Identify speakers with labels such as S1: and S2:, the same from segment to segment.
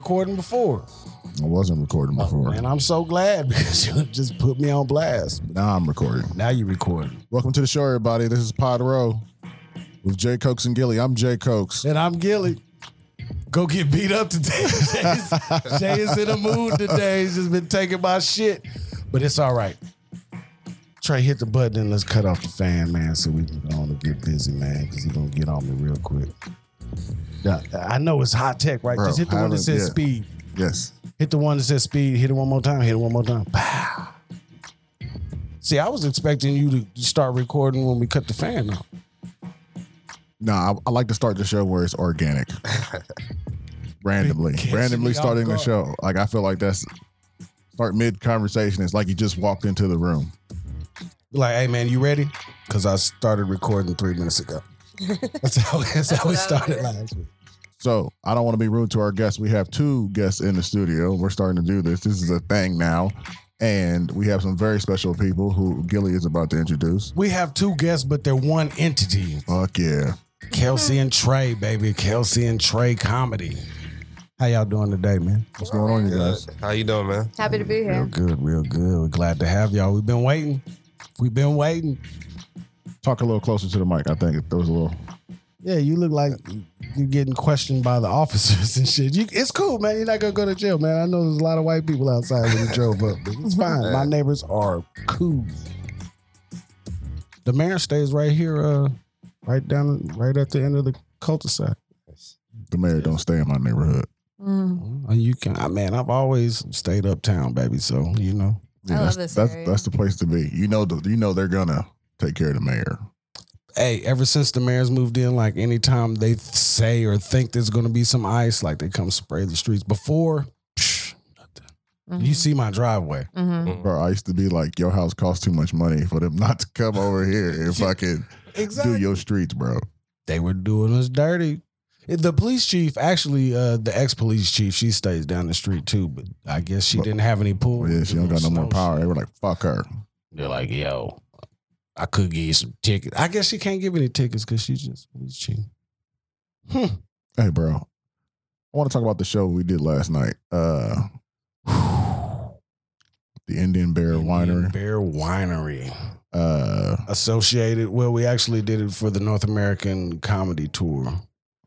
S1: recording before.
S2: I wasn't recording
S1: Oh,
S2: before.
S1: And I'm so glad because you just put me on blast.
S2: now I'm recording.
S1: Now you recording.
S2: Welcome to the show, everybody. This is Pod Row with Jay Cokes and Gilly. I'm Jay Cokes.
S1: And I'm Gilly. Go get beat up today. Jay's, Jay is in a mood today. He's just been taking my shit. But it's all right. Trey, hit the button and let's cut off the fan, man, so we can go on and get busy, man, because he's going to get on me real quick. Yeah, I know it's high tech, right?
S2: Bro,
S1: just hit the one that
S2: haven't-
S1: says
S2: yeah.
S1: speed.
S2: Yes.
S1: Hit the one that says speed. Hit it one more time. Hit it one more time. Pow. See, I was expecting you to start recording when we cut the fan off.
S2: No, I, I like to start the show where it's organic. randomly.
S1: Catching me
S2: Randomly
S1: off
S2: starting the
S1: guard.
S2: show. Like I feel like that's start mid conversation. It's like you just walked into the room.
S1: Like, hey man, you ready? Because I started recording three minutes ago. that's how that's how it started last week.
S2: So I don't want to be rude to our guests. We have two guests in the studio. We're starting to do this. This is a thing now. And we have some very special people who Gilly is about to introduce.
S1: We have two guests, but they're one entity.
S2: Fuck yeah.
S1: Kelsey and Trey, baby. Kelsey and Trey comedy. How y'all doing today, man?
S2: What's going on, you guys?
S3: How you doing, man?
S4: Happy to be
S1: Real
S4: here.
S1: good, real good. We're glad to have y'all. We've been waiting. We've been waiting.
S2: Talk a little closer to the mic. I think there was a little.
S1: Yeah, you look like you're getting questioned by the officers and shit. You, it's cool, man. You're not gonna go to jail, man. I know there's a lot of white people outside when you drove up, but it's fine. My neighbors are cool. The mayor stays right here, uh, right down, right at the end of the cul-de-sac.
S2: The mayor don't stay in my neighborhood.
S4: Mm.
S1: Uh, You can, I man, I've always stayed uptown, baby. So you know,
S4: I love
S2: that's,
S4: this
S2: that's,
S4: area.
S2: that's the place to be. You know, the, you know they're gonna take care of the mayor.
S1: hey, ever since the mayor's moved in, like anytime they th- say or think there's gonna be some ice, like they come spray the streets. Before, psh, you see my driveway.
S4: hmm
S2: Bro, I used to be like, your house costs too much money for them not to come over here and fucking do your streets, bro.
S1: they were doing us dirty. The police chief, actually, uh, the ex police chief, she stays down the street too, but I guess she
S2: But-
S1: didn't have any pool.
S2: yeah, she don't got no more
S1: Snow
S2: power.
S1: shit.
S2: They were like, fuck her.
S1: They're like, yo, I could give you some tickets. I guess she can't give any tickets because she's just police chief. Hmm.
S2: Hey, bro. I want to talk about the show we did last night. Uh, the Indian Bear
S1: Indian
S2: Winery.
S1: Bear Winery.
S2: Uh,
S1: Associated. Well, we actually did it for the North American comedy tour.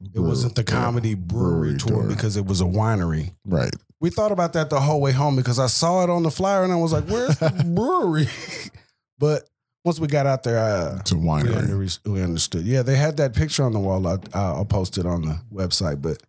S1: It
S2: brew-
S1: wasn't the comedy brewery,
S2: brewery
S1: tour
S2: tour.
S1: because it was a winery.
S2: right.
S1: We thought about that the whole way home because I saw it on the flyer and I was like, "Where's the brewery?" but once we got out there, uh,
S2: It's a
S1: we,
S2: winery.
S1: under- we understood. Yeah, they had that picture on the wall. I, I- I'll post it on the website. But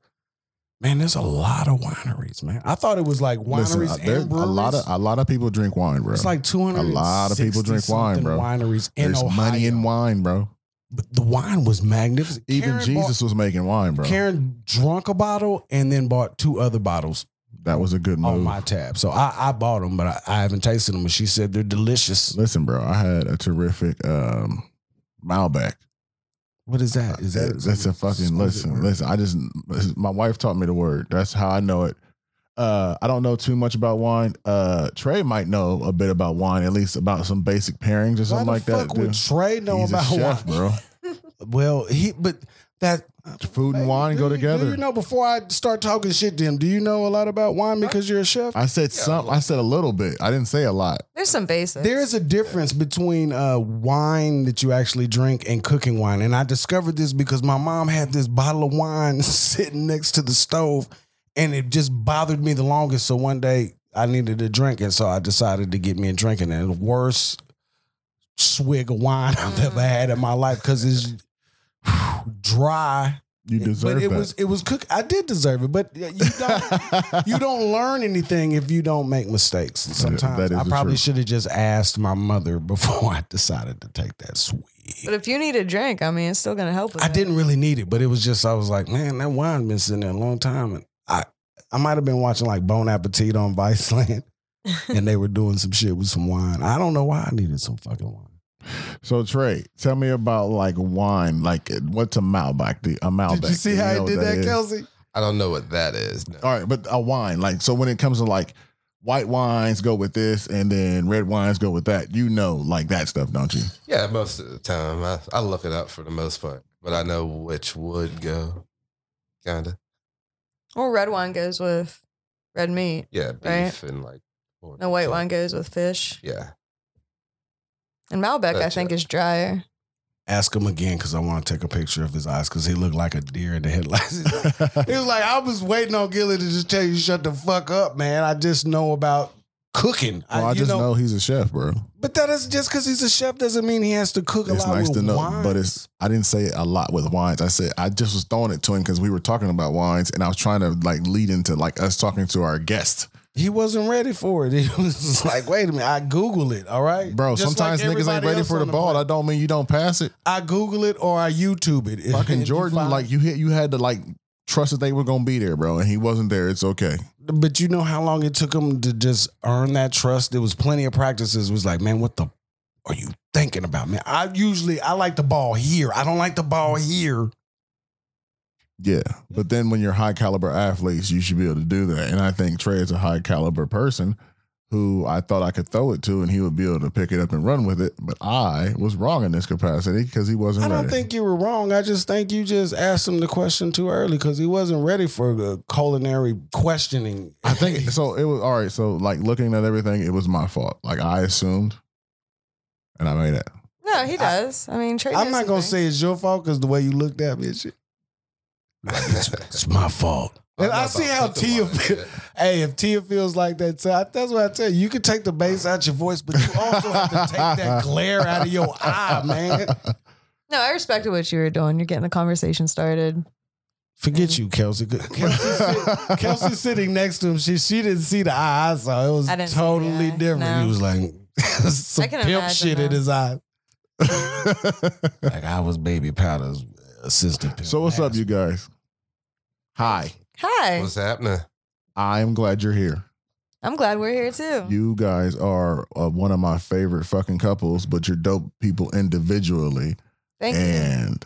S1: man, there's a lot of wineries, man. I thought it was like wineries
S2: Listen, uh, there-
S1: and breweries.
S2: a lot of a lot of people drink wine, bro.
S1: it's like 200.
S2: A lot of people drink wine, bro.
S1: Wineries in
S2: There's
S1: Ohio.
S2: money in wine, bro.
S1: But the wine was magnificent.
S2: Even
S1: Karen
S2: Jesus was making wine, bro.
S1: Bought, Karen drunk a bottle and then bought two other bottles.
S2: that was a good move.
S1: on Oh my tab. So I, I bought them, but I, I haven't tasted them. And she said they're delicious.
S2: Listen, bro, I had a terrific um Malbec.
S1: What is that? Is that
S2: that's a fucking listen, listen. I just my wife taught me the word. That's how I know it. Uh, I don't know too much about wine. Uh, Trey might know a bit about wine, at least about some basic pairings or something
S1: Why
S2: like
S1: the
S2: that.
S1: fuck would
S2: dude.
S1: Trey know
S2: He's
S1: about
S2: a chef,
S1: wine?
S2: bro.
S1: Well, he but that
S2: Food and wine
S1: do
S2: go
S1: you-
S2: together.
S1: Do you know before I start talking shit to him? Do you know a lot about wine because you're a chef?
S2: I said some. I said a little bit. I didn't say a lot.
S4: There's some basics.
S1: There is a difference between uh, wine that you actually drink and cooking wine. And I discovered this because my mom had this bottle of wine sitting next to the stove and it just bothered me the longest. So one day I needed a drink. And so I decided to get me a drink. And it was the worst swig of wine I've ever had in my life because it's dry.
S2: You deserve
S1: but it
S2: that.
S1: was it was cook. I did deserve it, but you don't you don't learn anything if you don't make mistakes. Sometimes
S2: that is
S1: I
S2: the
S1: probably
S2: truth.
S1: should have just asked my mother before I decided to take that sweet.
S4: but if you need a drink, I mean, it's still gonna help. With
S1: I
S4: it.
S1: didn't really need it, but it was just I was like, man, that wine been sitting there a long time, and I I might have been watching like Bon Appetit on Viceland, and they were doing some shit with some wine. I don't know why I needed some fucking wine.
S2: So Trey, tell me about like wine. Like what's a Malbec? The- A Malbec. Do know what is?
S1: Kelsey?
S3: I don't know what that is. no.
S2: All right, but a wine. Like so, when it comes to like white wines go with this, and then red wines go with that. You know, like that stuff, don't you?
S3: Yeah, most of the time I, I look it up for the most part, but I know which would go, kinda.
S4: Well, red wine goes with red meat.
S3: Yeah, beef
S4: Right.
S3: and like. pork
S4: The
S3: or
S4: white
S3: something.
S4: wine goes with fish.
S3: Yeah.
S4: And Malbec, I
S3: Gotcha.
S4: think, is drier.
S1: Ask him again because I want to take a picture of his eyes because he looked like a deer in the headlights. He was like, I was waiting on Gilly to just tell you shut the fuck up, man. I just know about cooking.
S2: Well, I
S1: you
S2: just know, he's a chef, bro.
S1: But that is just because he's a chef doesn't mean he has to cook a
S2: It's
S1: lot
S2: nice
S1: with
S2: to know,
S1: wines.
S2: but it's I didn't say a lot with wines. I said I just was throwing it to him because we were talking about wines, and I was trying to like lead into like us talking to our guest,
S1: he wasn't ready for it. He was just like, wait a minute, I Google it, all right?
S2: bro.
S1: Just like
S2: sometimes niggas ain't
S1: everybody
S2: ready
S1: else
S2: for the
S1: on
S2: ball. I
S1: planet.
S2: don't mean you don't pass it.
S1: I, Google it or I YouTube it. If- if
S2: Fucking
S1: you
S2: Jordan,
S1: find-
S2: like you hit, you had to like trust that they were gonna be there, bro, and he wasn't there. It's okay.
S1: but you know how long it took him to just earn that trust? There was plenty of practices. It was like, man, what the are you thinking about, man? I usually I like the ball here. I don't like the ball here.
S2: Yeah, but then when you're high caliber athletes, you should be able to do that. And I think Trey is a high caliber person who I thought I could throw it to, and he would be able to pick it up and run with it. But I was wrong in this capacity because he wasn't.
S1: I don't
S2: ready.
S1: think you were wrong. I just think you just asked him the question too early because he wasn't ready for the culinary questioning.
S2: I think so. It was all right. So like looking at everything, it was my fault. Like I assumed, and I made it.
S4: No, he does. I, mean, Trey
S1: I'm
S4: did
S1: not
S4: some
S1: gonna
S4: things.
S1: say it's your fault because the way you looked at me and shit. It's my fault.
S3: I
S1: And
S3: know
S1: I
S3: about
S1: see how
S3: cooking
S1: Tia
S3: wine,
S1: feel-
S3: yeah.
S1: Hey, if Tia feels like that, so I, that's what I tell you. You can take the bass out your voice, but you also have to take that glare out of your eye, man.
S4: No, I respected what you were doing. You're getting the conversation started.
S1: Forget you, Kelsey. Kelsey, sit- Kelsey sitting next to him. She she didn't see the eye I saw. It was
S4: I didn't see the
S1: totally
S4: eye,
S1: different.
S4: no.
S1: He was like some
S4: I can
S1: pimp
S4: imagine,
S1: shit in
S4: though.
S1: his eye. Like I was baby powder's assistant. pimp.
S2: so what's up,
S1: Ass.
S2: you guys? Hi,
S4: Hi,
S3: What's happening?
S2: I'm glad you're here.
S4: I'm glad we're here too.
S2: You guys are uh, one of my favorite fucking couples, but you're dope people individually,
S4: Thank you.
S2: and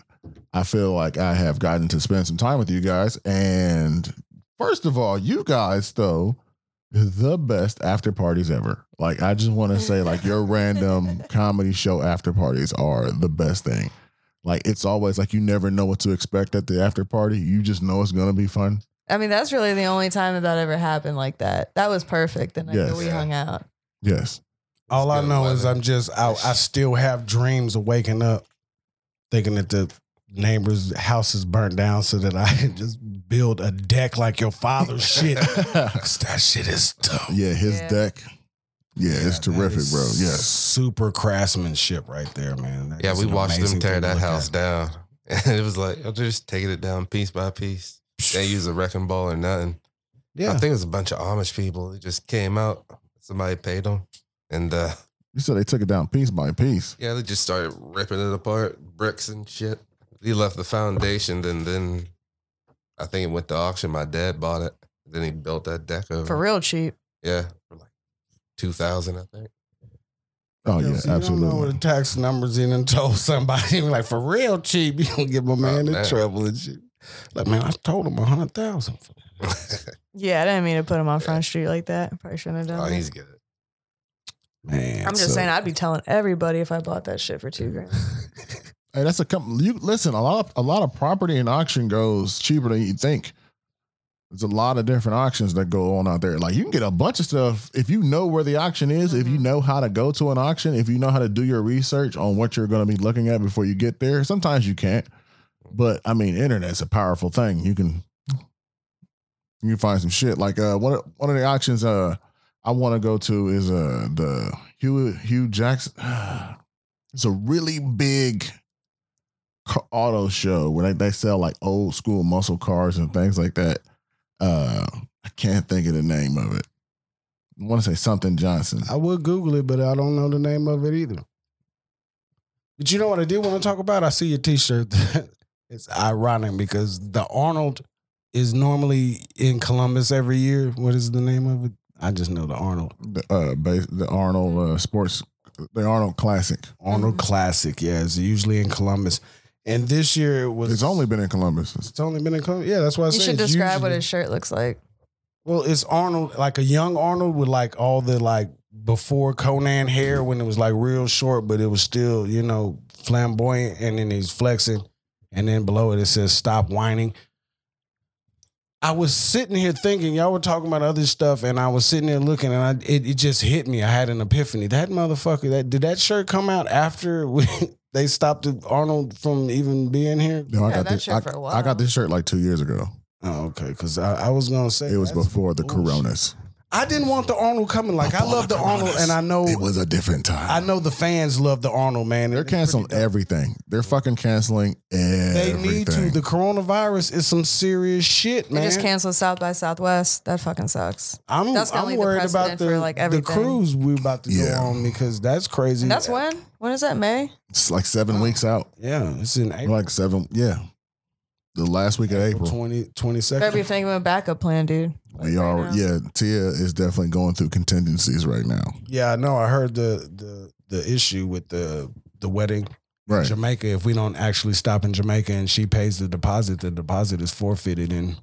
S2: I feel like I have gotten to spend some time with you guys. And first of all, you guys though. The best after parties ever. Like, I just want to say, like, your random comedy show after parties are the best thing. Like, it's always like you never know what to expect at the after party. You just know it's going to be fun.
S4: I mean, that's really the only time that that ever happened like that. That was perfect. The night that
S2: Yes.
S4: we hung out.
S1: Uh-huh.
S2: Yes.
S1: All I
S3: Still
S1: know is
S3: eleven.
S1: I'm just I, I still have dreams of waking up thinking that the neighbor's house is burnt down so that I can just build a deck like your father's shit.
S2: yeah,
S1: 'Cause that shit is dope.
S2: his
S4: Yeah.
S2: deck. Yeah, it's
S1: that
S2: terrific,
S1: is
S2: bro. Yes.
S1: Super craftsmanship right there, man. That
S3: Yeah,
S1: is
S3: we
S1: an
S3: watched them
S1: amazing
S3: tear
S1: thing to
S3: that
S1: look
S3: house
S1: at.
S3: down. And it was like, I'm just taking it down piece by piece. They use a wrecking ball or nothing.
S1: Yeah.
S3: I think it was a bunch of Amish people. It just came out. Somebody paid them. And uh,
S2: You said they took it down piece by piece.
S3: yeah, they just started ripping it apart, bricks and shit. He left the foundation, then then I think it went to auction. My dad bought it. Then he built that deck over.
S4: For real cheap.
S3: Yeah. For like two thousand, I think.
S2: Oh yeah,
S1: See, You don't know
S2: absolutely.
S1: the tax numbers in and told somebody like for real cheap, you don't get my man in
S3: man.
S1: trouble and shit. Like man, I told him a hundred thousand for that.
S4: Yeah, I didn't mean to put him on Front Street like that. I Probably shouldn't have
S3: oh,
S4: done
S3: he's
S4: it.
S3: good.
S1: Man,
S4: I'm just
S1: so-
S4: saying, I'd be telling everybody if I bought that shit for two grand.
S2: Hey, that's a company. You listen. A lot of a lot of property in auction goes cheaper than you think. There's a lot of different auctions that go on out there. Like you can get a bunch of stuff if you know where the auction is, if you
S4: Mhm.
S2: know how to go to an auction, if you know how to do your research on what you're going to be looking at before you get there. Sometimes you can't, but I mean, internet's a powerful thing. You can you can find some shit. Like uh, one of- one of the auctions uh I want to go to is uh the Hugh Hugh Jackson. It's a really big ca- auto show where they, they sell like old school muscle cars and things like that. Uh, I can't think of the name of it. I want to say something Johnson.
S1: I would Google it, but I don't know the name of it either. But you know what I did want to talk about? I see your T-shirt. it's ironic because the Arnold is normally in Columbus every year. What is the name of it? I just know the Arnold.
S2: The, uh, base, the Arnold uh, Sports, the Arnold Classic.
S1: Arnold
S4: Mhm.
S1: Classic. Yeah, it's usually in Columbus, and this year it was.
S2: It's only been in Columbus. It's-
S1: It's only been in Columbus. Yeah, that's why I
S4: You
S1: said
S4: should
S1: it's
S4: describe what
S1: usually-
S4: his shirt looks like.
S1: Well, it's Arnold, like a young Arnold with like all the like before Conan hair when it was like real short, but it was still, you know, flamboyant. And then he's flexing. And then below it, it says, Stop whining. I was sitting here thinking y'all were talking about other stuff, and I was sitting there looking, and I it, it just hit me. I had an epiphany. That motherfucker. That did that shirt come out after we, they stopped Arnold from even being here?
S2: No, I
S4: Yeah,
S2: got
S4: that
S2: this.
S4: shirt
S2: I,
S4: for a
S2: I
S4: while.
S2: got this shirt like two years ago.
S1: Oh, okay. Because I, I was gonna say
S2: It was
S1: that's-
S2: before the
S1: bullshit.
S2: Coronas.
S1: I didn't want the Arnold coming. Like I
S2: Before
S1: love the Arnold,
S2: Coronas.
S1: and I know
S2: it was a different time.
S1: Oh, I know the fans love the Arnold man.
S2: They're
S1: It's pretty
S2: canceling
S1: dope.
S2: everything. They're fucking canceling everything.
S1: They need to. The coronavirus is some serious shit,
S4: They
S1: man.
S4: just canceled South by Southwest. That fucking sucks.
S1: I'm,
S4: That's the
S1: I'm
S4: only
S1: worried
S4: precedent
S1: about the,
S4: for, like,
S1: the
S4: everything.
S1: cruise we're about to
S2: Yeah.
S1: go on because that's crazy.
S4: And that's when? When is that? May?
S2: It's like seven weeks out.
S1: Yeah, it's in April,
S2: Like seven. Yeah. The last week of April.
S1: 20, 22nd.
S4: Better be thinking of a backup plan, dude.
S2: We are, yeah, Tia is definitely going through contingencies right now.
S1: Yeah, I know. I heard the the the issue with the the wedding in
S2: Right.
S1: Jamaica. If we don't actually stop in Jamaica and she pays the deposit, the deposit is forfeited. And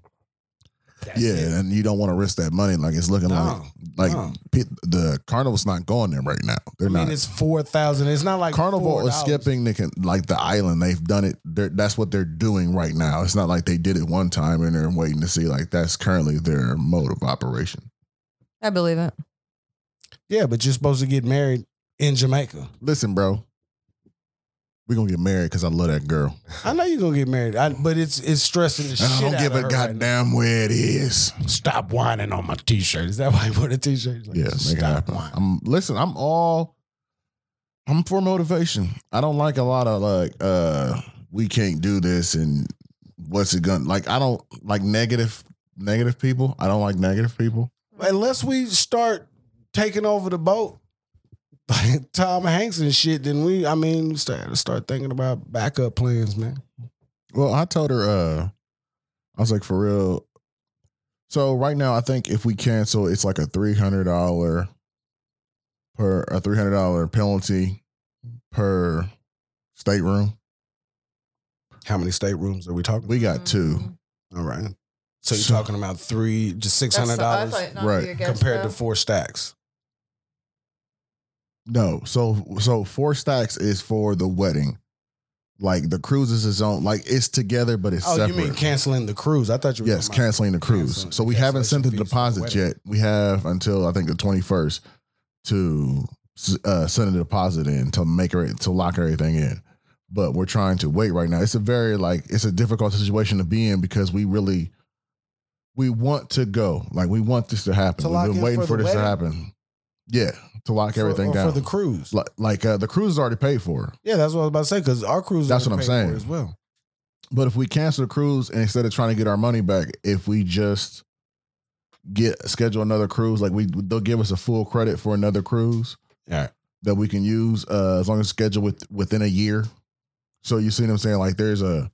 S1: that's
S2: yeah.
S1: it.
S2: And you don't want to risk that money. Like it's looking
S1: no,
S2: like, like
S1: no.
S2: pe- the carnival's not going there right now. They're
S1: I mean
S2: not.
S1: it's four thousand. It's not like
S2: Carnival is
S1: $4.
S2: skipping the, con- like the island. They've done it. They're, that's what they're doing right now. It's not like they did it one time and they're waiting to see. Like that's currently their mode of operation.
S4: I believe it.
S1: Yeah, but you're supposed to get married in Jamaica.
S2: Listen, bro, we're gonna get married because I love that girl.
S1: I know you're gonna get married, I, but it's it's stressing the shit.
S2: I don't
S1: out
S2: give
S1: of
S2: a
S1: her right now.
S2: goddamn where it is.
S1: Stop whining on my t-shirt. Is that why you wore the t-shirt? He's like,
S2: Yeah, make it
S1: stop
S2: happen.
S1: whining.
S2: I'm listen. I'm all. I'm for motivation. I don't like a lot of like uh we can't do this and what's it gonna like. I don't like negative negative people. I don't like negative people.
S1: Unless we start taking over the boat, like Tom Hanks and shit, then we. I mean, we start start thinking about backup plans, man.
S2: Well, I told her, uh, I was like, for real. So right now, I think if we cancel, it's like a three hundred dollar per a three hundred dollar penalty per stateroom.
S1: How many staterooms are we talking?
S2: We got two.
S4: Mm.
S1: All right. So you're
S2: So-
S1: talking about three, just six
S4: That's
S1: hundred
S4: the- I
S1: dollars
S4: thought not
S2: Right.
S4: your guess,
S1: compared to
S4: though.
S1: four stacks.
S2: No, so so four stacks is for the wedding. Like the cruise is its own. Like it's together, but it's
S1: Oh,
S2: separate.
S1: you mean canceling the cruise? I thought you were
S2: Yes,
S1: talking about-
S2: canceling the cruise.
S1: Canceling-
S2: so we haven't sent the
S1: cancellation fees for the
S2: deposits
S1: wedding.
S2: yet. We have until I think the twenty first to uh, send a deposit in to make it to lock everything in. But we're trying to wait right now. It's a very like it's a difficult situation to be in because we really we want to go. Like we want this to happen.
S1: To lock
S2: We've been
S1: in
S2: waiting
S1: for
S2: for,
S1: the
S2: this to
S1: wedding?
S2: happen. Yeah, to lock
S1: For-
S2: everything
S1: or
S2: down.
S1: for the cruise.
S2: like like uh, the cruise is already paid for.
S1: Yeah, that's what I was about to say because our cruise.
S2: That's
S1: are
S2: what I'm
S1: paid for
S2: saying.
S1: as well.
S2: But if we cancel the cruise and instead of trying to get our money back, if we just get schedule another cruise, like we they'll give us a full credit for another cruise
S1: Alright.
S2: that we can use uh, as long as scheduled with within a year. So you see what I'm saying? Like there's a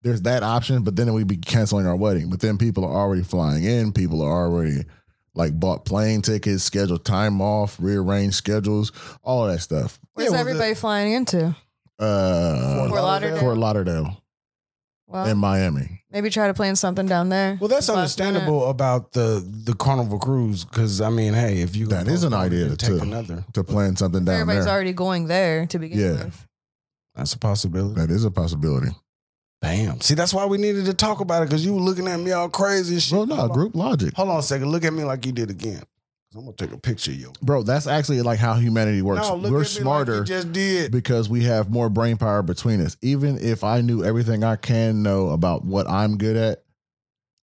S2: there's that option, but then we'd be canceling our wedding. But then people are already flying in, people are already like bought plane tickets, scheduled time off, rearranged schedules, all that stuff.
S4: Where's
S1: Yeah, well, the-
S4: everybody flying into?
S2: Uh
S4: Fort Lauderdale.
S2: Fort Lauderdale
S4: Well,
S2: and Miami.
S4: maybe try to plan something down there.
S1: Well, that's
S4: Last
S1: understandable about the the Carnival cruise because I mean, hey, if you
S2: That is an
S1: postpone it,
S2: idea
S1: then
S2: too.
S1: take another.
S2: to plan something
S4: minute.
S2: down
S4: Everybody's
S2: there.
S4: already going there to begin
S2: Yeah.
S4: with.
S1: That's a possibility.
S2: that is a possibility.
S1: Damn. See, that's why we needed to talk about it because you were looking at me all crazy and shit.
S2: Bro, no,
S1: Hold on.
S2: group logic.
S1: Hold on a second. Look at me like you did again. I'm gonna take a picture of you.
S2: Bro, that's actually like how humanity works.
S1: No, look
S2: We're
S1: at me like
S2: smarter
S1: you just did.
S2: because we have more brain power between us. Even if I knew everything I can know about what I'm good at,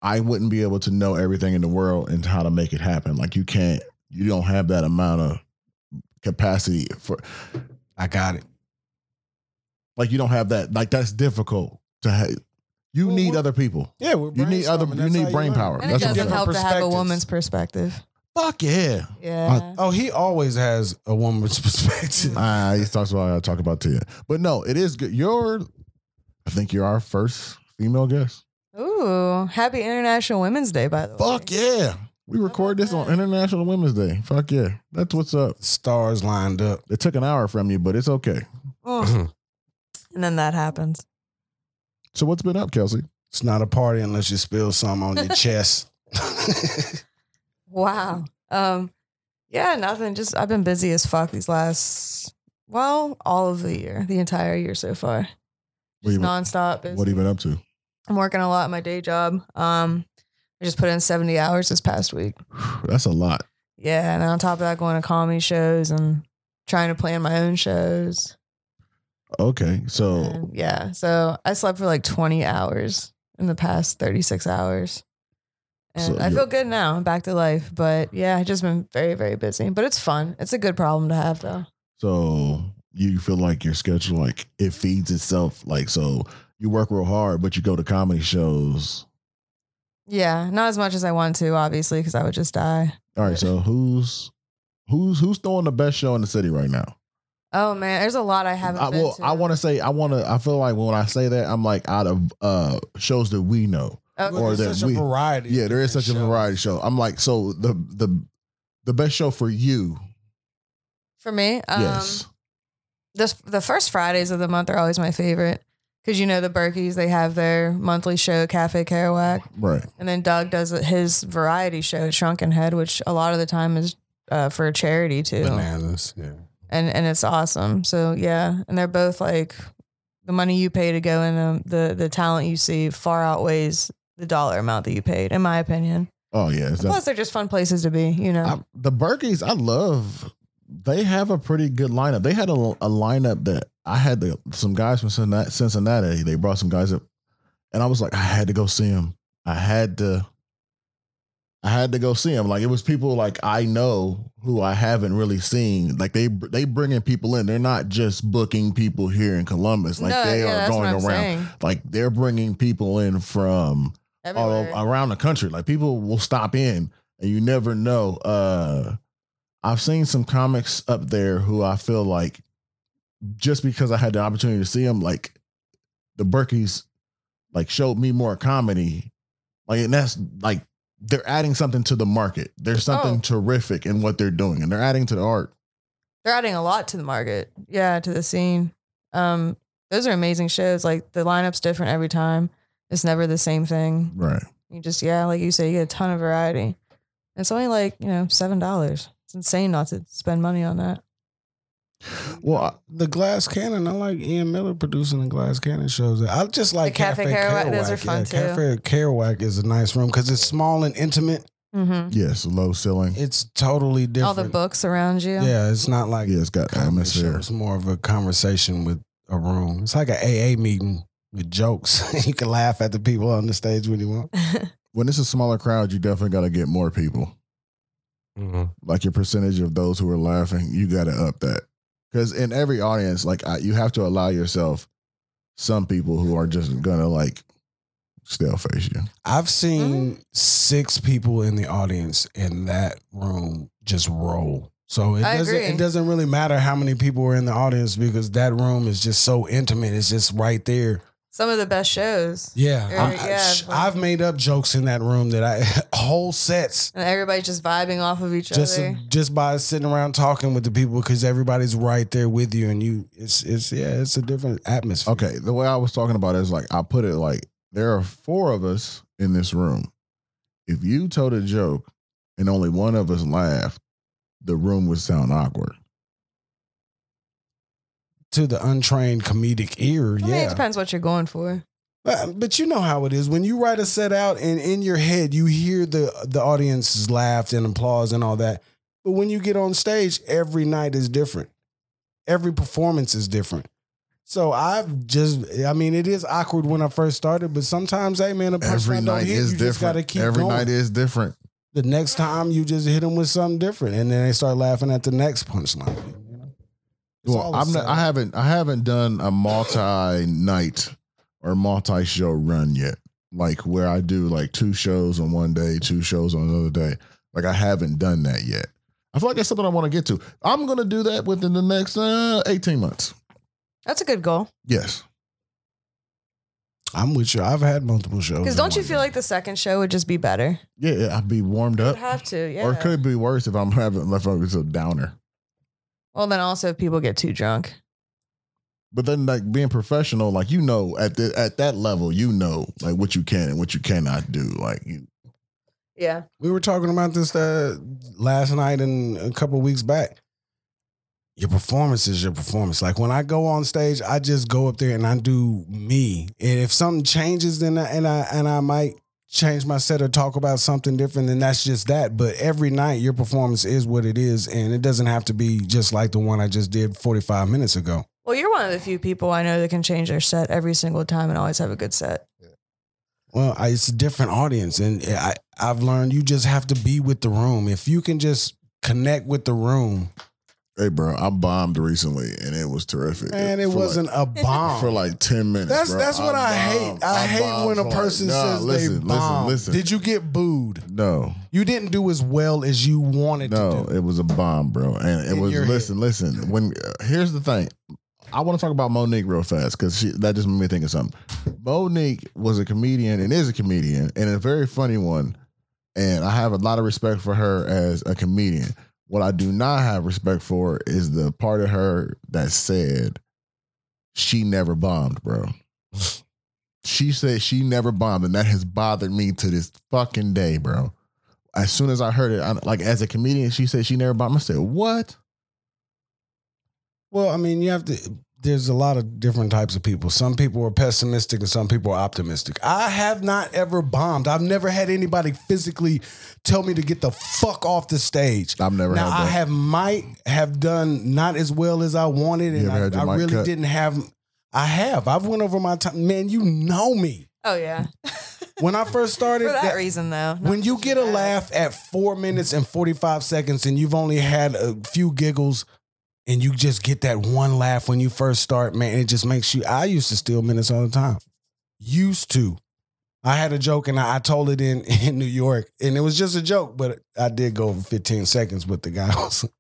S2: I wouldn't be able to know everything in the world and how to make it happen. Like you can't, you don't have that amount of capacity for,
S1: I got it.
S2: like you don't have that. Like that's difficult to have. You
S1: Well,
S2: need
S1: what-
S2: other people.
S1: Yeah, we're
S2: You need other-
S1: brainstorming.
S2: you
S1: That's
S2: need
S1: how
S2: brain
S1: learn.
S2: power.
S4: And
S2: That's
S4: it
S2: what I'm saying.
S4: doesn't help to have a
S1: Perspectives.
S4: woman's perspective.
S2: Fuck yeah.
S4: Yeah.
S1: Oh, he always has a woman's perspective.
S2: I he talks about I talk about Tia, but no, it is good. You're, I think you're our first female guest.
S4: Ooh. Happy International Women's Day, by the way.
S2: Fuck yeah, we record this on International Women's Day. Fuck yeah, that's what's up.
S1: Stars lined up.
S2: It took an hour from you, but it's okay.
S4: Mm. And then that happens.
S2: So what's been up, Kelsey?
S1: It's not a party unless you spill some on your chest.
S4: Wow. Um, yeah, nothing. Just I've been busy as fuck these last well, all of the year, the entire year so far.
S2: What you
S4: Just
S2: been-
S4: nonstop. Busy.
S2: What have you been up to?
S4: I'm working a lot at my day job. Um, I just put in 70 hours this past week.
S2: That's a lot.
S4: Yeah, and on top of that, going to comedy shows and trying to plan my own shows.
S2: Okay, so
S4: And yeah, so I slept for like 20 hours in the past 36 hours. And
S2: So
S4: I
S2: you're-
S4: feel good now. I'm back to life. But yeah, I've just been very, very busy. But it's fun. It's a good problem to have, though.
S2: so you feel like your schedule like it feeds itself. Like so, you work real hard, but you go to comedy shows.
S4: Yeah, not as much as I want to, obviously, because I would just die.
S2: All right, so who's who's who's throwing the best show in the city right now?
S4: Oh, man, there's a lot I haven't
S2: I,
S4: been
S2: well,
S4: to.
S2: I want to say I want to. I feel like when I say that, I'm like out of uh shows that we know.
S4: Okay.
S1: Or
S2: or that
S1: there's such
S2: we-
S1: a variety.
S2: Yeah, there is such a
S1: shows.
S2: variety show. I'm like, so the the the best show for you?
S4: For me, um,
S2: yes.
S4: the the first Fridays of the month are always my favorite because you know the Berkeys they have their monthly show Cafe Kerouac,
S2: Right.
S4: and then Doug does his variety show Shrunken Head, which a lot of the time is uh, for a charity too,
S1: Bananas. Yeah.
S4: and and it's awesome. So yeah, and they're both like the money you pay to go in them, the the talent you see far outweighs the dollar amount that you paid, in my opinion.
S2: Oh yeah. It's
S4: Plus, they're just fun places to be, you know.
S2: I, the Berkeys, I love. They have a pretty good lineup. They had a, a lineup that I had the, some guys from Cincinnati, Cincinnati. They brought some guys up, and I was like, I had to go see them. I had to. I had to go see them. Like it was people like I know who I haven't really seen. Like they they bringing people in. They're not just booking people here in Columbus. Like
S4: No,
S2: they
S4: yeah,
S2: are
S4: that's what
S2: going
S4: I'm
S2: around.
S4: saying.
S2: Like they're bringing people in from all
S4: Everywhere.
S2: around the country. Like people will stop in and you never know. Uh I've seen some comics up there who I feel like just because I had the opportunity to see them, like the Berkeys like showed me more comedy. Like and that's like they're adding something to the market. There's something
S4: Oh.
S2: terrific in what they're doing and they're adding to the art.
S4: they're adding a lot to the market. Yeah, to the scene. Um, those are amazing shows. Like the lineup's different every time. It's never the same thing.
S2: Right.
S4: You just yeah, like you say, you get a ton of variety. It's only like you know seven dollars. It's insane not to spend money on that.
S2: Well, I-
S1: The Glass Cannon. I like Ian Miller producing the Glass Cannon shows. I just like
S4: The Cafe Kerouac, those are fun, too.
S1: Cafe Kerouac is a nice room because it's small and intimate.
S4: Mm-hmm.
S2: yes, low ceiling.
S1: It's totally different.
S4: All the books around you.
S1: Yeah, it's not like
S2: yeah, it's got
S1: comedy show.
S2: atmosphere.
S1: It's more of a conversation with a room. It's like an AA meeting with jokes. you can laugh at the people on the stage when you want.
S2: When it's a smaller crowd, you definitely got to get more people.
S3: Mhm.
S2: like your percentage of those who are laughing, you got to up that. Because in every audience, like I, you have to allow yourself some people who are just gonna like still face you.
S1: I've seen
S4: Mm-hmm.
S1: six people in the audience in that room just roll. So it
S4: I
S1: doesn't
S4: agree.
S1: it doesn't really matter how many people were in the audience because that room is just so intimate. It's just right there.
S4: Some of the best shows.
S1: Yeah,
S4: Or,
S1: I,
S4: yeah,
S1: I, have made up jokes in that room that I whole sets
S4: And everybody's just vibing off of each
S1: just
S4: other.
S1: just by sitting around talking with the people because everybody's right there with you and you it's it's yeah it's a different atmosphere.
S2: Okay, the way I was talking about it is like I put it like there are four of us in this room. If you told a joke and only one of us laughed, the room would sound awkward.
S1: To the untrained comedic ear,
S4: I
S1: yeah.
S4: mean, it depends what you're going for.
S1: But, but you know how it is when you write a set out and in your head you hear the the audience's laugh and applause and all that. But when you get on stage, every night is different. Every performance is different. So I've just I mean it is awkward when I first started, but sometimes hey man, a
S2: Every
S1: punchline don't
S2: night
S1: hit,
S2: is
S1: you just gotta
S2: different.
S1: keep
S2: Every
S1: going.
S2: night is different.
S1: the next time you just hit them with something different, and then they start laughing at the next punchline. you know? It's all
S2: Well,
S1: a
S2: I'm not,
S1: setup.
S2: I haven't I haven't done a multi night or multi show run yet. Like where I do like two shows on one day, two shows on another day. Like I haven't done that yet. I feel like that's something I want to get to. I'm gonna do that within the next uh, 18 months.
S4: That's a good goal.
S2: Yes.
S1: I'm with you. I've had multiple shows.
S4: Because
S1: in
S4: don't you
S1: one
S4: feel
S1: day.
S4: like the second show would just be better?
S2: Yeah, yeah, I'd be warmed
S1: Uh,
S4: You'd
S2: up.
S4: have to, yeah.
S2: Or it could be worse if I'm having leftovers of downer.
S4: well, then also if people get too drunk.
S2: But then like being professional, like you know at the at that level, you know like what you can and what you cannot do. Like you
S4: Yeah.
S1: We were talking about this uh, last night and a couple weeks back. Your performance is your performance. Like when I go on stage, I just go up there and I do me. And if something changes, then I, and I and I might change my set or talk about something different, then that's just that. But every night, your performance is what it is, and it doesn't have to be just like the one I just did 45 minutes ago.
S4: Well, you're one of the few people I know that can change their set every single time and always have a good set.
S1: Well, I, it's a different audience, and I, I've learned you just have to be with the room. If you can just connect with the room,
S2: Hey, bro, I bombed recently and it was terrific.
S1: and it
S2: for like-
S1: wasn't a bomb.
S2: for like ten minutes.
S1: That's
S2: bro.
S1: that's what I, hate.
S2: bombed.
S1: I, hate
S2: bombed
S1: when
S2: for
S1: a
S2: like-
S1: person
S2: Nah,
S1: says
S2: listen,
S1: they bombed.
S2: Listen, listen.
S1: Did you get booed?
S2: No,
S1: You didn't do as well as you wanted to
S2: no,
S1: do.
S2: it was a bomb, bro. And it
S1: In
S2: was
S1: your head.
S2: listen, listen. When uh, here's the thing, I want to talk about Monique real fast because that just made me think of something. Monique was a comedian and is a comedian and a very funny one, and I have a lot of respect for her as a comedian. What I do not have respect for is the part of her that said she never bombed, bro. She said she never bombed, and that has bothered me to this fucking day, bro. As soon as I heard it, I, like as a comedian, she said she never bombed. I said, "What?
S1: Well, I mean, you have to. There's a lot of different types of people. Some people are pessimistic and some people are optimistic. I have not ever bombed. I've never had anybody physically tell me to get the fuck off the stage.
S2: I've never
S1: now,
S2: had
S1: I
S2: that.
S1: have might have done not as well as I wanted,
S2: You
S1: and
S2: ever
S1: I,
S2: had your
S1: I
S2: mic
S1: really
S2: cut?
S1: didn't have. I have. I've went over my time. Man, you know me.
S4: Oh yeah.
S1: When I first
S4: For
S1: started,
S4: that,
S1: that-
S4: reason though.
S1: when you get a laugh at four minutes and 45 seconds and you've only had a few giggles and you just get that one laugh when you first start, man, it just makes you. I used to steal minutes all the time. Used to. I had a joke and I, I told it in, in New York and it was just a joke, but I did go over 15 seconds with the guy. I was like,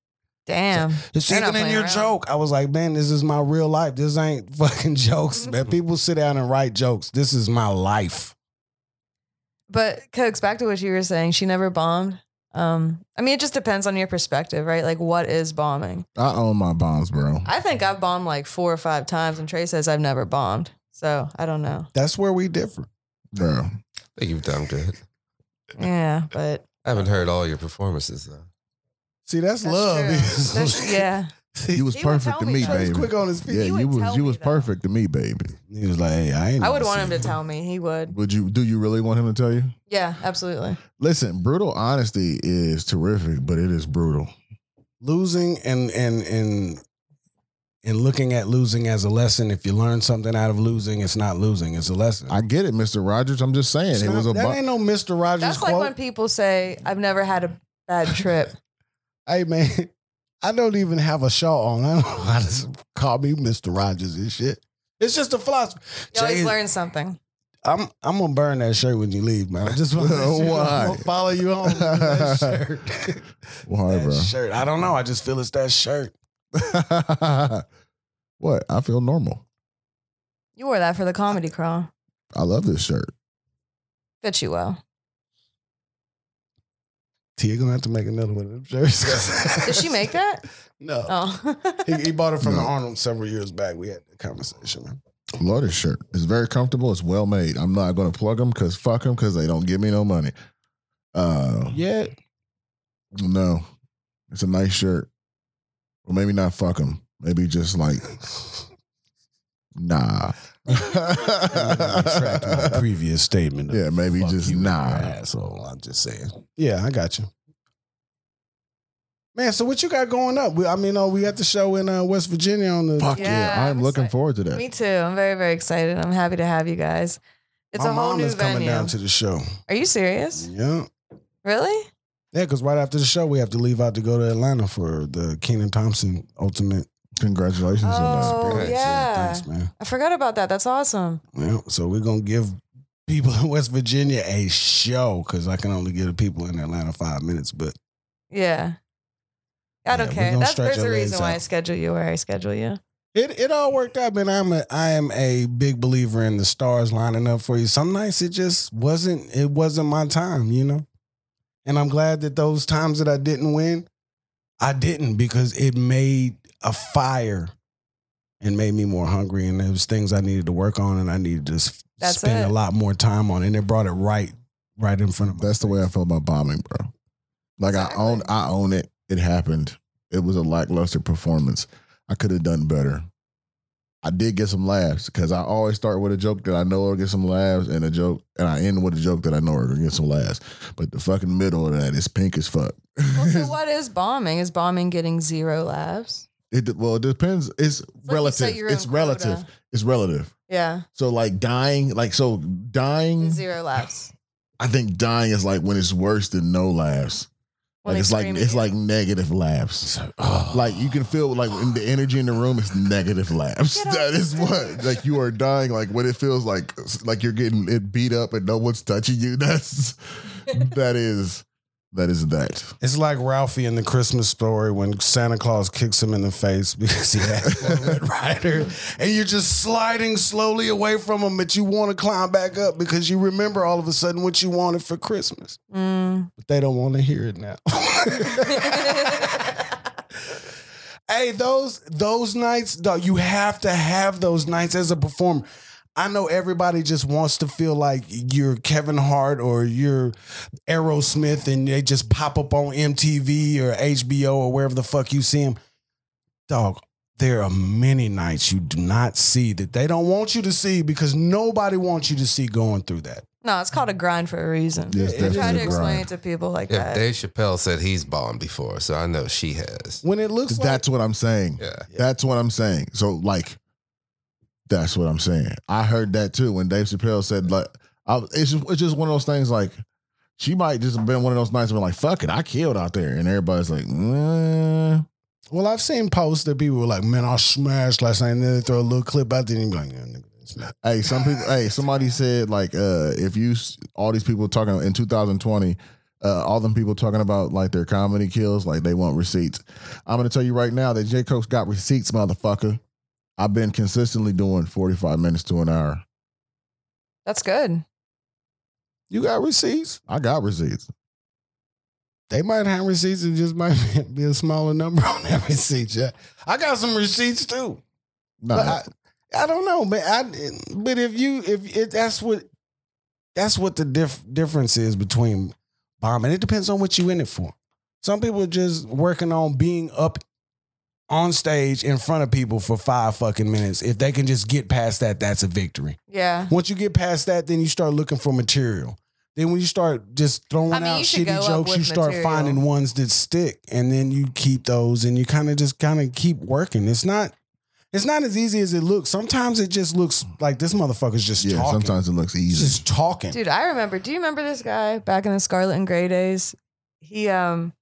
S4: Damn.
S1: It's
S4: They're not
S1: even in
S4: playing
S1: your
S4: around.
S1: joke. I was like, man, this is my real life. This ain't fucking jokes, man. People sit down and write jokes. This is my life.
S4: But Cokes, back to what you were saying, she never bombed. Um, I mean, it just depends on your perspective, right? Like, what is bombing?
S2: I own my bombs, bro."
S4: I think I've bombed like four or five times, and Trey says I've never bombed. So I don't know.
S1: That's where we differ.
S2: bro.
S3: I think you've done good.
S4: Yeah, but
S3: I haven't heard all your performances though.
S1: See, that's,
S4: that's
S1: love.
S4: true. That's- yeah.
S2: You was
S4: He would
S2: perfect
S4: tell
S2: to
S4: me
S2: me,
S4: that.
S1: He's
S2: baby.
S1: quick on his feet.
S2: Yeah,
S4: He
S2: you
S4: would
S2: was
S4: tell
S2: you
S4: me
S2: was
S4: that.
S2: perfect to me, baby.
S1: He was like, "Hey, I ain't."
S4: I
S1: never
S4: would want
S1: seen
S4: him to
S1: that.
S4: tell me. He would.
S2: Would you? Do you really want him to tell you?
S4: Yeah, absolutely.
S2: Listen, brutal honesty is terrific, but it is brutal.
S1: Losing and and and and looking at losing as a lesson. If you learn something out of losing, it's not losing; it's a lesson.
S2: I get it, Mister Rogers. I'm just saying
S1: It's
S2: it
S1: not-
S2: was a.
S1: that
S2: bo-
S1: ain't no Mister Rogers
S4: That's
S1: quote.
S4: like when people say, I've never had a bad trip.
S1: hey man, I don't even have a shawl on. I don't know how to call me Mister Rogers and shit. It's just a philosophy.
S4: You always
S1: Jay-
S4: learn something.
S1: I'm I'm gonna burn that shirt when you leave, man. I just want to
S2: Why?
S1: I'm gonna follow you home. with That shirt.
S2: Why,
S1: that
S2: bro?
S1: shirt. I don't know. I just feel it's that shirt.
S2: what? I feel normal.
S4: You wore that for the comedy crawl.
S2: I love this shirt.
S4: Fit you well.
S1: T, you're gonna have to make another one of them shirts.
S4: Did she make that?
S1: No.
S4: Oh.
S1: He, he bought it from
S2: No.
S1: the Arnold several years back. We had that conversation.
S2: I love this shirt. It's very comfortable. It's well made. I'm not going to plug them because fuck them because they don't give me no money. Uh,
S1: Yeah.
S2: no, it's a nice shirt. Or maybe not fuck them. Maybe just like nah.
S1: previous statement.
S2: Yeah, maybe
S1: Fuck
S2: just
S1: you,
S2: nah.
S1: you Asshole. I'm just saying. Yeah, I got you. Man, so what you got going up? We, I mean, oh, we got the show in uh, West Virginia on the.
S2: Fuck yeah,
S4: Yeah,
S2: I'm
S4: I'm
S2: looking
S4: excited.
S2: forward to that.
S4: Me too. I'm very, very excited. I'm happy to have you guys. It's
S1: My
S4: a whole
S1: mom
S4: new
S1: is coming
S4: venue.
S1: down to the show.
S4: Are you serious?
S1: Yeah.
S4: Really?
S1: Yeah, because right after the show, we have to leave out to go to Atlanta for the Kenan Thompson Ultimate.
S2: Congratulations on
S4: Oh,
S3: Congrats.
S4: yeah.
S3: Yeah,
S1: Thanks, man.
S4: I forgot about that. That's awesome.
S1: Yeah, so we're gonna give people in West Virginia a show because I can only give the people in Atlanta five minutes. But
S4: Yeah. I don't
S1: Yeah, we
S4: care.
S1: gonna
S4: That's,
S1: stretch
S4: there's
S1: our
S4: a
S1: legs
S4: reason why I
S1: out.
S4: schedule you where I schedule you.
S1: it it all worked out, man. I'm a I am a big believer in the stars lining up for you. Some nights it just wasn't it wasn't my time, you know. And I'm glad that those times that I didn't win, I didn't because it made a fire and made me more hungry. And there was things I needed to work on, and I needed to s-
S4: That's
S1: spend
S4: it.
S1: a lot more time on. And it brought it right right in front of
S2: that.
S1: me.
S2: That's the way I feel about bombing, bro. Like
S4: Exactly.
S2: I own I own it. It happened. It was a lackluster performance. I could have done better. I did get some laughs because I always start with a joke that I know will get some laughs and a joke, and I end with a joke that I know will get some laughs. But the fucking middle of that is pink as fuck.
S4: Well, so what is bombing? Is bombing getting zero laughs?
S2: It de- well, it depends. It's
S4: you
S2: relative.
S4: set your
S2: It's
S4: own
S2: relative.
S4: quota.
S2: It's relative.
S4: Yeah,
S2: So like dying, like so dying.
S4: zero laughs.
S2: I think dying is like when it's worse than no laughs. like
S4: When they
S2: it's like
S4: scream at
S2: it's
S4: you.
S2: like negative laughs.
S1: Oh.
S2: Like you can feel like in the energy in the room is negative laughs.
S4: Get off
S2: That
S4: the
S2: is what like you are dying. Like when it feels like like you're getting it beat up and no one's touching you. That's that is that is that.
S1: It's like Ralphie in the Christmas story when Santa Claus kicks him in the face because he had one Red Rider, and you're just sliding slowly away from him, but you want to climb back up because you remember all of a sudden what you wanted for Christmas.
S4: Mm.
S1: But they don't want to hear it now. hey, those those nights, dog, you have to have those nights as a performer. I know everybody just wants to feel like you're Kevin Hart or you're Aerosmith and they just pop up on MTV or HBO or wherever the fuck you see them. Dog, there are many nights you do not see that they don't want you to see because nobody wants you to see going through that.
S4: no, it's called a grind for a reason.
S2: Yes,
S4: I
S2: definitely
S4: try to
S2: a
S4: explain
S2: grind.
S4: it to people like
S3: If
S4: that.
S3: Dave Chappelle said he's bombed before, so I know she has.
S4: Mm.
S1: When it looks like
S2: That's what I'm saying.
S3: Yeah.
S2: That's what I'm saying. So like, that's what I'm saying. I heard that too when Dave Chappelle said like, I, it's just, it's just one of those things like. She might just have been one of those nights where like, fuck it, I killed out there. And everybody's like, mm.
S1: Well, I've seen posts that people were like, "Man, I smashed last night," and then they throw a little clip out there and you be like, yeah, nigga, that's not-
S2: Hey, some people. hey, somebody said like, uh, if you s- all these people talking in 2020, uh, all them people talking about like their comedy kills, like they want receipts. I'm gonna tell you right now that J. Coke's got receipts, motherfucker. I've been consistently doing 45 minutes to an hour.
S4: That's good.
S1: "You got receipts?
S2: I got receipts.
S1: They might have receipts. It just might be a smaller number on that receipt. Yeah, I got some receipts too.
S2: No,
S1: But I, I don't know, man. I, but if you if it, that's what that's what the diff, difference is between bombing. It depends on what you in it for. Some people are just working on being up on stage in front of people for five fucking minutes. If they can just get past that, that's a victory.
S4: Yeah.
S1: Once you get past that, then you start looking for material. Then when you start just throwing
S4: I mean,
S1: out
S4: you should go
S1: shitty
S4: up
S1: jokes,
S4: with
S1: you start
S4: material.
S1: finding ones that stick, and then you keep those, and you kind of just kind of keep working. It's not, it's not as easy as it looks. Sometimes it just looks like this motherfucker's just
S2: yeah,
S1: talking.
S2: sometimes it looks
S1: He's
S2: easy.
S1: just talking.
S4: Dude, I remember. Do you remember this guy back in the Scarlet and Gray days? He um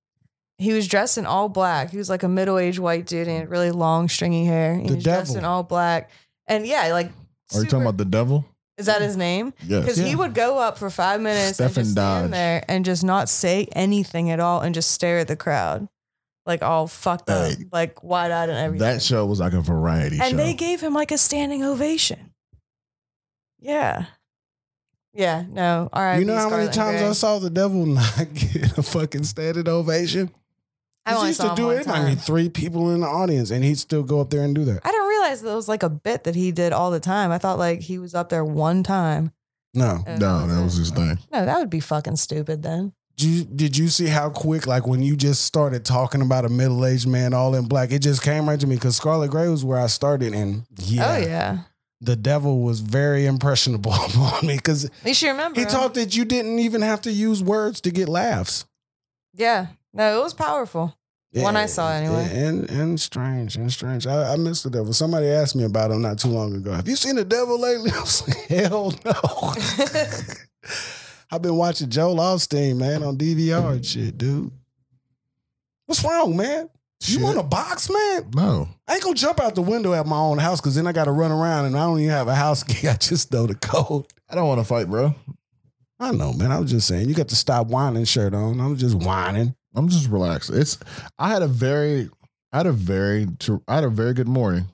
S4: he was dressed in all black. He was like a middle-aged white dude and he had really long stringy hair. He
S1: The
S4: was dressed
S1: devil.
S4: in all black. And yeah, like
S2: Are you talking
S4: super-
S2: about the devil?
S4: Is that his name?
S2: Yes.
S4: Because he would go up for five minutes
S2: Stephen
S4: and just
S2: Dodge.
S4: stand there and just not say anything at all and just stare at the crowd. Like all fucked up,
S2: Hey.
S4: like wide eyed and everything.
S2: That show was like a variety
S4: and
S2: show.
S4: they gave him like a standing ovation. Yeah. Yeah, no. All right.
S1: You know how many times I saw the devil not get a fucking standing ovation?
S4: I only
S1: used
S4: saw
S1: to
S4: him
S1: do
S4: one
S1: it. I mean,
S4: time.
S1: three people in the audience, and he'd still go up there and do that.
S4: I didn't realize that it was like a bit that he did all the time. I thought like he was up there one time.
S1: No,
S4: and
S2: No, that
S4: it.
S2: was his thing.
S4: No, that would be fucking stupid then.
S1: Did you, did you see how quick, like when you just started talking about a middle aged man all in black, it just came right to me because Scarlet Gray was where I started, and yeah,
S4: Oh yeah.
S1: the devil was very impressionable on me because
S4: At least you remember.
S1: he
S4: him.
S1: taught that you didn't even have to use words to get laughs.
S4: Yeah. No, it was powerful. One I saw, anyway.
S1: and and strange and strange. I, I miss the devil. Somebody asked me about him not too long ago. Have you seen the devil lately? I was like, hell no. I've been watching Joel Osteen, man, on DVR and shit, dude. What's wrong, man? You
S2: Shit.
S1: want to box, man?
S2: No.
S1: I ain't gonna jump out the window at my own house because then I gotta run around and I don't even have a house key. I just know the code.
S2: I don't want to fight, bro.
S1: I know, man. I was just saying, you got the stop whining shirt on. I'm just whining.
S2: I'm just relaxed. It's I had a very I had a very tr- I had a very good morning.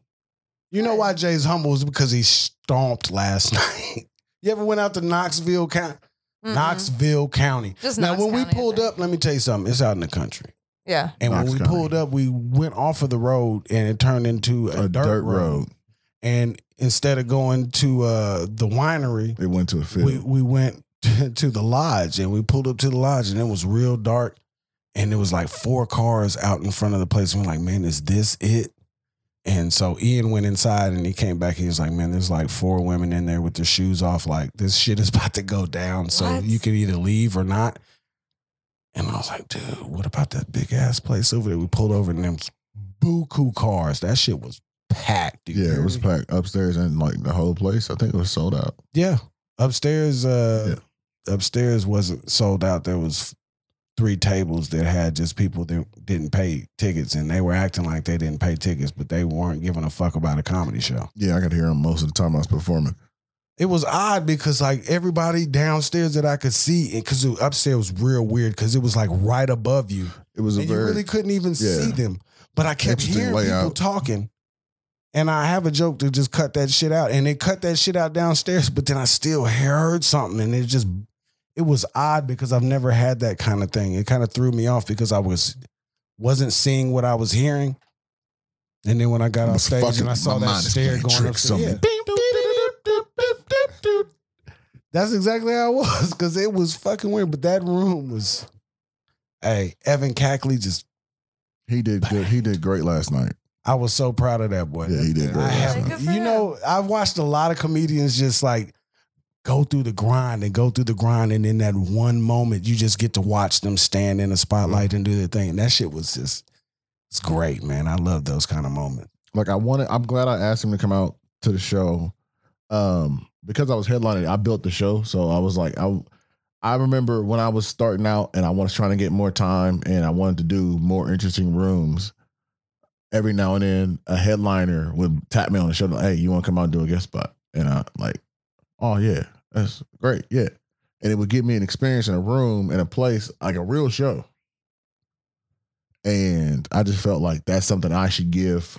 S1: You know why Jay's humble is because he stomped last night. you ever went out to Knoxville County?
S4: Mm-mm.
S1: Knoxville County.
S4: Just
S1: now,
S4: Knox
S1: when we
S4: County, I
S1: pulled
S4: think.
S1: up, let me tell you something. It's out in the country.
S4: Yeah.
S1: And
S2: Knox
S1: when we
S2: County.
S1: pulled up, we went off of the road and it turned into a, dirt, road. And instead of going to uh, the winery,
S2: It went to a field.
S1: we, we went to the lodge and we pulled up to the lodge and it was real dark. And it was like four cars out in front of the place. And we're like, man, is this it? And so Ian went inside and he came back. He was like, Man, there's like four women in there with their shoes off. Like, this shit is about to go down. So
S4: What?
S1: you can either leave or not. And I was like, Dude, what about that big ass place over there? We pulled over and them buku cars. That shit was packed, dude.
S2: Yeah, it was packed upstairs and like the whole place. I think it was sold out.
S1: Yeah. Upstairs, uh upstairs wasn't sold out. There was three tables that had just people that didn't pay tickets and they were acting like they didn't pay tickets, but they weren't giving a fuck about a comedy show.
S2: Yeah, I could hear him most of the time I was performing.
S1: It was odd because like everybody downstairs that I could see, and because upstairs was real weird because it was like right above you,
S2: It was a
S1: and you
S2: very
S1: really couldn't even
S2: yeah.
S1: see them. But I kept
S2: Interesting
S1: hearing people
S2: layout.
S1: talking, and I have a joke to just cut that shit out, and they cut that shit out downstairs. But then I still heard something, and it just it was odd because I've never had that kind of thing. It kind of threw me off because I was wasn't seeing what I was hearing. And then when I got
S2: I'm
S1: on stage
S2: fucking-
S1: and I saw
S2: my
S1: that
S2: mind is
S1: stair
S2: playing
S1: going up,
S2: tricks on me.
S1: yeah. That's exactly how it was because it was fucking weird. But that room was, hey, Evan Cackley just,
S2: he did good. He did great last night.
S1: I was so proud of that boy.
S2: Yeah, he did great
S1: I
S2: last
S4: Good
S2: night.
S1: have,
S4: for
S1: you
S4: him.
S1: know, I've watched a lot of comedians just like go through the grind and go through the grind. And in that one moment, you just get to watch them stand in the
S2: Mm-hmm.
S1: spotlight and do their thing. And that shit was just, it's great, man. I love those kind of moments.
S2: Like I wanted I'm glad I asked him to come out to the show. Um, because I was headlining, I built the show. So I was like, I I remember when I was starting out and I was trying to get more time and I wanted to do more interesting rooms. Every now and then, a headliner would tap me on the shoulder, "Hey, you want to come out and do a guest spot?" And I like, "Oh yeah, that's great, yeah." And it would give me an experience in a room in a place like a real show. And I just felt like that's something I should give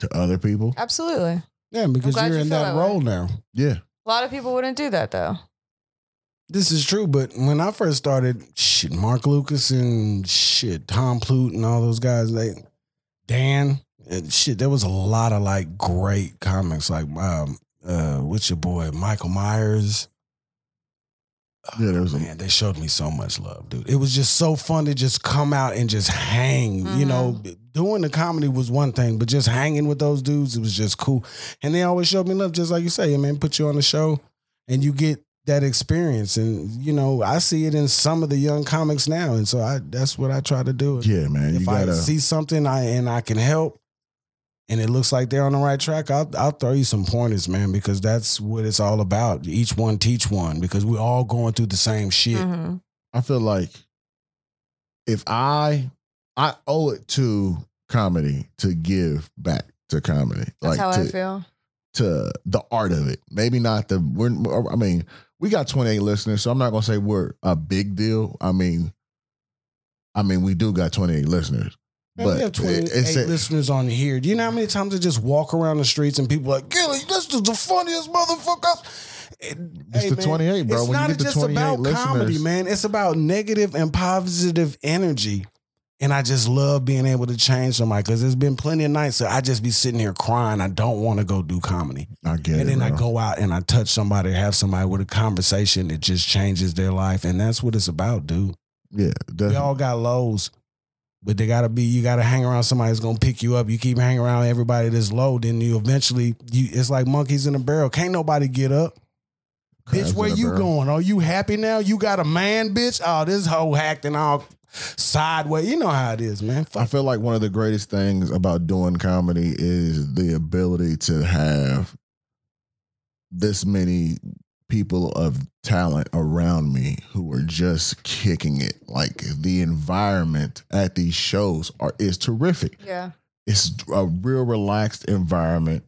S2: to other people.
S4: Absolutely. A
S1: Yeah, because
S4: glad
S1: you're
S4: you
S1: in
S4: feel
S1: that
S4: that way.
S1: role now.
S2: Yeah,
S4: lot of people wouldn't do that though.
S1: This is true, but when I first started, shit, Mark Lucas and shit, Tom Plute and all those guys, they Dan and shit, there was a lot of like great comics, like um, uh, what's your boy Michael Myers.
S2: yeah, there was a
S1: Man, they showed me so much love, dude. It was just so fun to just come out and just hang. You know, doing the comedy was one thing, but just hanging with those dudes, it was just cool. And they always showed me love, just like you say, man. Put you on the show, and you get that experience. And you know, I see it in some of the young comics now, and so I that's what I try to do.
S2: yeah, man.
S1: if
S2: you gotta
S1: I see something, I and I can help. And it looks like they're on the right track. I'll, I'll throw you some pointers, man, because that's what it's all about. Each one teach one, because we're all going through the same shit.
S4: Mhm.
S2: I feel like if I I owe it to comedy to give back to comedy, like
S4: That's how
S2: to,
S4: I feel.
S2: to the art of it. Maybe not the we're. I mean, we got 28 listeners, so I'm not gonna say we're a big deal. I mean, I mean we do got 28 listeners,
S1: Man,
S2: but
S1: we have
S2: it-
S1: 28
S2: it's a-
S1: listeners on here. Do you know how many times I just walk around the streets and people are like, Gilly, this is the funniest motherfucker. It-
S2: It's
S1: hey,
S2: the
S1: man,
S2: 28, bro.
S1: It's
S2: when
S1: not
S2: you get to
S1: just
S2: 28
S1: about
S2: listeners,
S1: comedy, man. It's about negative and positive energy. And I just love being able to change somebody because there's been plenty of nights that I just be sitting here crying. I don't want to go do comedy.
S2: I get
S1: and
S2: it.
S1: then I
S2: bro.
S1: go out and I touch somebody, have somebody with a conversation that just changes their life. And that's what it's about, dude.
S2: yeah,
S1: We
S2: definitely.
S1: all got lows, but they gotta be. You gotta hang around somebody that's gonna pick you up. You keep hanging around everybody that's low, then you eventually you. It's like monkeys in a barrel. Can't nobody get up.
S2: Crabs
S1: bitch, where
S2: in a
S1: you
S2: barrel.
S1: going? Are you happy now? You got a man, bitch. Oh, this hoe acting all sideways. You know how it is, man.
S2: I
S1: Fuck.
S2: feel like one of the greatest things about doing comedy is the ability to have this many people of talent around me who are just kicking it. Like the environment at these shows are is terrific.
S4: Yeah.
S2: It's a real relaxed environment.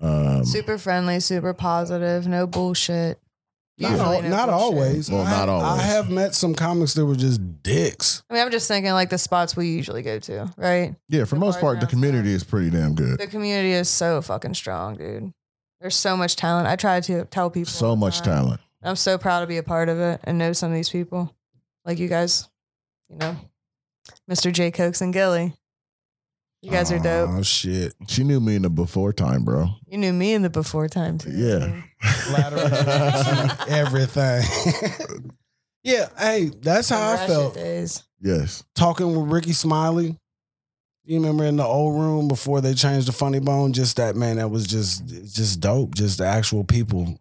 S2: Um,
S4: super friendly, super positive, no bullshit.
S1: Not,
S4: Usually
S1: al-
S4: no
S1: not
S4: bullshit.
S1: always.
S2: Well,
S1: I-
S2: not always.
S1: I have met some comics that were just dicks.
S4: I mean, I'm just thinking like the spots we usually go to, right?
S2: yeah, for
S4: The
S2: most
S4: bars
S2: part,
S4: are
S2: the community is pretty damn good.
S4: The community is so fucking strong, dude. There's so much talent. I try to tell people all
S2: So
S4: the
S2: much
S4: time.
S2: talent.
S4: I'm so proud to be a part of it and know some of these people, like you guys. You know, Mr. J. Cokes and Gilly. You guys are dope.
S1: Oh shit.
S2: She knew me in the before time, bro.
S4: You knew me in the before time too.
S2: Yeah.
S1: Flattering, Everything. yeah. Hey, that's how I
S4: Ratchet
S1: felt.
S4: Days.
S2: yes.
S1: talking with Ricky Smiley. You remember in the old room before they changed the funny bone? Just that man, that was just just dope. Just the actual people.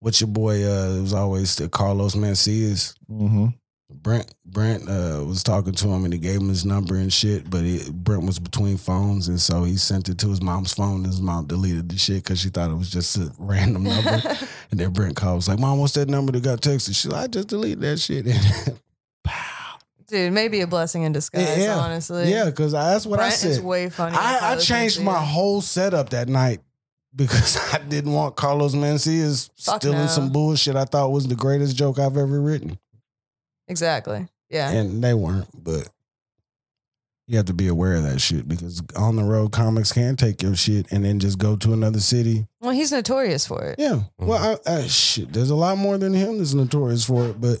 S1: What's your boy? Uh, it was always the Carlos Mencias.
S2: Mm-hmm.
S1: Brent Brent uh, was talking to him and he gave him his number and shit, but it, Brent was between phones and so he sent it to his mom's phone. And his mom deleted the shit because she thought it was just a random number. and then Brent called was like, "Mom, what's that number that got texted?" She's like, "I just deleted that shit." And pow.
S4: Dude, maybe a blessing in disguise,
S1: Yeah.
S4: honestly.
S1: yeah, because that's what I
S4: Brent is
S1: said.
S4: way funny.
S1: I, I changed my whole setup that night because I didn't want Carlos Mencias
S4: Fuck
S1: stealing
S4: no.
S1: some bullshit I thought was the greatest joke I've ever written.
S4: Exactly. Yeah.
S1: and they weren't. But you have to be aware of that shit because on the road comics can take your shit and then just go to another city.
S4: Well, he's notorious for it.
S1: Yeah, well, I, I, shit, there's a lot more than him that's notorious for it, but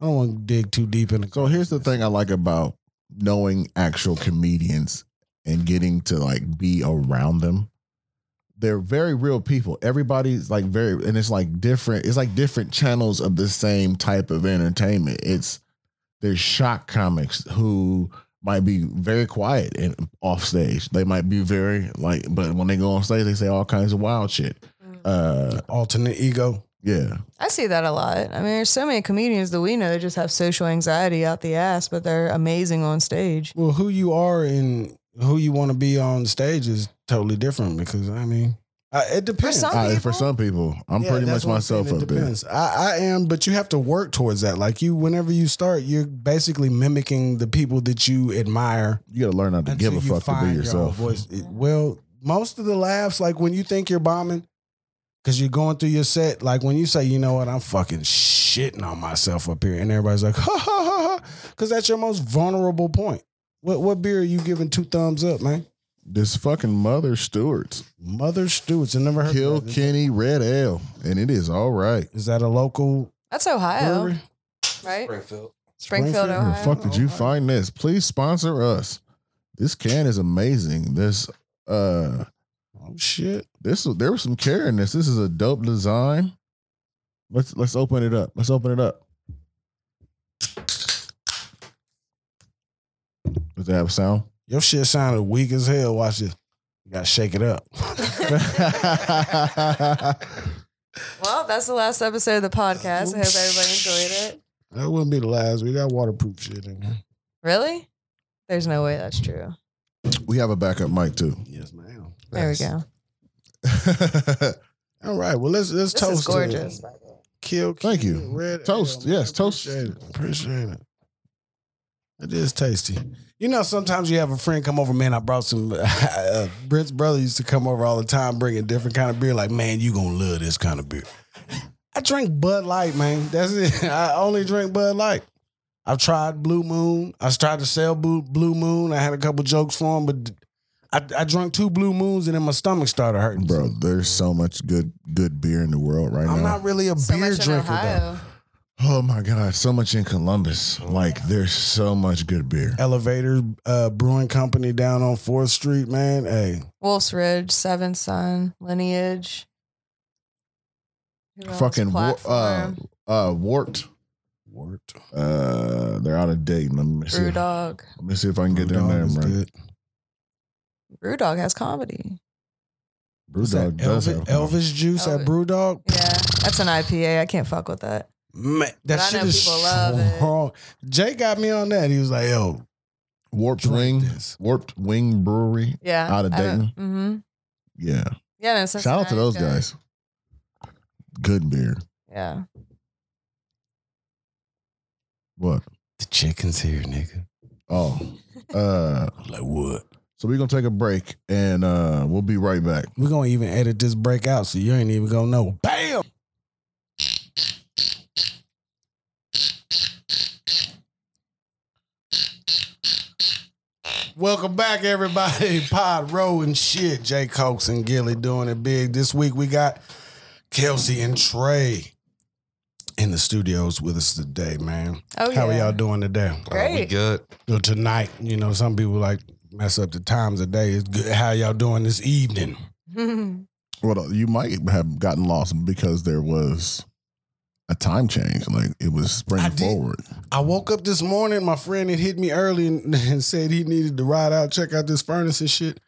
S1: I don't want to dig too deep in.
S2: So here's the thing I like about knowing actual comedians and getting to like be around them. They're very real people. Everybody's like very and it's like different it's like different channels of the same type of entertainment. It's there's shock comics who might be very quiet and off stage. They might be very like but when they go on stage they say all kinds of wild shit. Uh
S1: alternate ego.
S2: yeah.
S4: I see that a lot. I mean, there's so many comedians that we know that just have social anxiety out the ass, but they're amazing on stage.
S1: Well, who you are and who you want to be on stage is totally different because I mean, I, it depends.
S4: some
S2: I,
S4: people?
S2: for some people, I'm
S1: Yeah,
S2: pretty
S1: that's
S2: much
S1: what I'm
S2: myself
S1: saying.
S2: up
S1: It
S2: there.
S1: depends. I, I am, but you have to work towards that. Like you, whenever you start, you're basically mimicking the people that you admire.
S2: You gotta learn not to
S1: until
S2: give a
S1: you
S2: fuck to
S1: find
S2: be
S1: your own
S2: yourself.
S1: voice. It- Well, most of the laughs, like when you think you're bombing, because you're going through your set, like when you say, you know what, I'm fucking shitting on myself up here, and everybody's like, ha ha ha ha, because that's your most vulnerable point. What what beer are you giving two thumbs up, man?
S2: This fucking Mother Stewart's
S1: Mother Stewart's. I never heard.
S2: Kill
S1: of that.
S2: Kenny Red Ale, and it is all right.
S1: Is that a local
S4: That's Ohio,
S1: brewery?
S4: right?
S3: Springfield.
S4: Springfield,
S1: Springfield.
S2: Where
S4: Ohio.
S2: the fuck did
S1: Oh,
S2: you find this? Please sponsor us. This can is amazing. This uh
S1: Oh shit.
S2: this there was some care in this. This is a dope design. Let's let's open it up. Let's open it up. Does that have sound?
S1: Your shit sounded weak as hell. Watch this. You gotta shake it up.
S4: Well, that's the last episode of the podcast. I hope everybody enjoyed it.
S1: That wouldn't be the last. We got waterproof shit in here.
S4: Really? There's no way that's true.
S2: we have a backup mic too.
S1: Yes, ma'am.
S4: There we
S3: Nice.
S4: go.
S1: All right. Well, let's let's
S4: This
S1: toast.
S4: is gorgorous.
S1: To kill.
S2: Thank
S1: Kill,
S2: you.
S1: Red
S2: Toast.
S1: man.
S2: Yes, toast.
S1: Appreciate it. Appreciate it. It is tasty. You know, sometimes you have a friend come over. Man, I brought some. Uh, Brent's brother used to come over all the time, bringing different kind of beer. Like, man, you gonna love this kind of beer. I drink Bud Light, man. That's it. I only drink Bud Light. I've tried Blue Moon. I tried to sell Blue, Blue Moon. I had a couple jokes for him, but I, I drank two Blue Moons and then my stomach started hurting.
S2: Bro, there's so much good good beer in the world right
S1: I'm
S2: now.
S1: not really a
S4: So
S1: beer
S4: much in
S1: drinker. Though.
S4: Ohio.
S2: Oh my God, so much in Columbus. Like, there's so much good beer.
S1: Elevator uh, Brewing Company down on Fourth Street, man. Hey,
S4: Wolf's Ridge, Seven Son, Lineage. Who else?
S2: Fucking wa- uh,
S4: Platform,
S2: uh, Wart.
S1: worked.
S2: Uh, they're out of date. Let me see.
S4: Brew
S2: Let
S4: Dog.
S2: me see if I can get their name right.
S4: Brew Dog has comedy.
S2: Brewdog does
S1: Elvis,
S2: have one.
S1: Elvis juice at
S4: Elvis.
S1: BrewDog.
S4: Yeah, that's an IPA. I can't fuck with that.
S1: Man, that
S4: But I
S1: shit
S4: know
S1: is
S4: people love it.
S1: strong. Jay got me on that. He was like, "Yo,
S2: Warped
S1: Drink
S2: Wing.
S1: this.
S2: Warped Wing Brewery.
S4: Yeah,
S2: Out of Dayton?
S4: Mm-hmm.
S2: Yeah.
S4: Yeah, and
S2: Shout out to
S4: Cincinnati's
S2: those
S4: good.
S2: guys. Good beer.
S4: Yeah,
S2: What?
S1: the chicken's here, nigga."
S2: Oh. Uh,
S1: I'm like, what?
S2: so we're gonna take a break and uh we'll be right back.
S1: We're gonna even edit this break out, so you ain't even gonna know. Bam. Welcome back, everybody. Pod Row and shit. Jay Cox and Gilly doing it big. This week we got Kelsey and Trey in the studios with us today, man.
S4: Oh
S1: How
S4: yeah.
S1: are y'all doing today?
S3: Oh, we
S4: Great.
S3: good.
S1: So tonight, you know, some people like mess up the times of day. It's good. How y'all doing this evening?
S4: doing?
S2: Well, you might have gotten lost because there was a time change. Like it was spring
S1: I did-
S2: forward.
S1: I woke up this morning. My friend had hit me early and, and said he needed to ride out, check out this furnace and shit.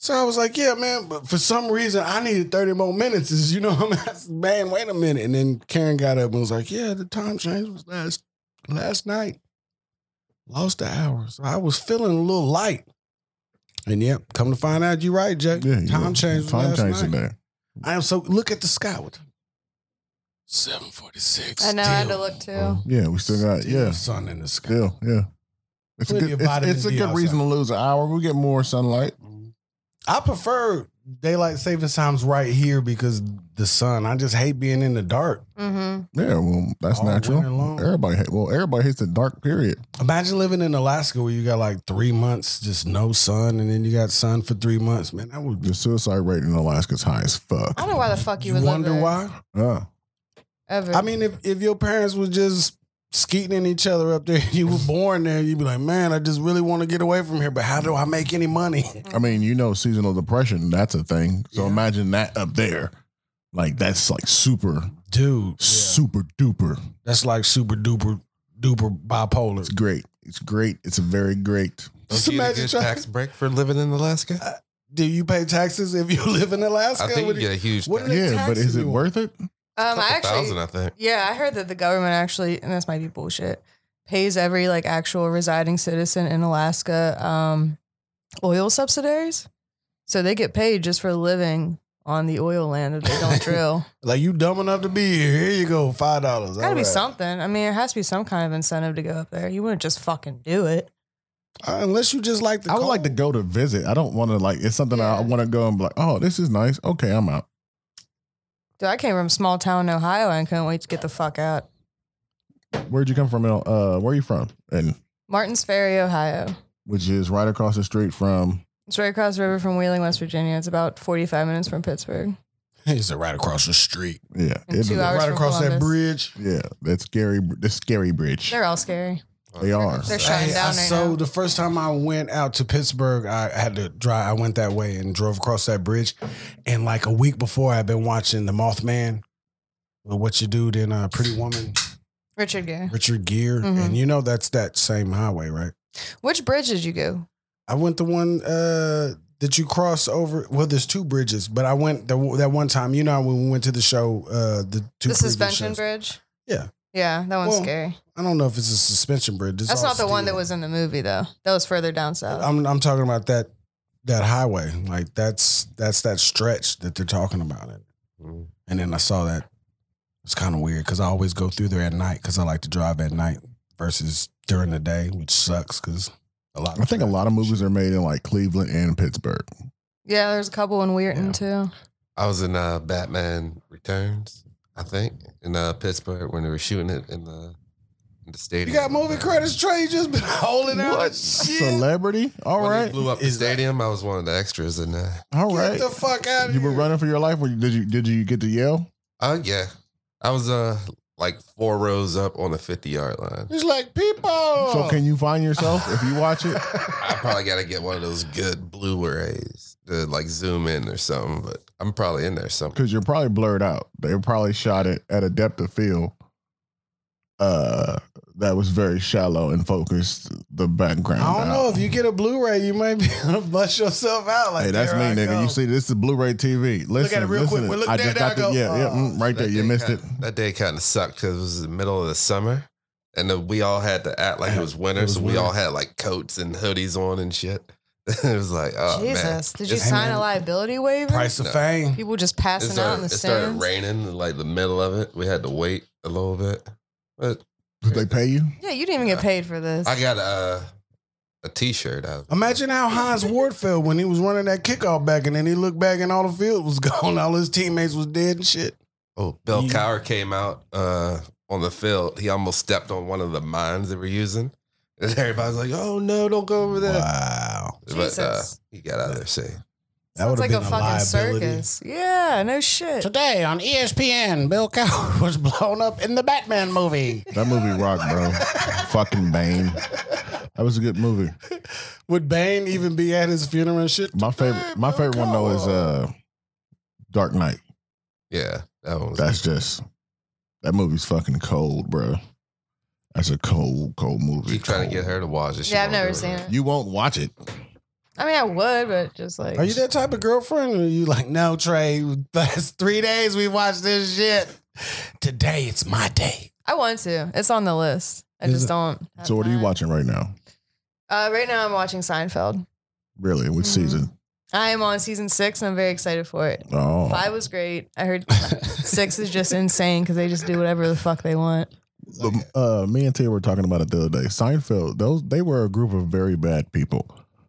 S1: So I was like, yeah, man. But for some reason, I needed 30 more minutes. Is you know, I'm man, wait a minute. And then Karen got up and was like, yeah, the time change was last last night. Lost an hour. So I was feeling a little light. And yep, come to find out, you're right, Jake.
S2: Yeah, you-
S1: Uh, time change. was
S2: Time
S1: last
S2: change
S1: night.
S2: there.
S1: I am so look at the sky. What? Seven forty six.
S4: I know. I had to look too.
S2: Yeah, we still got yeah,
S1: sun in the sky.
S2: still yeah. It's a
S1: Plenty
S2: good,
S1: of
S2: it's,
S1: vitamin
S2: it's a
S1: D
S2: good
S1: outside.
S2: reason to lose an hour. We get more sunlight.
S1: I prefer daylight savings times right here because the sun. I just hate being in the dark.
S4: Mm-hmm.
S2: Yeah, well, that's
S1: All
S2: natural.
S1: winter long.
S2: Everybody, hate, well, everybody hates the dark period.
S1: Imagine living in Alaska where you got like three months just no sun, and then you got sun for three months. Man, that would
S2: The suicide rate in Alaska is high as fuck.
S4: I don't know why the fuck you,
S1: you
S4: would
S1: wonder
S4: live
S1: why.
S4: there.
S2: Uh,
S4: Ever.
S1: I mean, if if your parents were just skeeting each other up there, and you were born there, you'd be like, man, I just really want to get away from here, but how do I make any money?
S2: I mean, you know, seasonal depression, that's a thing. So
S1: Yeah.
S2: imagine that up there. Like, that's like super,
S1: Dude,
S2: super duper.
S1: that's like super duper duper bipolar.
S2: It's great. It's great. It's a very great.
S3: Don't
S1: Just
S3: you get a
S1: imagine
S3: good
S1: trying-
S3: tax break for living in Alaska?
S1: Do you pay taxes if you live in Alaska?
S3: I think you
S1: What do
S3: get a huge
S1: what
S3: tax.
S1: do they
S2: Yeah, but is
S1: taxing
S2: it
S1: you on?
S2: worth it?
S4: um,
S3: Couple
S4: I actually.
S3: thousand, I think.
S4: Yeah, I heard that the government actually, and this might be bullshit, pays every like actual residing citizen in Alaska um, oil subsidiaries. So they get paid just for living on the oil land that they don't drill.
S1: Like you dumb enough to be here. Here you go, five dollars.
S4: Gotta be something. I mean, there has to be some kind of incentive to go up there. You wouldn't just fucking do it.
S1: Uh, unless you just like the.
S2: I would like to go to visit. I don't want to, like, it's something I
S4: Yeah.
S2: want to go and be like, oh, this is nice. Okay, I'm out.
S4: Dude, I came from a small town in Ohio and couldn't wait to get the fuck out.
S2: Where'd you come from? Uh, where are you from? And
S4: Martins Ferry, Ohio.
S2: which is right across the street from,
S4: It's right across the river from Wheeling, West Virginia. It's about 45 minutes from Pittsburgh.
S1: He's right across the street,
S2: yeah.
S4: And
S2: it-
S4: two hours
S1: right
S4: from
S1: across that
S4: Columbus.
S1: bridge.
S2: Yeah, that's scary. The scary bridge.
S4: They're all scary.
S2: They are.
S4: They're shutting
S1: Hey,
S4: down
S1: I-
S4: right
S1: so
S4: now.
S1: the first time I went out to Pittsburgh, I had to drive. I went that way and drove across that bridge. And like a week before, I'd been watching The Mothman, with what you do in uh, Pretty Woman,
S4: Richard Gere.
S1: Richard Gere,
S4: Mhm.
S1: and you know that's that same highway, right?
S4: Which bridge did you go?
S1: I went the one uh, that you cross over. Well, there's two bridges, but I went the, that one time. You know when we went to the show, uh, the two
S4: the
S1: previous
S4: suspension
S1: shows.
S4: bridge.
S1: Yeah.
S4: Yeah, that one's
S1: Well,
S4: scary.
S1: I don't know if it's a suspension bridge. It's
S4: That's
S1: all
S4: not the one
S1: steel.
S4: that was uh, in the movie though. That was further down south.
S1: I'm I'm talking about that that highway. Like that's that's that stretch that they're talking about.
S3: Mm.
S1: And then I saw that it's kind of weird because I always go through there at night because I like to drive at night versus during the day, which sucks because a lot.
S2: I think a lot of movies are made in like Cleveland and Pittsburgh.
S4: yeah, there's a couple in Weirton
S1: Yeah.
S4: too.
S3: I was in uh, Batman Returns, I think, in uh, Pittsburgh when they were shooting it in the in the stadium.
S1: You got movie credits, Trey. You just been holding out.
S3: What?
S1: shit.
S2: Celebrity? All
S3: When they
S2: right.
S3: blew up the
S1: Is that-
S3: stadium. I was one of the extras in there.
S2: All
S1: Get
S2: right.
S1: the fuck out of
S2: You
S1: here.
S2: were running for your life. Or did you did you get to yell?
S3: Uh, yeah, I was uh like four rows up on the fifty yard line.
S1: It's like people.
S2: So can you find yourself if you watch it?
S3: I probably got to get one of those good Blu-rays to like zoom in or something, but I'm probably in there somewhere.
S2: Because you're probably blurred out. They probably shot it at a depth of field uh that was very shallow and focused the background.
S1: I don't know
S2: out.
S1: if you get a Blu-ray, you might be able to bust yourself out. Like
S2: hey, that's me,
S1: there I
S2: nigga.
S1: go.
S2: You see, this is Blu-ray TV. Listen,
S1: at it real
S2: listen,
S1: quick. Well, look
S2: I
S1: there,
S2: just
S1: there
S2: got
S1: I
S2: the
S1: go.
S2: yeah, yeah,
S1: Oh.
S2: mm, right there.
S3: That
S2: You
S3: day
S2: missed it.
S3: kinda- That day kind of sucked because it was the middle of the summer, and then we all had to act like it was winter,
S1: It was
S3: so we
S1: winter.
S3: all had like coats and hoodies on and shit. it was like, oh
S4: Jesus,
S3: man,
S4: did you
S1: Hey,
S4: sign
S1: man.
S4: a liability waiver?
S1: Price of
S3: No.
S1: Fame.
S4: People just
S3: it
S4: passing out in
S3: started,
S4: the
S3: it started
S4: stands.
S3: raining in like the middle of it. We had to wait a little bit, but
S2: Did they pay you?
S4: Yeah, you didn't even get paid for this.
S3: I got a a t-shirt out. of it.
S1: Imagine how Hans Ward felt when he was running that kickoff back, and then he looked back and all the field was gone. All his teammates was dead and shit.
S3: Oh, Bill
S1: You-
S3: Cowher came out uh, on the field. He almost stepped on one of the mines they were using. And everybody's like, oh no, don't go over there.
S1: Wow,
S3: But uh,
S4: Jesus.
S3: he got out of there safe.
S1: that
S4: Sounds
S1: would've
S4: like a
S1: been a
S4: fucking
S1: liability.
S4: circus. Yeah, no shit.
S1: Today on E ESPN, Bill Cowher was blown up in the Batman movie
S2: That movie rocked, bro. Fucking Bane. That was a good movie.
S1: Would Bane even be at his funeral and shit?
S2: My favorite, my favorite one though is uh, Dark Knight.
S3: Yeah, that one was
S2: That's just That movie's fucking cold, bro. That's a cold, cold movie.
S3: Keep trying
S2: Cold.
S3: to get her to watch it.
S4: Yeah, I've never seen it.
S2: You won't watch it.
S4: I mean, I would, but just like
S1: Are you that type of girlfriend? Or are you like, no, Trey, last three days we watched this shit. Today it's my day.
S4: I want to. It's on the list. I
S1: Is
S4: just
S1: it-
S4: don't. have
S2: So what are you
S4: time.
S2: watching right now?
S4: Uh, right now, I'm watching Seinfeld.
S2: Really? Which
S4: Mhm.
S2: season?
S4: I am on season six, and I'm very excited for it.
S2: Oh,
S4: Five was great. I heard six is just insane because they just do whatever the fuck they want.
S2: But, uh, me and Taylor were talking about it the other day. Seinfeld, those they were a group of very bad people.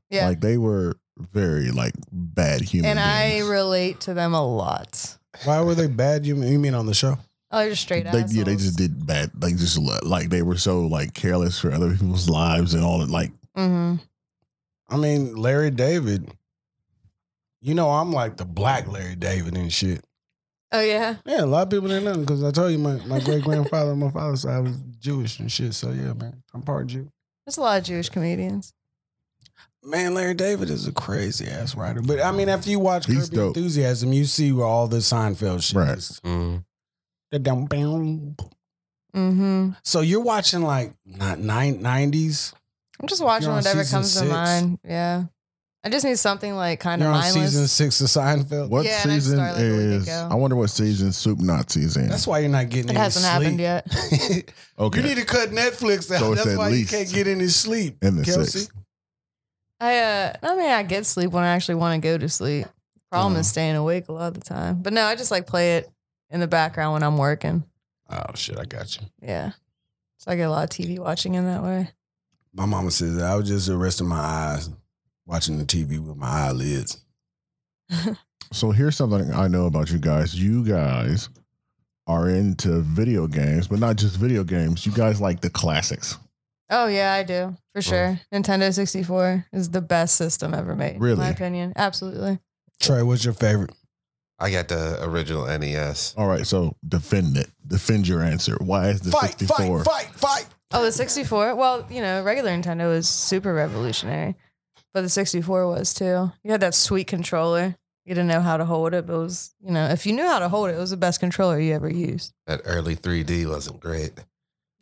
S4: Yeah,
S2: Like they were very like bad human.
S4: and I
S2: beings.
S4: relate to them a lot.
S1: Why were they bad? You mean, you mean on the show?
S4: Oh, you're straight
S2: they,
S4: assholes.
S2: yeah, they just did bad. Like just li- like they were so like careless for other people's lives and all that. Like
S4: hmm
S1: I mean, Larry David. You know, I'm like the black Larry David and shit.
S4: Oh yeah.
S1: Yeah, a lot of people didn't know because I told you my, my great grandfather on my father's side was Jewish and shit. So yeah, man, I'm part Jew.
S4: There's a lot of Jewish comedians.
S1: Man, Larry David is a crazy ass writer. But I mean, after you watch
S2: He's
S1: Kirby
S2: dope.
S1: Enthusiasm, you see where all the Seinfeld shit
S2: Right.
S1: is.
S3: Mm.
S1: The dum bum.
S4: Mm-hmm.
S1: So you're watching like not nine nineties.
S4: I'm just watching
S1: on
S4: whatever
S1: season
S4: comes to
S1: six?
S4: mind. Yeah. I just need something like kind of
S1: You're on
S4: mindless.
S1: season six of Seinfeld.
S2: what
S4: Yeah, and I just
S2: season
S4: started, like, a week
S2: is?
S4: ago.
S2: I wonder what season Soup Nazi's in.
S1: That's why you're not getting.
S4: it
S1: any
S4: hasn't happened
S1: sleep.
S4: yet.
S1: yet.
S2: okay.
S1: You need to cut Netflix out.
S2: So it's
S1: That's
S2: at
S1: why
S2: least
S1: you can't get any sleep.
S2: in the
S1: Kelsey.
S2: sixth.
S4: I uh I mean I get sleep when I actually want to go to sleep. Problem
S1: Uh-huh.
S4: is staying awake a lot of the time. But no, I just like play it in the background when I'm working.
S1: Oh shit, I got you.
S4: Yeah. So I get a lot of TV watching in that way.
S1: My mama says that I was just resting my eyes, watching the TV with my eyelids.
S2: So here's something I know about you guys. You guys are into video games, but not just video games. You guys like the classics.
S4: Oh yeah, I do. For sure. Nintendo 64 is the best system ever made. In
S2: Really?
S4: my opinion. Absolutely.
S1: Trey, what's your favorite?
S3: I got the original E NES.
S2: All right, so defend it. Defend your answer. Why is the 64?
S1: fight, fight.
S4: Oh, the 64. Well, you know, regular Nintendo was super revolutionary, but the 64 was too. You had that sweet controller. You didn't know how to hold it, but it was, you know, if you knew how to hold it, it was the best controller you ever used.
S3: That early 3D wasn't great.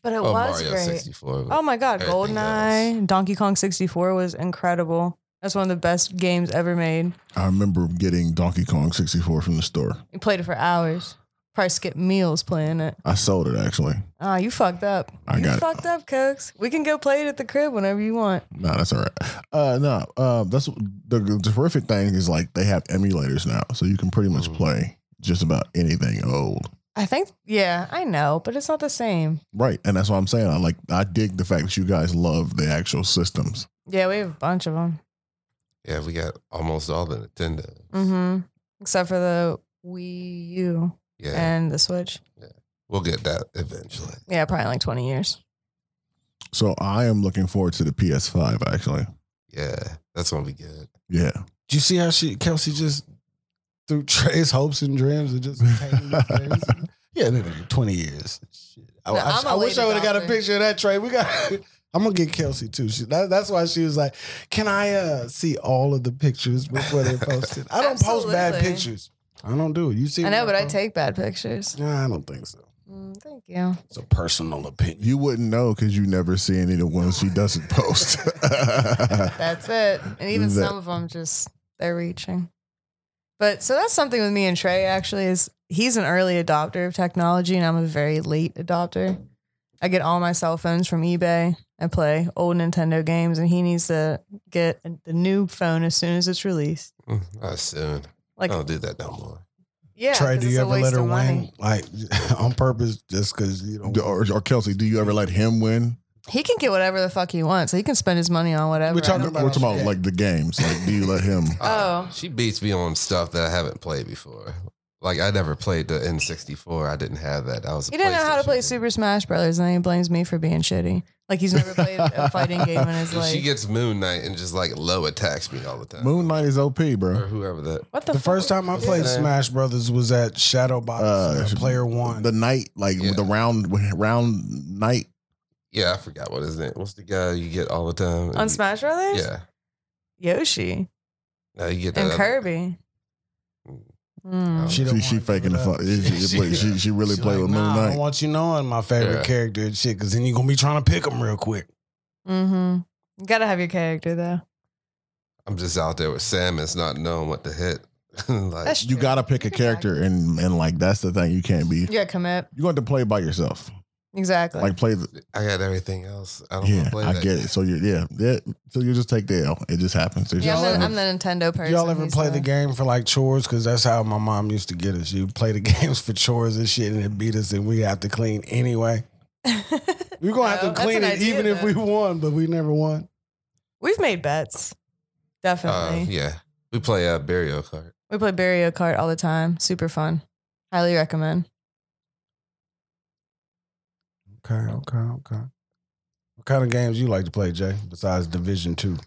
S4: But it
S3: oh,
S4: was
S3: Mario
S4: great.
S3: 64.
S4: Oh my God.
S3: Everything
S4: GoldenEye, Donkey Kong 64 was incredible. That's one of the best games ever made.
S2: I remember getting Donkey Kong 64 from the store.
S4: You played it for hours. Probably skipped meals playing it.
S2: I sold it actually.
S4: Ah, you fucked up.
S2: I
S4: you
S2: got it.
S4: fucked up, Cokes. We can go play it at the crib whenever you want.
S2: No, that's all right. Uh, no, uh, that's the, the terrific thing is like they have emulators now, so you can pretty
S1: Mm.
S2: much
S3: Mhm.
S2: play just about anything old.
S4: I think, yeah, I know, but it's not the same.
S2: Right, and that's what I'm saying. I like I dig the fact that you guys love the actual systems.
S4: Yeah, we have a bunch of them.
S3: Yeah, we got almost all the Nintendo.
S4: Mm-hmm. Except for the Wii U
S3: Yeah,
S4: and the Switch.
S3: we'll get that eventually.
S4: Yeah, probably in like 20 years.
S2: So I am looking forward to the PS5 actually.
S3: Yeah, that's gonna be good.
S2: Yeah,
S1: Did you see how she Kelsey just threw Trey's hopes and dreams and just taking the things? Yeah, maybe twenty years. Shit. I,
S4: No,
S1: I-
S4: I'm a
S1: I wish
S4: late
S1: I would have got a
S4: adopter.
S1: picture of that Trey. We got. I'm gonna get Kelsey too. She, that, that's why she was like, "Can I uh, see all of the pictures before they're posted?" I don't post bad
S4: Absolutely.
S1: pictures. I don't do it. You see?
S4: I know,
S1: what
S4: but I
S1: post?
S4: take bad pictures.
S1: Nah, I don't think so.
S4: Mm, thank you.
S1: It's a personal opinion.
S2: you wouldn't know because you never see any of the ones she doesn't post.
S4: That's it. And even
S2: That-
S4: some of them just, they're reaching. But so that's something with me and Trey actually is he's an early adopter of technology and I'm a very late adopter. I get all my cell phones from eBay. I play old Nintendo games and he needs to get the new phone as soon as it's released.
S3: Mm, Not soon.
S4: Like
S3: I don't do that no more.
S4: Yeah.
S1: Trey,
S4: 'cause
S1: do
S4: it's
S1: you
S4: a
S1: ever let
S4: waste
S1: her
S4: of money.
S1: win, like on purpose, just because you don't?
S2: or, or Kelsey, do you ever let him win?
S4: He can get whatever the fuck he wants. He can spend his money on whatever.
S1: We're talking
S4: I don't-
S1: about-
S2: We're talking about
S1: Yeah.
S2: like the games. Like, do you let him?
S4: Oh.
S3: she beats me on stuff that I haven't played before. Like I never played the N64. I didn't have that. I was. a
S4: He didn't know how to
S3: PlayStation
S4: play
S3: kid.
S4: Super Smash Brothers, and then he blames me for being shitty. Like he's never played a fighting game in his
S3: And
S4: life.
S3: she gets Moon Knight and just like low attacks me all the time.
S2: Moon Knight is OP,
S3: or
S2: bro.
S3: whoever that.
S4: what the,
S1: The first
S4: fuck?
S1: time I played
S3: Yeah.
S1: Smash Brothers was at Shadow Box,
S2: Uh,
S1: uh, Player One.
S2: The night, like
S3: Yeah.
S2: the round, round night.
S3: Yeah, I forgot what his name. What's the guy you get all the time?
S4: on Smash Brothers,
S3: Yeah.
S4: Yoshi
S3: No, you get that
S4: and
S3: other-
S4: Kirby. Mm.
S1: She don't
S2: She,
S1: wanna
S2: she
S1: give
S2: faking
S1: it
S2: the
S1: up.
S2: fuck. She, she, she, she really
S1: She
S2: played
S1: like,
S2: with
S1: nah,
S2: Moon
S1: I
S2: Knight.
S1: want you knowing my favorite
S3: Yeah.
S1: character and shit, because then you're gonna be trying to pick them real quick.
S4: Mm-hmm. You gotta have your character though.
S3: I'm just out there with Samus, not knowing what to hit. like,
S4: That's
S2: you gotta pick a character, and and like that's the thing. You can't be.
S4: You gotta commit.
S2: You going to play by yourself.
S4: Exactly.
S2: Like play. The,
S3: I got everything else. I don't
S2: yeah,
S3: want to play
S2: I
S3: that.
S2: get it. So you yeah, yeah. So you just take the L. It just happens. There's
S4: yeah,
S1: y'all
S4: I'm
S1: ever-
S4: the, I'm the Nintendo person.
S1: Y'all ever
S4: who's
S1: play the game for like chores? Because that's how my mom used to get us. You play the games for chores and shit, and it beat us, and we have to clean anyway. We are gonna
S4: No,
S1: have to
S4: that's
S1: clean
S4: an
S1: it,
S4: idea,
S1: even if
S4: though.
S1: we won, but we never won.
S4: We've made bets.
S3: Uh,
S4: Definitely.
S3: yeah, we play uh, Burial Card.
S4: We play Barrio Kart all the time. Super fun. Highly recommend.
S1: Okay, okay, okay. What kind of games you like to play, Jay? Besides Division Two,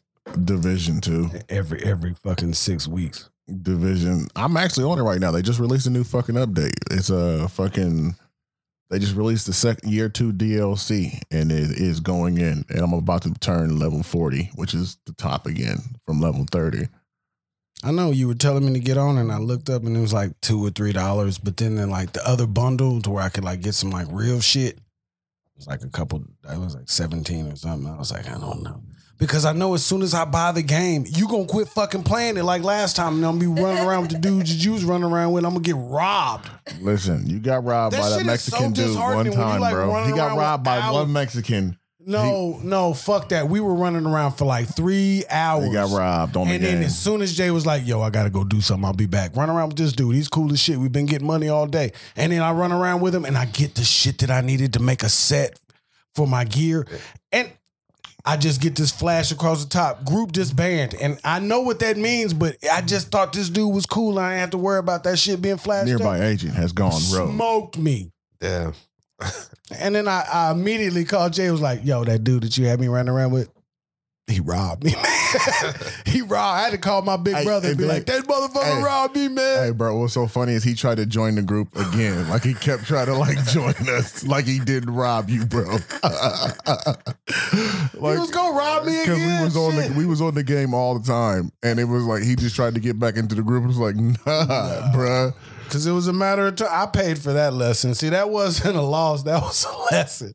S2: Division two,
S1: every every fucking six weeks.
S2: division. I'm actually on it right now. They just released a new fucking update. It's a fucking. They just released the second year two DLC, and it is going in. And I'm about to turn level forty, which is the top again from level thirty.
S1: I know you were telling me to get on, and I looked up, and it was like two or three dollars. But then, then like the other bundle to where I could like get some like real shit. It was like a couple. It was like seventeen or something. I was like, I don't know, because I know as soon as I buy the game, you gonna quit fucking playing it like last time, and I'm gonna be running around with the dudes that you was running around with. I'm gonna get robbed.
S2: Listen, you got robbed
S1: That
S2: by that
S1: shit is so
S2: Mexican dude
S1: disheartening
S2: one
S1: when you,
S2: time,
S1: like,
S2: bro.
S1: running
S2: He got
S1: around
S2: robbed by
S1: with Alex.
S2: one Mexican.
S1: No, no, fuck that. We were running around for like three hours.
S2: He got robbed on the
S1: And then
S2: game.
S1: as soon as Jay was like, "Yo, I gotta go do something. I'll be back." Run around with this dude. He's cool as shit. We've been getting money all day. And then I run around with him, and I get the shit that I needed to make a set for my gear. And I just get this flash across the top. Group disband, and I know what that means. But I just thought this dude was cool. And I didn't have to worry about that shit being flashed. up.
S2: Nearby agent has gone rogue.
S1: smoked me.
S3: Damn.
S1: And then I, I immediately called Jay. Was like, "Yo, that dude that you had me running around with." He robbed me, man. he robbed. I had to call my big
S2: Hey,
S1: brother and
S2: and
S1: be
S2: then-
S1: like, "That motherfucker
S2: hey,
S1: robbed me, man."
S2: Hey, bro, what's so funny is he tried to join the group again. Like he kept trying to like join us, like he did rob you, bro.
S1: he was gonna rob me
S2: Because
S1: again.
S2: we was on
S1: shit.
S2: the we was on the game all the time, and it was like he just tried to get back into the group. It was like, nah, bruh.
S1: Cause it was a matter of time. I paid for that lesson. See, that wasn't a loss. That was a lesson.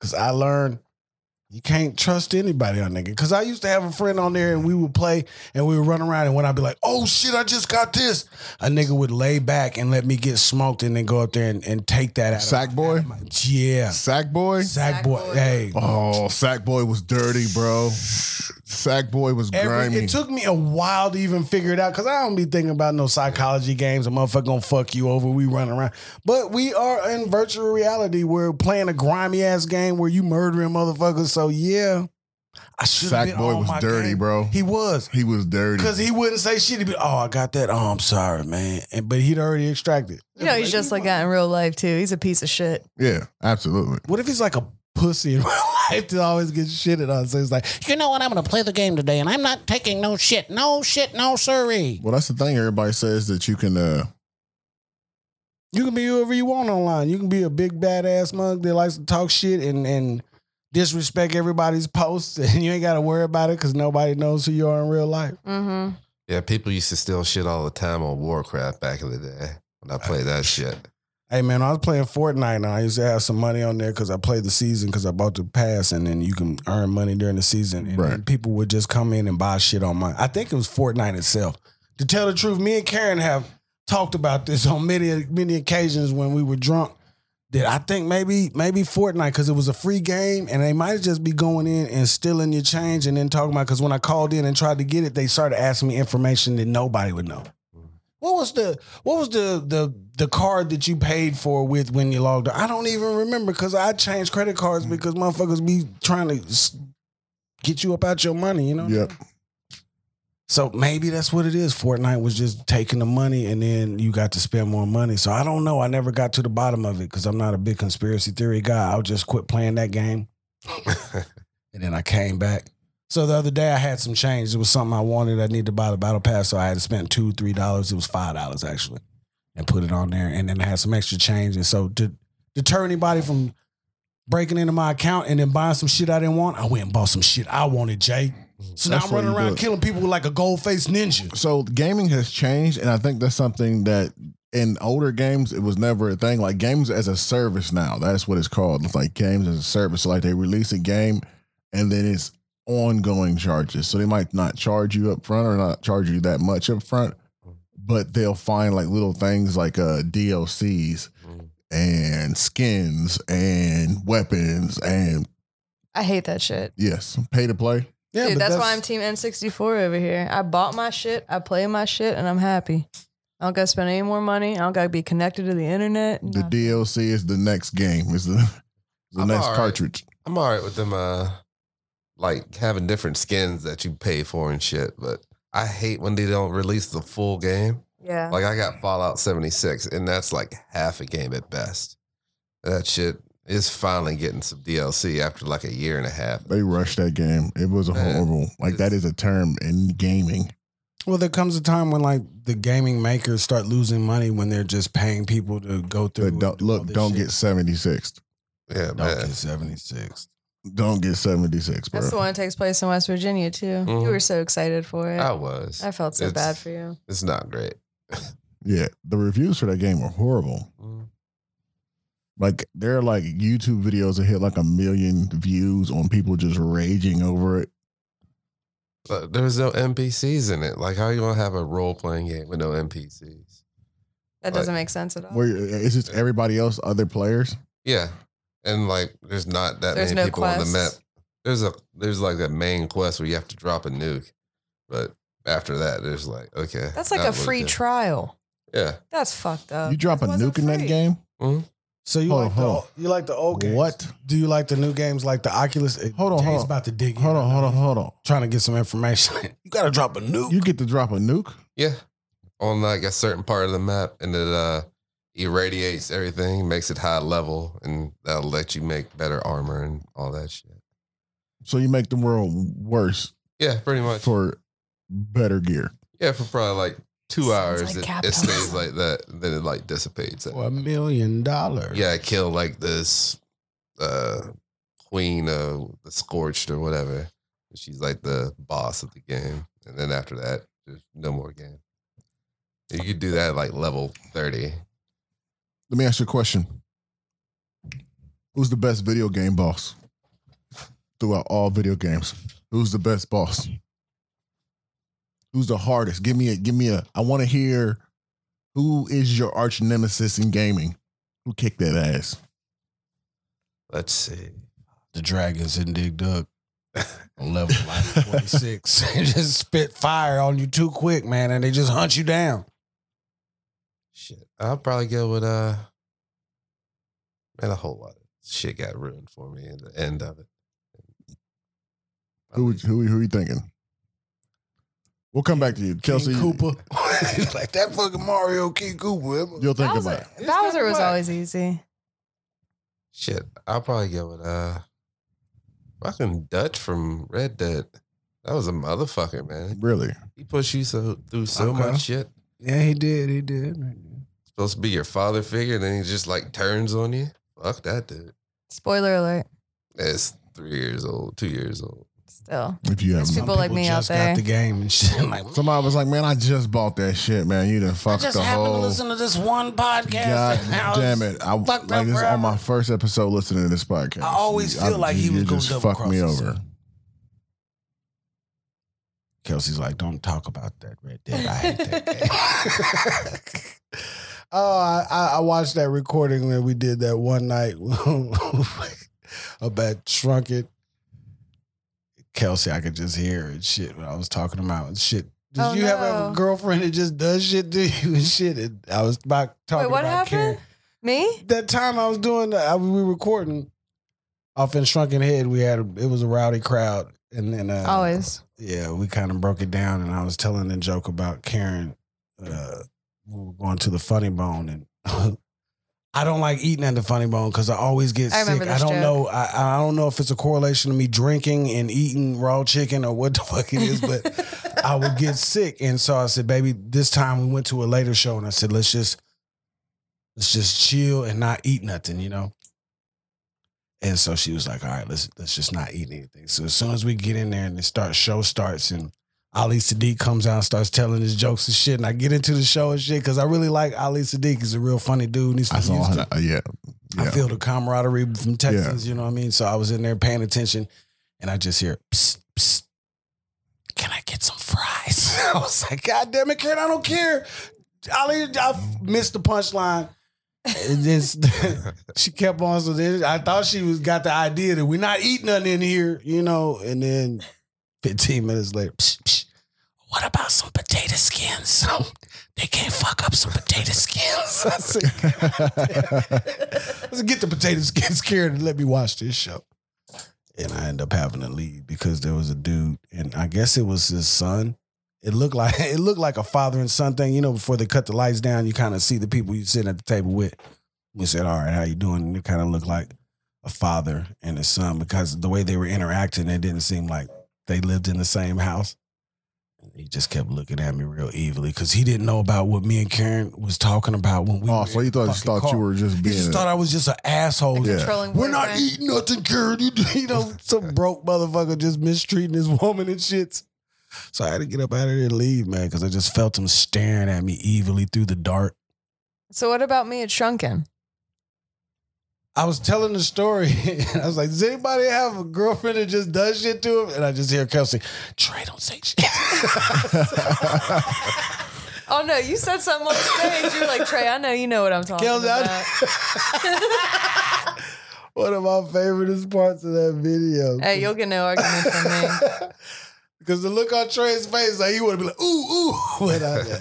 S1: Cause I learned you can't trust anybody on nigga. Cause I used to have a friend on there and we would play and we would run around and when I'd be like, oh shit, I just got this, a nigga would lay back and let me get smoked and then go up there and, and take that out.
S2: Sack boy,
S1: of my, yeah.
S2: sack boy.
S1: Sack boy. Hey.
S2: Oh, Sackboy was dirty, bro. Sackboy was grimy.
S1: Every, it took me a while to even figure it out because I don't be thinking about no psychology games. A motherfucker gonna fuck you over. We run around, but we are in virtual reality. We're playing a grimy ass game where you murdering motherfuckers. So yeah, I should.
S2: Sackboy was dirty, bro.
S1: He was
S2: he was dirty.
S1: because he wouldn't say shit. He'd be, oh, I got that. Oh, I'm sorry, man. And but he'd already extracted.
S4: You know, he's just like that in real life too. He's a piece of shit.
S2: Yeah, absolutely.
S1: What if he's like a pussy in real life that always gets shitted on? So he's like,
S5: you know what? I'm going to play the game today, and I'm not taking no shit. No shit, no siree.
S2: Well, that's the thing. Everybody says that you can. uh
S1: You can be whoever you want online. You can be a big badass mug that likes to talk shit and and disrespect everybody's posts, and you ain't got to worry about it because nobody knows who you are in real life.
S4: Mm-hmm.
S3: Yeah, people used to steal shit all the time on Warcraft back in the day when I played that shit.
S1: Hey man, I was playing Fortnite and I used to have some money on there because I played the season because I bought the pass and then you can earn money during the season. And then
S2: Right.
S1: people would just come in and buy shit on mine. I think it was Fortnite itself. To tell the truth, me and Karen have talked about this on many many occasions when we were drunk. That I think maybe maybe Fortnite because it was a free game and they might just be going in and stealing your change and then talking about because when I called in and tried to get it, they started asking me information that nobody would know. What was the what was the the the card that you paid for with when you logged on? I don't even remember because I changed credit cards because motherfuckers be trying to s- get you up out your money, you know.
S2: Yep.
S1: So maybe that's what it is. Fortnite was just taking the money and then you got to spend more money. So I don't know. I never got to the bottom of it because I'm not a big conspiracy theory guy. I'll just quit playing that game and then I came back. So the other day I had some change. It was something I wanted. I needed to buy the battle pass, so I had to spend two, three dollars. It was five dollars actually, and put it on there. And then I had some extra change. And so to deter anybody from breaking into my account and then buying some shit I didn't want, I went and bought some shit I wanted. Jay, So now
S2: That's
S1: I'm running
S2: what you
S1: around
S2: do.
S1: killing people like a gold faced ninja.
S2: So gaming has changed, and I think that's something that in older games it was never a thing. Like games as a service now, that's what it's called. It's like games as a service. So like they release a game, and then it's ongoing charges. So they might not charge you up front or not charge you that much up front, but they'll find like little things like uh DLCs and skins and weapons and
S4: I hate that shit.
S2: yes, pay to play.
S1: Yeah,
S4: Dude,
S1: but
S4: that's, why I'm Team N64 over here. I bought my shit, I play my shit, and I'm happy. I don't gotta spend any more money. I don't gotta be connected to the internet.
S2: The
S4: Nothing.
S2: DLC is the next game. Is the the
S3: I'm
S2: next
S3: all right.
S2: cartridge.
S3: I'm all right with them, uh, like having different skins that you pay for and shit. But I hate when they don't release the full game.
S4: yeah.
S3: Like I got Fallout 76, and that's like half a game at best. That shit is finally getting some DLC after like a year and a half.
S2: They rushed that game. It was
S3: Man,
S2: horrible. Like that is a term in gaming.
S1: Well, there comes a time when like the gaming makers start losing money when they're just paying people to go through.
S2: But don't look, don't get seventy six.
S3: Yeah,
S1: don't
S3: man.
S1: get seventy six.
S2: Don't get seventy six, bro.
S4: That's the one that takes place in West Virginia too.
S3: Mhm.
S4: You were so excited for it.
S3: I
S4: I,
S3: was.
S4: felt so
S3: it's-
S4: bad for you.
S3: It's not great.
S2: Yeah, the reviews for that game are horrible. Like there are like YouTube videos that hit like a million views on people just raging over it.
S3: But there's no NPCs in it. Like, how you gonna have a role playing game with no NPCs?
S4: That doesn't make sense at all.
S2: Where it's just everybody else, other players.
S3: Yeah, and like, there's not that
S4: There's no
S3: many people on
S4: quests.
S3: the map. There's a there's like a main quest where you have to drop a nuke, but after that, there's like okay,
S4: That's like
S3: now
S4: a
S3: what is
S4: free
S3: it?
S4: trial.
S3: Yeah,
S4: That's fucked up.
S2: You drop a
S4: Oh, It wasn't
S2: nuke in that
S4: free.
S2: game.
S1: So you
S2: Hold
S1: like
S2: on,
S1: the
S2: hold
S1: you like the old games?
S2: What?
S1: do you like the new games like the Oculus? It-
S2: Hold on,
S1: Jay's
S2: hold on.
S1: about to dig. in.
S2: Hold on, hold on, hold on.
S1: Trying to get some information. you gotta drop a nuke.
S2: You get to drop a nuke.
S3: yeah, on like a certain part of the map, and it uh irradiates everything, makes it high level, and that'll let you make better armor and all that shit.
S2: So you make the world worse
S3: Yeah, pretty much.
S2: for better gear.
S3: yeah, for probably like two
S4: Sounds
S3: hours,
S4: like
S3: it, it stays
S4: capitalism.
S3: like that, then it like dissipates.
S1: For a million dollars.
S3: yeah, I kill like this uh queen of the scorched or whatever. She's like the boss of the game. And then after that, there's no more game. You could do that at like level 30.
S2: Let me ask you a question. Who's the best video game boss throughout all video games? Who's the best boss? Who's the hardest? Give me a give me a I want to hear who is your arch nemesis in gaming? Who kicked that ass?
S3: Let's see.
S1: The dragons and Dig Dug. On level like 46. they just spit fire on you too quick, man, and they just hunt you down.
S3: Shit. I'll probably go with uh man, a whole lot of shit got ruined for me in the end of it.
S2: Who would- who who are you thinking? We'll come back to you. Kelsey,
S1: King Koopa. like that fucking Mario King Koopa.
S2: you'll think about
S4: Bowser,
S2: it.
S3: it.
S4: Bowser was
S3: It's not
S4: always easy.
S3: Shit. I'll probably go with uh fucking Dutch from Red Dead. That was a motherfucker, man.
S2: Really?
S3: He pushed you so through so
S1: Okay.
S3: much shit.
S1: Yeah, he did. He did.
S3: Supposed to be your father figure, and then he just like turns on you. Fuck that dude.
S4: Spoiler alert.
S3: That's three years old, two years old.
S4: Still,
S2: If you have
S4: There's
S2: not.
S4: people like me out
S1: just
S4: there.
S1: got the game and shit. Like,
S2: Somebody was like, "Man, I just bought that shit, man. You done
S5: I
S2: fucked
S5: just
S2: the
S5: happened to
S2: whole
S5: listen to this one podcast.
S2: God
S5: and I was-
S2: damn it! I
S5: fucked up
S2: like this is on
S5: forever.
S2: my first episode listening to this podcast.
S1: I always feel like he
S2: you
S1: was gonna
S2: just
S1: double
S2: fuck
S1: cross
S2: me
S1: us.
S2: over.
S1: Kelsey's like, don't talk about that Red Dead. I hate that game. oh, I, I- I watched that recording when we did that one night about Shrunken. Kelsey, I could just hear and shit when I was talking about shit. Did
S4: Oh,
S1: you have a
S4: no.
S1: girlfriend that just does shit to you and shit? And I was about talking
S4: what
S1: about Karen
S4: happened? me?
S1: that time I was doing that, I, we were recording off in Shrunken Head. We had a, it was a rowdy crowd, and then uh,
S4: Always.
S1: yeah, we kind of broke it down. And I was telling the joke about Karen. Uh, we were going to the Funny Bone, and I don't like eating at the Funny Bone because I always get
S4: I
S1: sick.
S4: remember
S1: I
S4: this
S1: don't
S4: joke.
S1: know. I, I don't know if it's a correlation of me drinking and eating raw chicken or what the fuck it is, but. I would get sick. And so I said, baby, this time we went to a later show and I said, let's just let's just chill and not eat nothing, you know? And so she was like, "All right, let's let's just not eat anything." So as soon as we get in there and the start show starts and Ali Sadiq comes out and starts telling his jokes and shit, and I get into the show and shit because I really like Ali Sadiq. He's a real funny dude. And he's
S2: I
S1: from
S2: saw.
S1: Houston.
S2: That. Yeah, yeah.
S1: I feel the camaraderie from Texas, you know what I mean? So I was in there paying attention and I just hear, psst, psst, can I get some fries? I was like, God damn it, Karen, I don't care. Ali, I missed the punchline. And then she kept on. So then I thought she was got the idea that we're not eating nothing in here, you know. And then 15 minutes later, psst, psst, what about some potato skins? they can't fuck up some potato skins. I said, Let's get the potato skins scared and let me watch this show. And I end up having to leave because there was a dude, and I guess it was his son. It looked like it looked like a father and son thing, you know. Before they cut the lights down, you kind of see the people you sitting at the table with. We said, "All right, how you doing?" And it kind of looked like a father and a son because the way they were interacting, it didn't seem like they lived in the same house. And He just kept looking at me real evilly because he didn't know about what me and Karen was talking about when we.
S2: oh,
S1: were
S2: so
S1: in
S2: you
S1: the
S2: thought just
S1: fucking
S2: thought you
S1: car.
S2: were just
S1: He
S2: being.
S1: just thought I was just an asshole.
S2: Yeah.
S4: Controlling
S1: We're not
S4: boyfriend.
S1: eating nothing, Karen. You, you know, some broke motherfucker just mistreating his woman and shit. So I had to get up out of there and leave, man, because I just felt him staring at me evilly through the dark.
S4: So what about me at Shrunken?
S1: I was telling the story, and I was like, "Does anybody have a girlfriend that just does shit to him?" And I just hear Kelsey, "Trey, don't say shit."
S4: Oh no, you said something on stage. You're like Trey. I know you know what I'm talking
S1: Kelsey,
S4: about.
S1: I- one of my favorite parts of that video.
S4: Hey, you'll get no argument from me.
S1: Because the look on Trey's face, like he would be like, ooh, ooh. When I, yeah,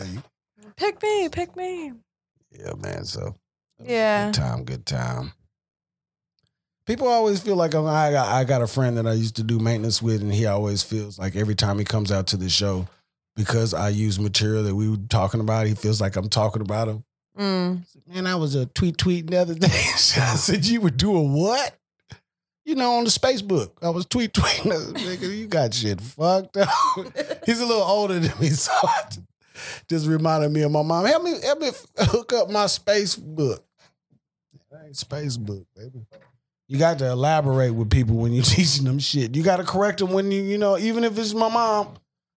S4: Pick me, pick me.
S1: yeah, man. So
S4: Yeah.
S1: good time, good time. People always feel like I'm, I got I got a friend that I used to do maintenance with, and he always feels like every time he comes out to the show, because I use material that we were talking about, he feels like I'm talking about him.
S4: Mm.
S1: Man, I was a tweet tweet the other day. I said you were doing what? You know, on the Facebook, I was tweet tweeting. I said, Nigga, you got shit fucked up. He's a little older than me, so I t- just reminded me of my mom. Help me, help me f- hook up my Facebook. That ain't Facebook, baby. You got to elaborate with people when you're teaching them shit. You got to correct them when you, you know, even if it's my mom,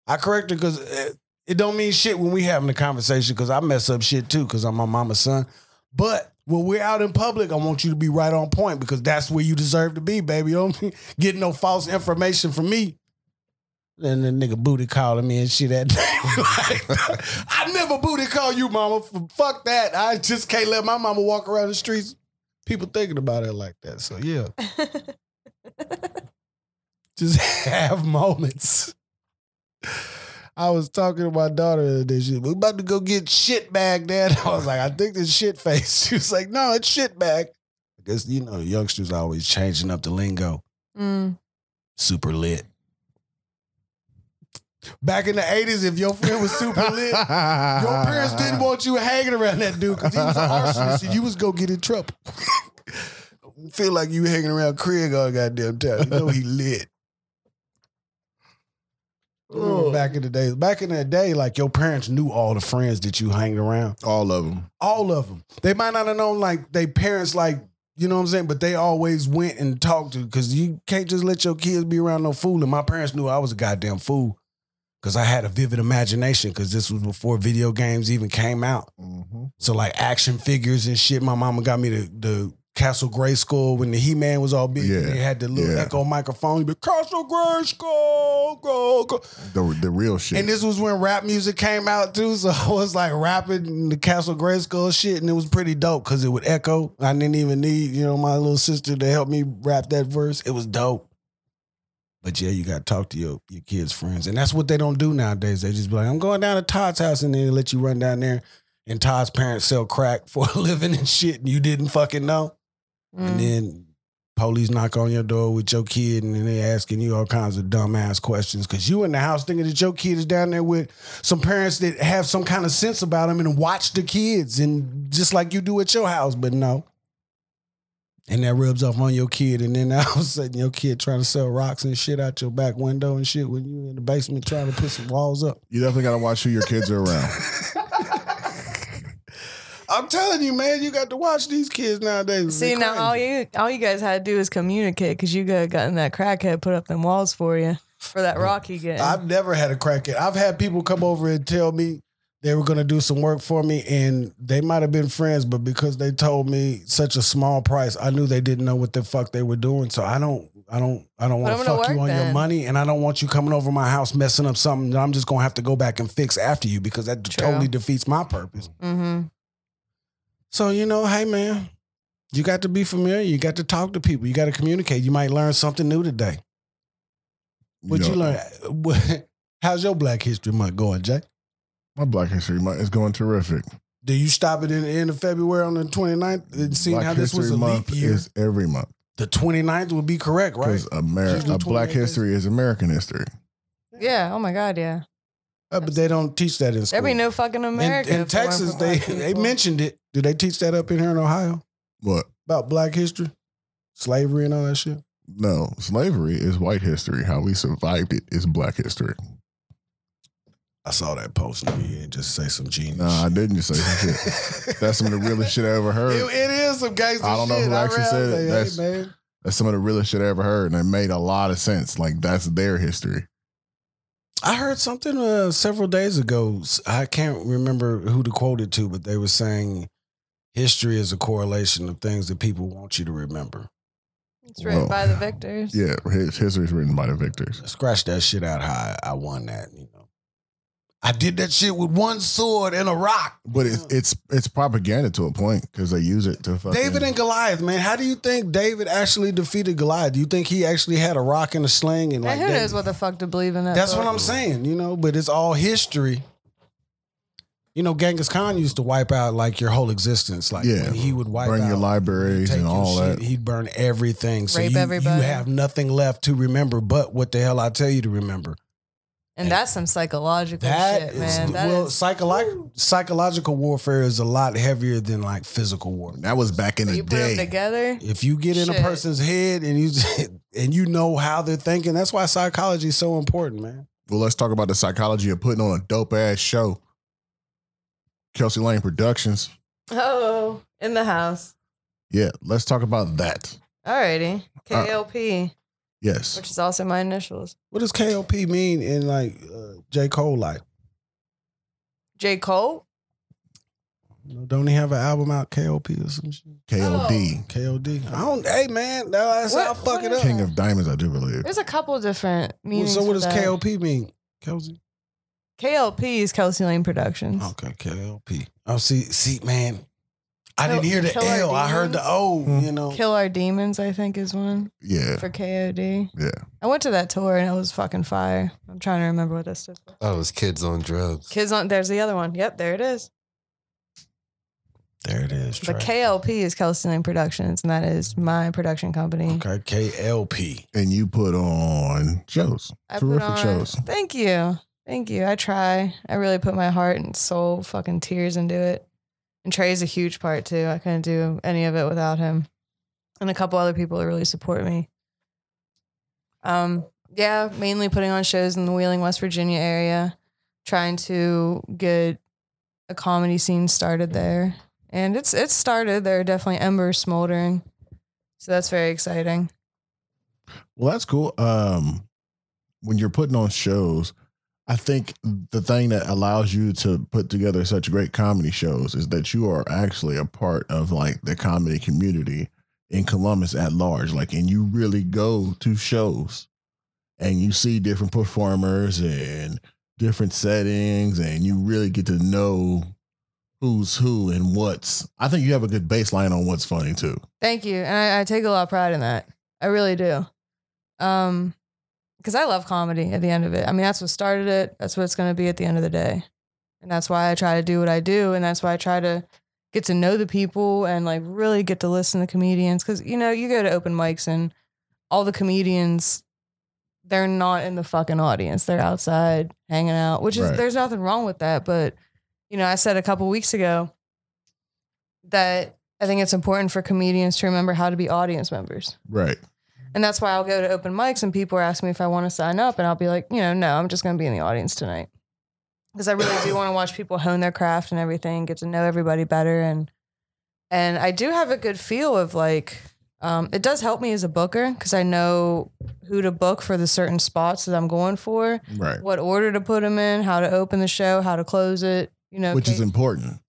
S1: I correct her because it, it don't mean shit when we having a conversation because I mess up shit too because I'm my mama's son. But when we're out in public, I want you to be right on point because that's where you deserve to be, baby. You don't get no false information from me. And the nigga booty calling me and shit that day. Like, I never booty call you, mama. F- Fuck that. I just can't let my mama walk around the streets. People thinking about it like that. So yeah, just have moments. I was talking to my daughter the other day. She was "We about to go get shit bag, Dad. I was like, I think it's shit face. She was like, No, it's shit bag. I guess you know the youngsters are always changing up the lingo.
S4: Mm.
S1: Super lit. Back in the eighties, if your friend was super lit, your parents didn't want you hanging around that dude because he was an arsonist and you was gonna get in trouble. Feel like you hanging around Craig all goddamn time. You know he lit. Remember Back in the days, back in that day, like your parents knew all the friends that you hanged around,
S2: all of them.
S1: all of them. They might not have known like they parents, like you know what I'm saying, but they always went and talked to because you can't just let your kids be around no fool. And my parents knew I was a goddamn fool because I had a vivid imagination because this was before video games even came out. So like action figures and shit. My mama got me the the Castle Gray Skull when the He Man was all big.
S2: Yeah,
S1: and They had the little
S2: yeah.
S1: echo microphone. But Castle Gray Skull, go, go.
S2: The the real shit.
S1: And this was when rap music came out too. So I was like rapping in the Castle Gray Skull shit, and it was pretty dope because it would echo. I didn't even need you know my little sister to help me rap that verse. It was dope. But yeah, you gotta talk to your, your kids' friends. And that's what they don't do nowadays. They just be like, I'm going down to Todd's house and they let you run down there and Todd's parents sell crack for a living and shit, and you didn't fucking know.
S4: Mm.
S1: And then police knock on your door with your kid, and then they asking you all kinds of dumbass questions because you in the house thinking that your kid is down there with some parents that have some kind of sense about them and watch the kids, and just like you do at your house, but no. And that rubs off on your kid, and then all of a sudden your kid trying to sell rocks and shit out your back window and shit when you in the basement trying to put some walls up.
S2: you definitely gotta watch who your kids are around.
S1: I'm telling you, man, you got to watch these kids nowadays.
S4: See
S1: They
S4: now, all
S1: crazy.
S4: you all you guys had to do is communicate because you could have gotten that crackhead put up them walls for you for that rock you get.
S1: I've never had a crackhead. I've had people come over and tell me they were going to do some work for me, and they might have been friends, but because they told me such a small price, I knew they didn't know what the fuck they were doing. So I don't, I don't, I don't want
S4: Put
S1: to
S4: 'em to
S1: fuck you
S4: work
S1: on your
S4: then.
S1: money, and I don't want you coming over my house messing up something that I'm just going to have to go back and fix after you because that
S4: True.
S1: totally defeats my purpose.
S4: mm-hmm.
S1: So you know, hey man, you got to be familiar. You got to talk to people. You got to communicate. You might learn something new today. What'd you
S2: know,
S1: learn? What- How's your Black History Month going, Jay?
S2: My Black History Month is going terrific.
S1: Do you stop it in the end of February on the 29th and see
S2: Black
S1: how this was
S2: History
S1: a
S2: Month
S1: leap year?
S2: is every month
S1: the 29th would be correct, right?
S2: because Ameri-
S1: Usually
S2: uh,
S1: 28
S2: Black
S1: days.
S2: History is American history.
S4: Yeah. Oh my God. Yeah.
S1: Uh, but they don't teach that in school.
S4: There be no fucking
S1: In-
S4: America.
S1: in,
S4: if it weren't
S1: Texas,
S4: for
S1: they
S4: black
S1: they
S4: people.
S1: mentioned it. Do they teach that up in here in Ohio
S2: What?
S1: about Black history, slavery, and all that shit?
S2: No, slavery is white history. How we survived it is Black history.
S1: I saw that post and you didn't just say some genius.
S2: No, I didn't say some shit. That's some of the realest shit I ever heard.
S1: It, it is some gangster.
S2: I don't know
S1: shit.
S2: who actually
S1: read
S2: said it.
S1: Hey,
S2: That's-
S1: man.
S2: That's some of the realest shit I ever heard, and it made a lot of sense. Like that's their history.
S1: I heard something uh, several days ago. I can't remember who to quote it to, but they were saying history is a correlation of things that people want you to remember.
S4: It's written
S2: Well,
S4: by the victors.
S2: Yeah, his history is written by the victors.
S1: Scratch that shit out high. I won that, you know. I did that shit with one sword and a rock.
S2: But it's it's it's propaganda to a point because they use it to fucking.
S1: David and Goliath, man. How do you think David actually defeated Goliath? Do you think he actually had a rock and a sling and
S4: Man,
S1: like
S4: who
S1: that-
S4: knows what the fuck to believe in that?
S1: That's
S4: book.
S1: what I'm saying, you know, but it's all history. You know, Genghis Khan used to wipe out like your whole existence. Like
S2: Yeah.
S1: when he would wipe
S2: burn
S1: out
S2: your libraries
S1: take
S2: and
S1: your
S2: all
S1: shit,
S2: that.
S1: He'd burn everything. So
S4: Rape
S1: you,
S4: everybody.
S1: you have nothing left to remember but what the hell I tell you to remember.
S4: And that's some psychological
S1: That
S4: shit,
S1: is-
S4: man. That
S1: well,
S4: is-
S1: psycholo- psychological warfare is a lot heavier than like physical warfare.
S2: That was back in the
S4: you put them
S2: day.
S4: together.
S1: If you get in a
S4: Shit.
S1: person's head and you and you know how they're thinking, that's why psychology is so important, man.
S2: Well, let's talk about the psychology of putting on a dope ass show. Kelsey Lane Productions.
S4: Oh, in the house.
S2: Yeah, let's talk about that.
S4: Alrighty.
S2: Uh,
S4: KLP,
S2: Yes,
S4: which is also my initials.
S1: What does KLP mean in like uh, J Cole life?
S4: J. Cole?
S1: You know, don't he have an album out KLP or some shit?
S2: KLD,
S1: KLD. I don't. Hey man, no, that's
S4: What-
S1: how I fuck
S4: what
S1: it
S4: is
S1: up.
S2: King of Diamonds, I do believe.
S4: There's a couple different
S1: Well,
S4: meanings.
S1: so what
S4: for
S1: does
S4: that.
S1: KLP mean, Kelsey?
S4: KLP is Kelsey Lane
S2: Oh,
S4: Productions.
S1: Okay, KLP. Oh, see, see, man, I
S4: Kill-
S1: didn't hear the
S4: Kill Our
S1: L. I heard the
S4: Demons?
S1: O.
S2: Hmm.
S1: You know,
S4: Kill Our Demons, I think, is one
S2: Yeah,
S4: for KOD.
S2: yeah.
S4: I went to that tour and it was fucking fire. I'm trying to remember what this is.
S3: Oh, it was kids on drugs.
S4: Kids on, there's the other one. Yep, there it is.
S1: there it is.
S4: But KLP is Kelsey Lane Productions, and that is my production company.
S1: okay, KLP.
S2: And you put on shows,
S4: I put
S2: terrific
S4: on-
S2: shows.
S4: Thank you. Thank you. I try. I really put my heart and soul, fucking tears into it. And Trey's a huge part too. I couldn't do any of it without him. And a couple other people that really support me. Um, yeah, mainly putting on shows in the Wheeling, West Virginia area, trying to get a comedy scene started there. And it's it's started. There are definitely embers smoldering. So that's very exciting.
S2: Well, that's cool. Um, when you're putting on shows, I think the thing that allows you to put together such great comedy shows is that you are actually a part of like the comedy community in Columbus at large. Like, and you really go to shows and you see different performers and different settings, and you really get to know who's who and what's. I think you have a good baseline on what's funny too.
S4: Thank you. And I, I take a lot of pride in that. I really do. Um, because I love comedy at the end of it. I mean, that's what started it. That's what it's going to be at the end of the day. And that's why I try to do what I do. And that's why I try to get to know the people and like really get to listen to comedians. Cause you know, you go to open mics and all the comedians, they're not in the fucking audience. They're outside hanging out, which is,
S2: Right.
S4: there's nothing wrong with that. But, you know, I said a couple weeks ago that I think it's important for comedians to remember how to be audience members.
S2: Right.
S4: And that's why I'll go to open mics and people are asking me if I want to sign up. And I'll be like, you know, no, I'm just going to be in the audience tonight. because I really do want to watch people hone their craft and everything, get to know everybody better, and and I do have a good feel of like um, it does help me as a booker because I know who to book for the certain spots that I'm going for,
S2: Right.
S4: what order to put them in, how to open the show, how to close it, you know,
S2: Which is
S4: case-
S2: important.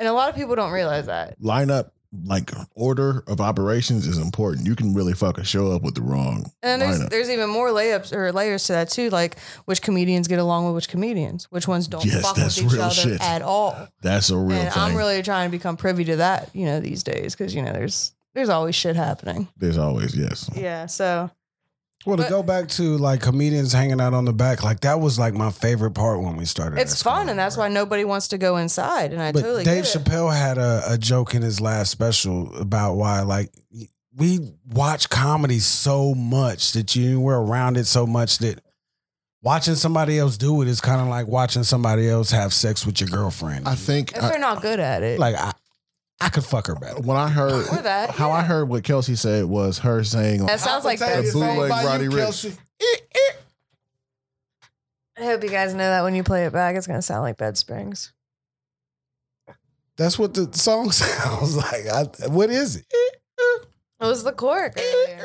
S4: and a lot of people don't realize that.
S2: Lineup, like order of operations is important. You can really fuck a show up with the wrong
S4: And then
S2: lineup.
S4: there's there's even more layups or layers to that too, like which comedians get along with which comedians, which ones don't
S2: Yes,
S4: fuck
S2: that's
S4: with each
S2: real
S4: other
S2: shit.
S4: at all.
S2: That's a real
S4: and
S2: thing.
S4: I'm really trying to become privy to that, you know, these days because you know there's there's always shit happening.
S2: There's always yes.
S4: Yeah, so
S1: Well, to
S4: But-
S1: go back to like comedians hanging out on the back, like that was like my favorite part when we started.
S4: it's
S1: at
S4: fun,
S1: school.
S4: and that's why nobody wants to go inside. And I
S1: But
S4: totally
S1: Dave
S4: get it.
S1: Chappelle had a, a joke in his last special about why like we watch comedy so much that you we're around it so much that watching somebody else do it is kind of like watching somebody else have sex with your girlfriend.
S2: I think
S4: if
S2: I-
S4: they're not good at it.
S1: like I, I could fuck her better.
S2: when I heard
S4: Or that,
S2: how I
S4: yeah.
S2: heard what Kelsey said was her saying like,
S4: that sounds like
S2: The
S4: bad.
S2: bootleg Roddy Ricch.
S4: I hope you guys know that when you play it back, it's gonna sound like Bed Springs.
S1: That's what the song sounds like. I, what is it?
S4: It was the cork. earlier.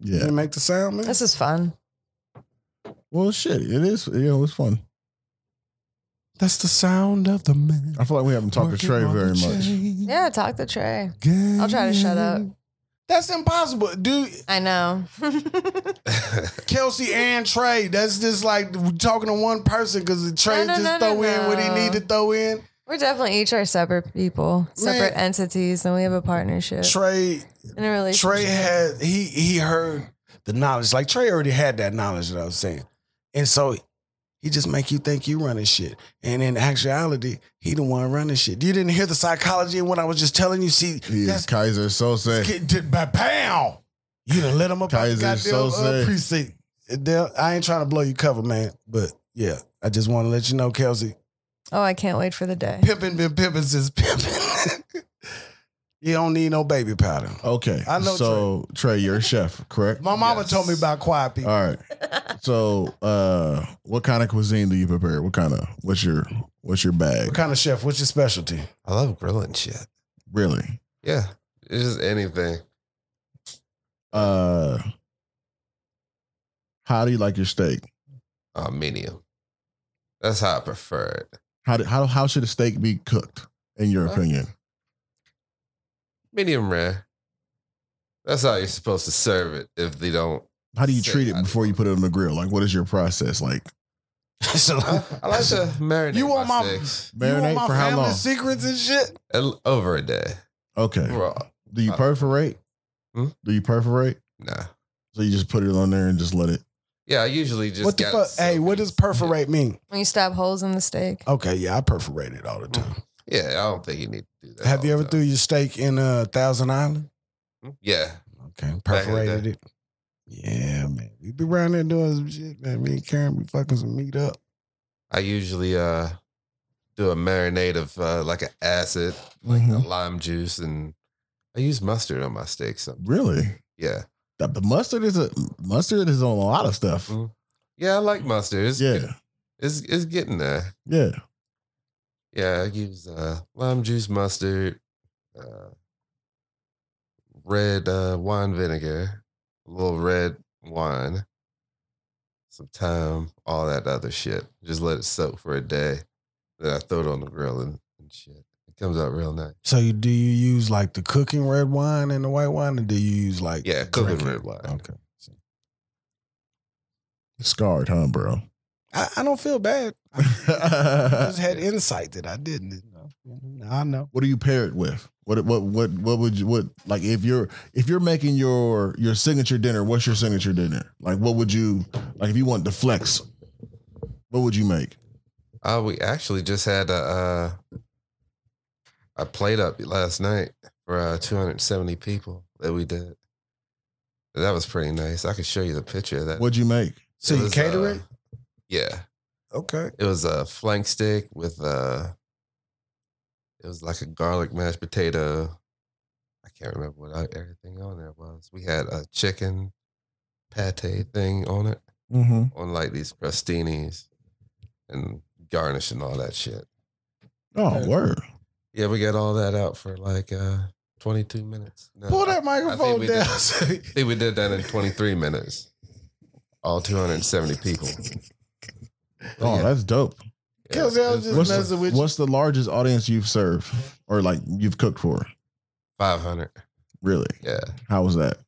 S1: You
S2: Yeah.
S1: didn't make the sound, man.
S4: this is fun.
S2: Well shit, it is you know, it's fun.
S1: That's the sound of the man.
S2: I feel like we haven't talked to Trey very much.
S4: Yeah, talk the tray.
S1: much.
S4: I'll try to shut up.
S1: That's impossible, dude.
S4: I know.
S1: Kelsey and Trey. That's just like talking to one person because Trey
S4: No,
S1: just
S4: no, no,
S1: throw
S4: no,
S1: in what he
S4: no.
S1: need to throw in.
S4: We're definitely each our separate people, separate
S1: Man.
S4: entities, and we have a partnership
S1: Trey,
S4: in a relationship.
S1: Trey had he he heard the knowledge. Like Trey already had that knowledge that I was saying, and so he just make you think you running shit, and in actuality, he the one running shit. You didn't hear the psychology in what I was just telling you. See,
S2: He is
S1: that's
S2: Kaiser Sose.
S1: kid did by pound. You done let him up out the
S2: Kaiser
S1: goddamn
S2: Soze.
S1: uh, precinct. Adele, I ain't trying to blow your cover, man, but yeah, I just want to let you know, Kelsey.
S4: Oh, I can't wait for the day.
S1: pimping been pimping since pimping. you don't need no baby powder.
S2: Okay.
S1: I know
S2: so Trey. you're a chef, correct?
S1: My mama
S3: Yes.
S1: told me about quiet people.
S2: All right. So uh what kind of cuisine do you prepare? What kind of what's your what's your bag?
S1: What kind of chef? What's your specialty?
S3: I love grilling shit.
S2: Really?
S3: Yeah, it's just anything.
S2: Uh how do you like your steak?
S3: Uh, medium. That's how I prefer it.
S2: How do, how how should a steak be cooked in your
S3: Huh?
S2: opinion?
S3: Medium rare. That's how you're supposed to serve it. If they don't,
S2: How do you
S3: Say
S2: treat it
S3: I-
S2: before you put it on the grill? Like what is your process? Like
S1: so,
S3: I, I like to marinate
S1: You want
S3: my,
S1: my-
S3: steaks
S1: you
S2: marinate
S1: want my
S2: for how
S1: family
S2: long?
S1: secrets and shit?
S3: El- over a day.
S2: Okay.
S3: Raw.
S2: Do you
S3: Uh,
S2: perforate?
S3: Hmm?
S2: Do you perforate?
S3: Nah.
S2: So you just put it on there and just let it.
S3: Yeah, I usually just
S1: what the
S3: got
S1: fuck?
S3: it
S1: Hey, what
S3: soaked.
S1: does perforate mean?
S4: When you stab holes in the steak.
S1: Okay, yeah, I perforate it all the time.
S3: Yeah, I don't think you need to do that.
S1: Have
S3: all
S1: you
S3: the
S1: ever threw
S3: time. Mm,
S1: your steak in a uh, Thousand Island?
S3: Yeah,
S1: Okay,
S3: Back in the
S1: perforated
S3: day.
S1: it. Yeah, man. We be around there doing some shit, man. Me and Karen be fucking some meat up.
S3: I usually uh do a marinade of uh, like an acid,
S2: Mhm.
S1: Mm.
S3: lime juice, and I use mustard on my steak. So
S1: Mm.
S2: Really?
S3: yeah,
S2: The, the mustard is a mustard is on a lot of stuff.
S3: Mhm. yeah, I like mustard. It's,
S2: Yeah.
S3: it's it's getting there.
S2: Yeah.
S3: Yeah, I use uh, lime juice, mustard, uh, red uh, wine vinegar, a little red wine, some thyme, all that other shit. Just let it soak for a day. Then I throw it on the grill and, and shit. It comes out real nice.
S1: So, you, do you use like the cooking red wine and the white wine, or do you use like
S3: Yeah, cooking
S1: drinking?
S3: red wine.
S1: Okay.
S2: Scarred, huh, bro?
S1: I, I don't feel bad. I just
S2: what
S1: had insight that I didn't. You know? I know.
S2: do you pair it with? What what what what would you what like if you're if you're making your your signature dinner, what's your signature dinner? Like what would you like if you want to flex, what would you make?
S3: Uh, we actually just had a, uh, a plate up last night for uh, 270 people that we did. That was pretty nice. I could show you the picture of that.
S2: What'd you make?
S1: So
S3: It
S1: you
S3: was,
S1: catering?
S3: uh, yeah,
S1: okay.
S3: it was a flank steak with uh It was like a garlic mashed potato. I can't remember what I- everything on there was. We had a chicken pate thing on it.
S2: Mm-hmm.
S3: on like these crostinis and garnish and all that shit.
S2: Oh, word.
S3: Yeah, we got all that out for like uh 22 minutes. No,
S1: Pull that
S3: I- I think
S1: microphone
S3: we
S1: down.
S3: Did, I think we did that in 23 minutes. All 270 people.
S2: Oh,
S3: Yeah.
S2: that's dope.
S3: Yeah,
S1: Kelsey, I
S3: it
S1: was just
S2: What's
S1: messing
S2: the,
S1: with
S2: what's the largest audience you've served or like you've cooked for?
S3: 500.
S2: Really?
S3: Yeah.
S2: How was that?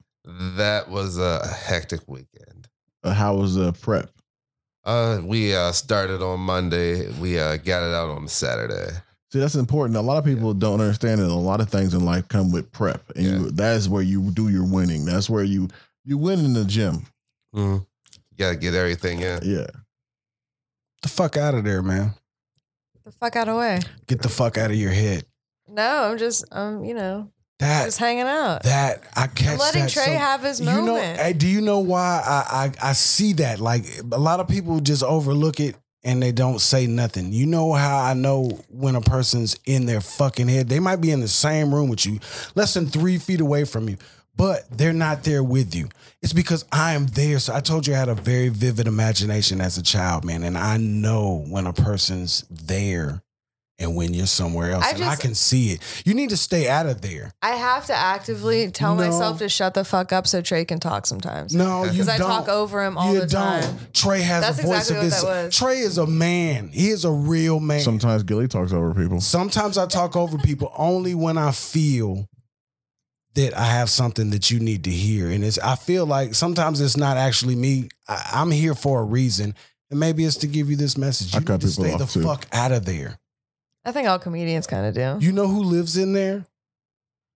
S3: That was a hectic weekend.
S2: Uh, how was the prep?
S3: Uh, we uh, started on Monday. We uh, got it out on Saturday.
S2: See, that's important. A lot of people don't understand that a lot of things in life come with prep, and you, that is where you do your winning. That's where you you win in the gym.
S3: Mm. You got to get everything in.
S2: Yeah,
S1: the fuck out of there, man.
S4: The fuck out of the way.
S1: Get the fuck out of your head.
S4: No, I'm just, um, you know,
S1: That
S4: just hanging out.
S1: that I catch.
S4: I'm letting
S1: that
S4: Trey
S1: so-
S4: have his
S1: you
S4: moment.
S1: know, eh, hey, do you know why I, I I see that? Like a lot of people just overlook it and they don't say nothing. You know how I know when a person's in their fucking head? They might be in the same room with you, less than three feet away from you, but they're not there with you. It's because I am there. So I told you I had a very vivid imagination as a child, man, and I know when a person's there. And when you're somewhere else,
S4: I
S1: and I
S4: just-
S1: can see it. You need to stay out of there.
S4: I have to actively tell
S1: No.
S4: myself to shut the fuck up so Trey can talk sometimes.
S1: No, you
S4: Because I
S1: don't.
S4: talk over him all
S1: you
S4: the
S1: don't.
S4: time.
S1: Trey has
S4: That's
S1: a voice
S4: exactly
S1: of
S4: what
S1: his.
S4: that was.
S1: Trey is a man. He is a real man. Sometimes,
S2: sometimes Gilly talks over people.
S1: I talk over people only when I feel that I have something that you need to hear, and it's. I feel like sometimes it's not actually me. I, I'm here for a reason, and maybe it's to give you this message.
S2: I
S1: You
S2: cut
S1: need to
S2: people
S1: stay
S2: off,
S1: the
S2: too.
S1: fuck out of there.
S4: I think all comedians kind of do.
S1: You know who lives in there?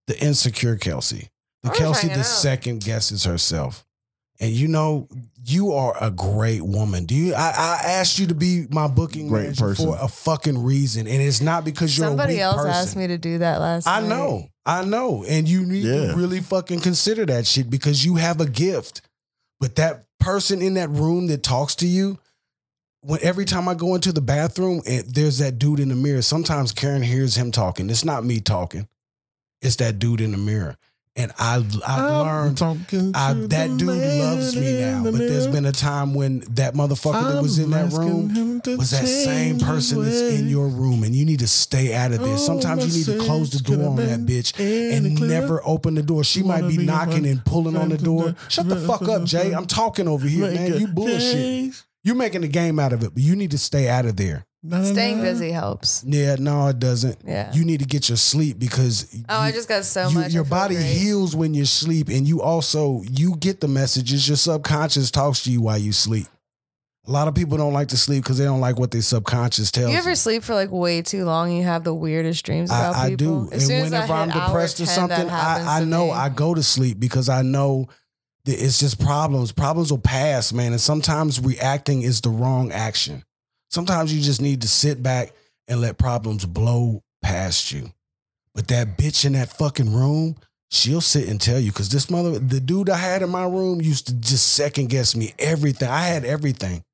S1: The insecure Kelsey. The
S4: I was
S1: Kelsey
S4: hanging
S1: that
S4: out.
S1: second guesses herself. And you know, you are a great woman. Do you I, I asked you to be my booking
S2: Great
S1: manager
S2: person.
S1: for a fucking reason. And it's not because you're a
S4: Somebody
S1: weak
S4: else
S1: person.
S4: asked me to do that last
S1: I
S4: night.
S1: know. I know. And you need
S2: Yeah.
S1: to really fucking consider that shit because you have a gift. But that person in that room that talks to you, when every time I go into the bathroom, and there's that dude in the mirror. Sometimes Karen hears him talking. It's not me talking. It's that dude in the mirror. And I I've learned
S2: Talking
S1: I,
S2: to
S1: that
S2: the
S1: dude
S2: man
S1: loves me
S2: in
S1: now.
S2: the
S1: But there's
S2: mirror.
S1: been a time when that motherfucker that was in
S2: I'm
S1: that
S2: asking
S1: room
S2: him to
S1: was that same
S2: change
S1: person that's
S2: his
S1: in your room and you need to stay out of there. Sometimes you need to close the door on that bitch and never open the door. She might
S2: Wanna
S1: be
S2: be
S1: knocking
S2: one
S1: and pulling on the
S2: to
S1: door.
S2: the-
S1: Shut the fuck up, Jay. I'm talking over here, man. You bullshit. You making a game out of it, but you need to stay out of there.
S4: Staying busy helps.
S1: Yeah, no, it doesn't.
S4: Yeah.
S1: You need to get your sleep because
S4: oh, I
S1: you-
S4: just got so
S1: you-
S4: much. I
S1: Your
S4: feel
S1: body
S4: great.
S1: heals when you sleep, and you also you get the messages. Your subconscious talks to you while you sleep. A lot of people don't like to sleep because they don't like what their subconscious tells.
S4: You
S1: them.
S4: ever sleep for like way too long? and You have the weirdest dreams about
S1: I, I
S4: people.
S1: do. And whenever I'm
S4: hit hour
S1: depressed or
S4: 10, that
S1: something,
S4: happens
S1: I, I
S4: to
S1: know
S4: me.
S1: I go to sleep because I know that it's just problems. Problems will pass, man. And sometimes reacting is the wrong action. Sometimes you just need to sit back and let problems blow past you. But that bitch in that fucking room, she'll sit and tell you because this mother, the dude I had in my room used to just second guess me everything. I had everything,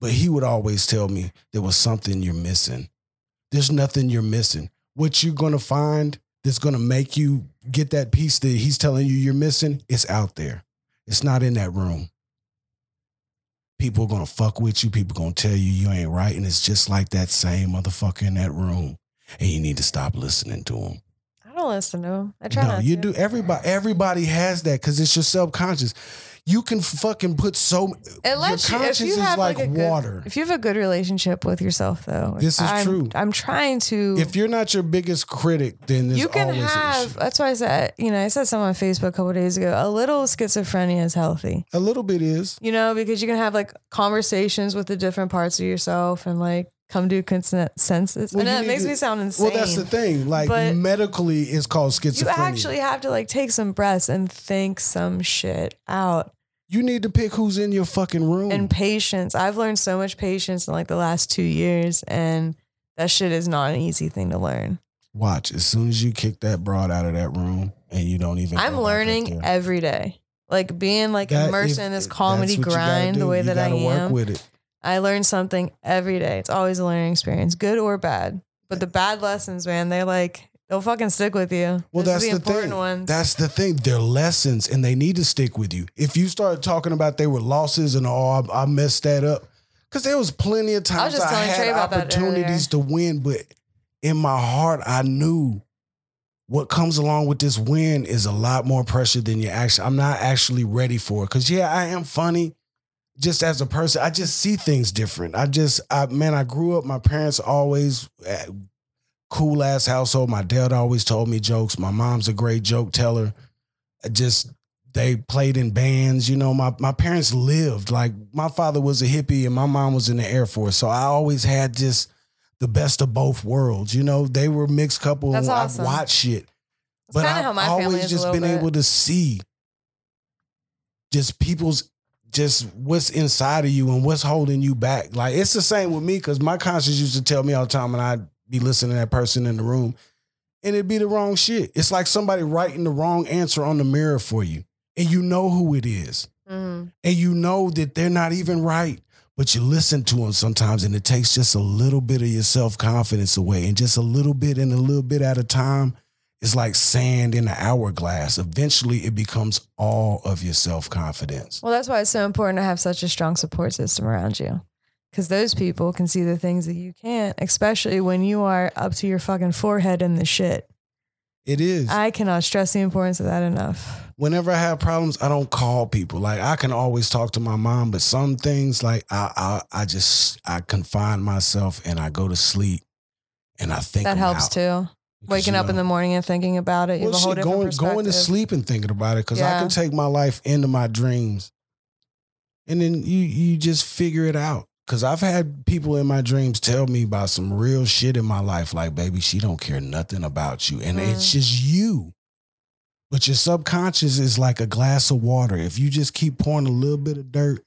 S1: but he would always tell me there was something you're missing. There's nothing you're missing. What you're gonna find that's gonna make you get that piece that he's telling you you're missing, it's out there. It's not in that room. People are gonna fuck with you. People gonna tell you you ain't right, and it's just like that same motherfucker in that room, and you need to stop listening to him
S4: I don't listen to them. I try
S1: no,
S4: not
S1: you
S4: to.
S1: do. Everybody, everybody has that because it's your subconscious. You can fucking put so.
S4: It lets
S1: your
S4: you,
S1: conscience
S4: if you
S1: is
S4: have
S1: like,
S4: like, a good-
S1: water.
S4: if you have a good relationship with yourself, though,
S1: This is
S4: I'm-
S1: true.
S4: I'm trying to.
S1: If you're not your biggest critic, then there's
S4: you can
S1: always an
S4: have.
S1: issue.
S4: That's why I said. You know, I said something on Facebook a couple days ago. A little schizophrenia is healthy.
S1: a little bit is.
S4: You know, because you can have like conversations with the different parts of yourself and like come to consensus.
S1: Well,
S4: and
S1: you
S4: that
S1: need
S4: makes
S1: to-
S4: me sound insane.
S1: Well, that's the thing. Like
S4: But-
S1: medically, it's called schizophrenia.
S4: You
S1: You,
S4: actually have to like take some breaths and think some shit out.
S1: need to pick who's in your fucking room.
S4: And patience. I've learned so much patience in like the last two years, and that shit is not an easy thing to learn.
S1: Watch as soon as you kick that broad out of that room, and you don't even. go
S4: I'm
S1: back up
S4: learning
S1: there.
S4: every day. Like being like
S1: That-
S4: immersed
S1: if-
S4: in this
S1: that's
S4: comedy
S1: what you gotta
S4: grind the
S1: do.
S4: way
S1: You
S4: that I
S1: gotta work
S4: am.
S1: with it.
S4: I learn something every day. It's always a learning experience, good or bad. But the bad lessons, man, they're like They'll fucking stick with you.
S1: Well,
S4: Those are
S1: that's the,
S4: important
S1: thing.
S4: ones.
S1: That's the thing. They're lessons, and they need to stick with you. If you start talking about they were losses and oh, I, I messed that up, because there was plenty of times
S4: just
S1: I,
S4: telling Trey
S1: had
S4: about that
S1: opportunities to win, but in my heart, I knew what comes along with this win is a lot more pressure than you actually. I'm not actually ready for it. Because yeah, I am funny. Just as a person, I just see things different. I just, I man, I grew up. My parents always uh, cool ass household. My dad always told me jokes. My mom's a great joke teller. I just they played in bands. You know, my my parents lived like my father was a hippie and my mom was in the Air Force. So I always had just the best of both worlds. You know, they were mixed couple.
S4: That's
S1: and
S4: awesome.
S1: I watched shit,
S4: That's
S1: but
S4: kinda
S1: I've
S4: how my family
S1: always
S4: is a
S1: just
S4: little
S1: been
S4: bit.
S1: able to see just people's just what's inside of you and what's holding you back. Like it's the same with me because my conscience used to tell me all the time, and I'd be listening to that person in the room, and it'd be the wrong shit. It's like somebody writing the wrong answer on the mirror for you, and you know who it is,
S4: Mhm.
S1: and you know that they're not even right. But you listen to them sometimes, and it takes just a little bit of your self confidence away, and just a little bit and a little bit at a time. It's like sand in an hourglass. Eventually, it becomes all of your self confidence.
S4: Well, that's why it's so important to have such a strong support system around you. Because those people can see the things that you can't, especially when you are up to your fucking forehead in the shit.
S1: It is.
S4: I cannot stress the importance of that enough.
S1: Whenever I have problems, I don't call people. Like I can always talk to my mom, but some things like I I, I just I confine myself and I go to sleep and I think
S4: that helps too. Waking up in the morning and thinking about it, you
S1: well,
S4: have a whole
S1: shit,
S4: different
S1: going going to
S4: perspective.
S1: sleep and thinking about it because I
S4: Yeah.
S1: can take my life into my dreams, and then you you just figure it out. Because I've had people in my dreams tell me about some real shit in my life, like baby, she don't care nothing about you, and
S4: Mm.
S1: it's just you. But your subconscious is like a glass of water. If you just keep pouring a little bit of dirt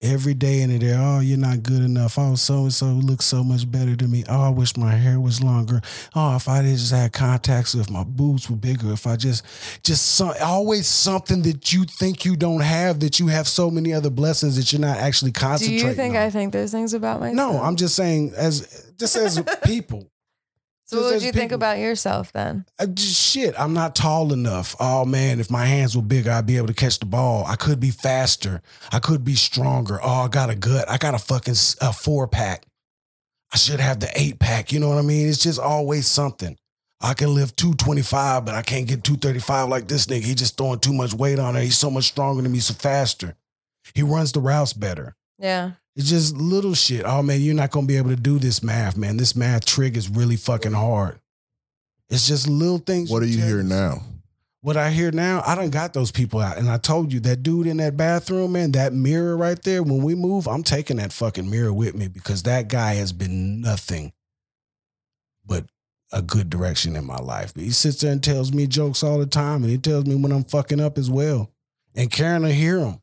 S1: every day into there, oh, you're not good enough. Oh, so and so looks so much better than me. Oh, I wish my hair was longer. Oh, if I just had contacts, if my boobs were bigger, if I just, just some, always something that you think you don't have, that you have so many other blessings that you're not actually
S4: Do
S1: concentrating.
S4: you think
S1: on.
S4: I think those things about myself?
S1: No, I'm just saying, as just as people,
S4: So, what
S1: just
S4: would
S1: as
S4: you think
S1: people.
S4: about yourself then?
S1: I just, shit, I'm not tall enough. Oh man, if my hands were bigger, I'd be able to catch the ball. I could be faster. I could be stronger. Oh, I got a gut. I got a fucking s- a four pack. I should have the eight pack. You know what I mean? It's just always something. I can lift 225, but I can't get 235 like this nigga. He just throwing too much weight on it. He's so much stronger than me, so faster. He runs the routes better.
S4: Yeah.
S1: It's just little shit. Oh man, you're not gonna be able to do this math, man. This math trick is really fucking hard. It's just little things.
S2: What do you
S1: just-
S2: hear now?
S1: What I hear now, I done got those people out. And I told you that dude in that bathroom, man, that mirror right there, when we move, I'm taking that fucking mirror with me because that guy has been nothing but a good direction in my life. But he sits there and tells me jokes all the time and he tells me when I'm fucking up as well. And Karen will hear him.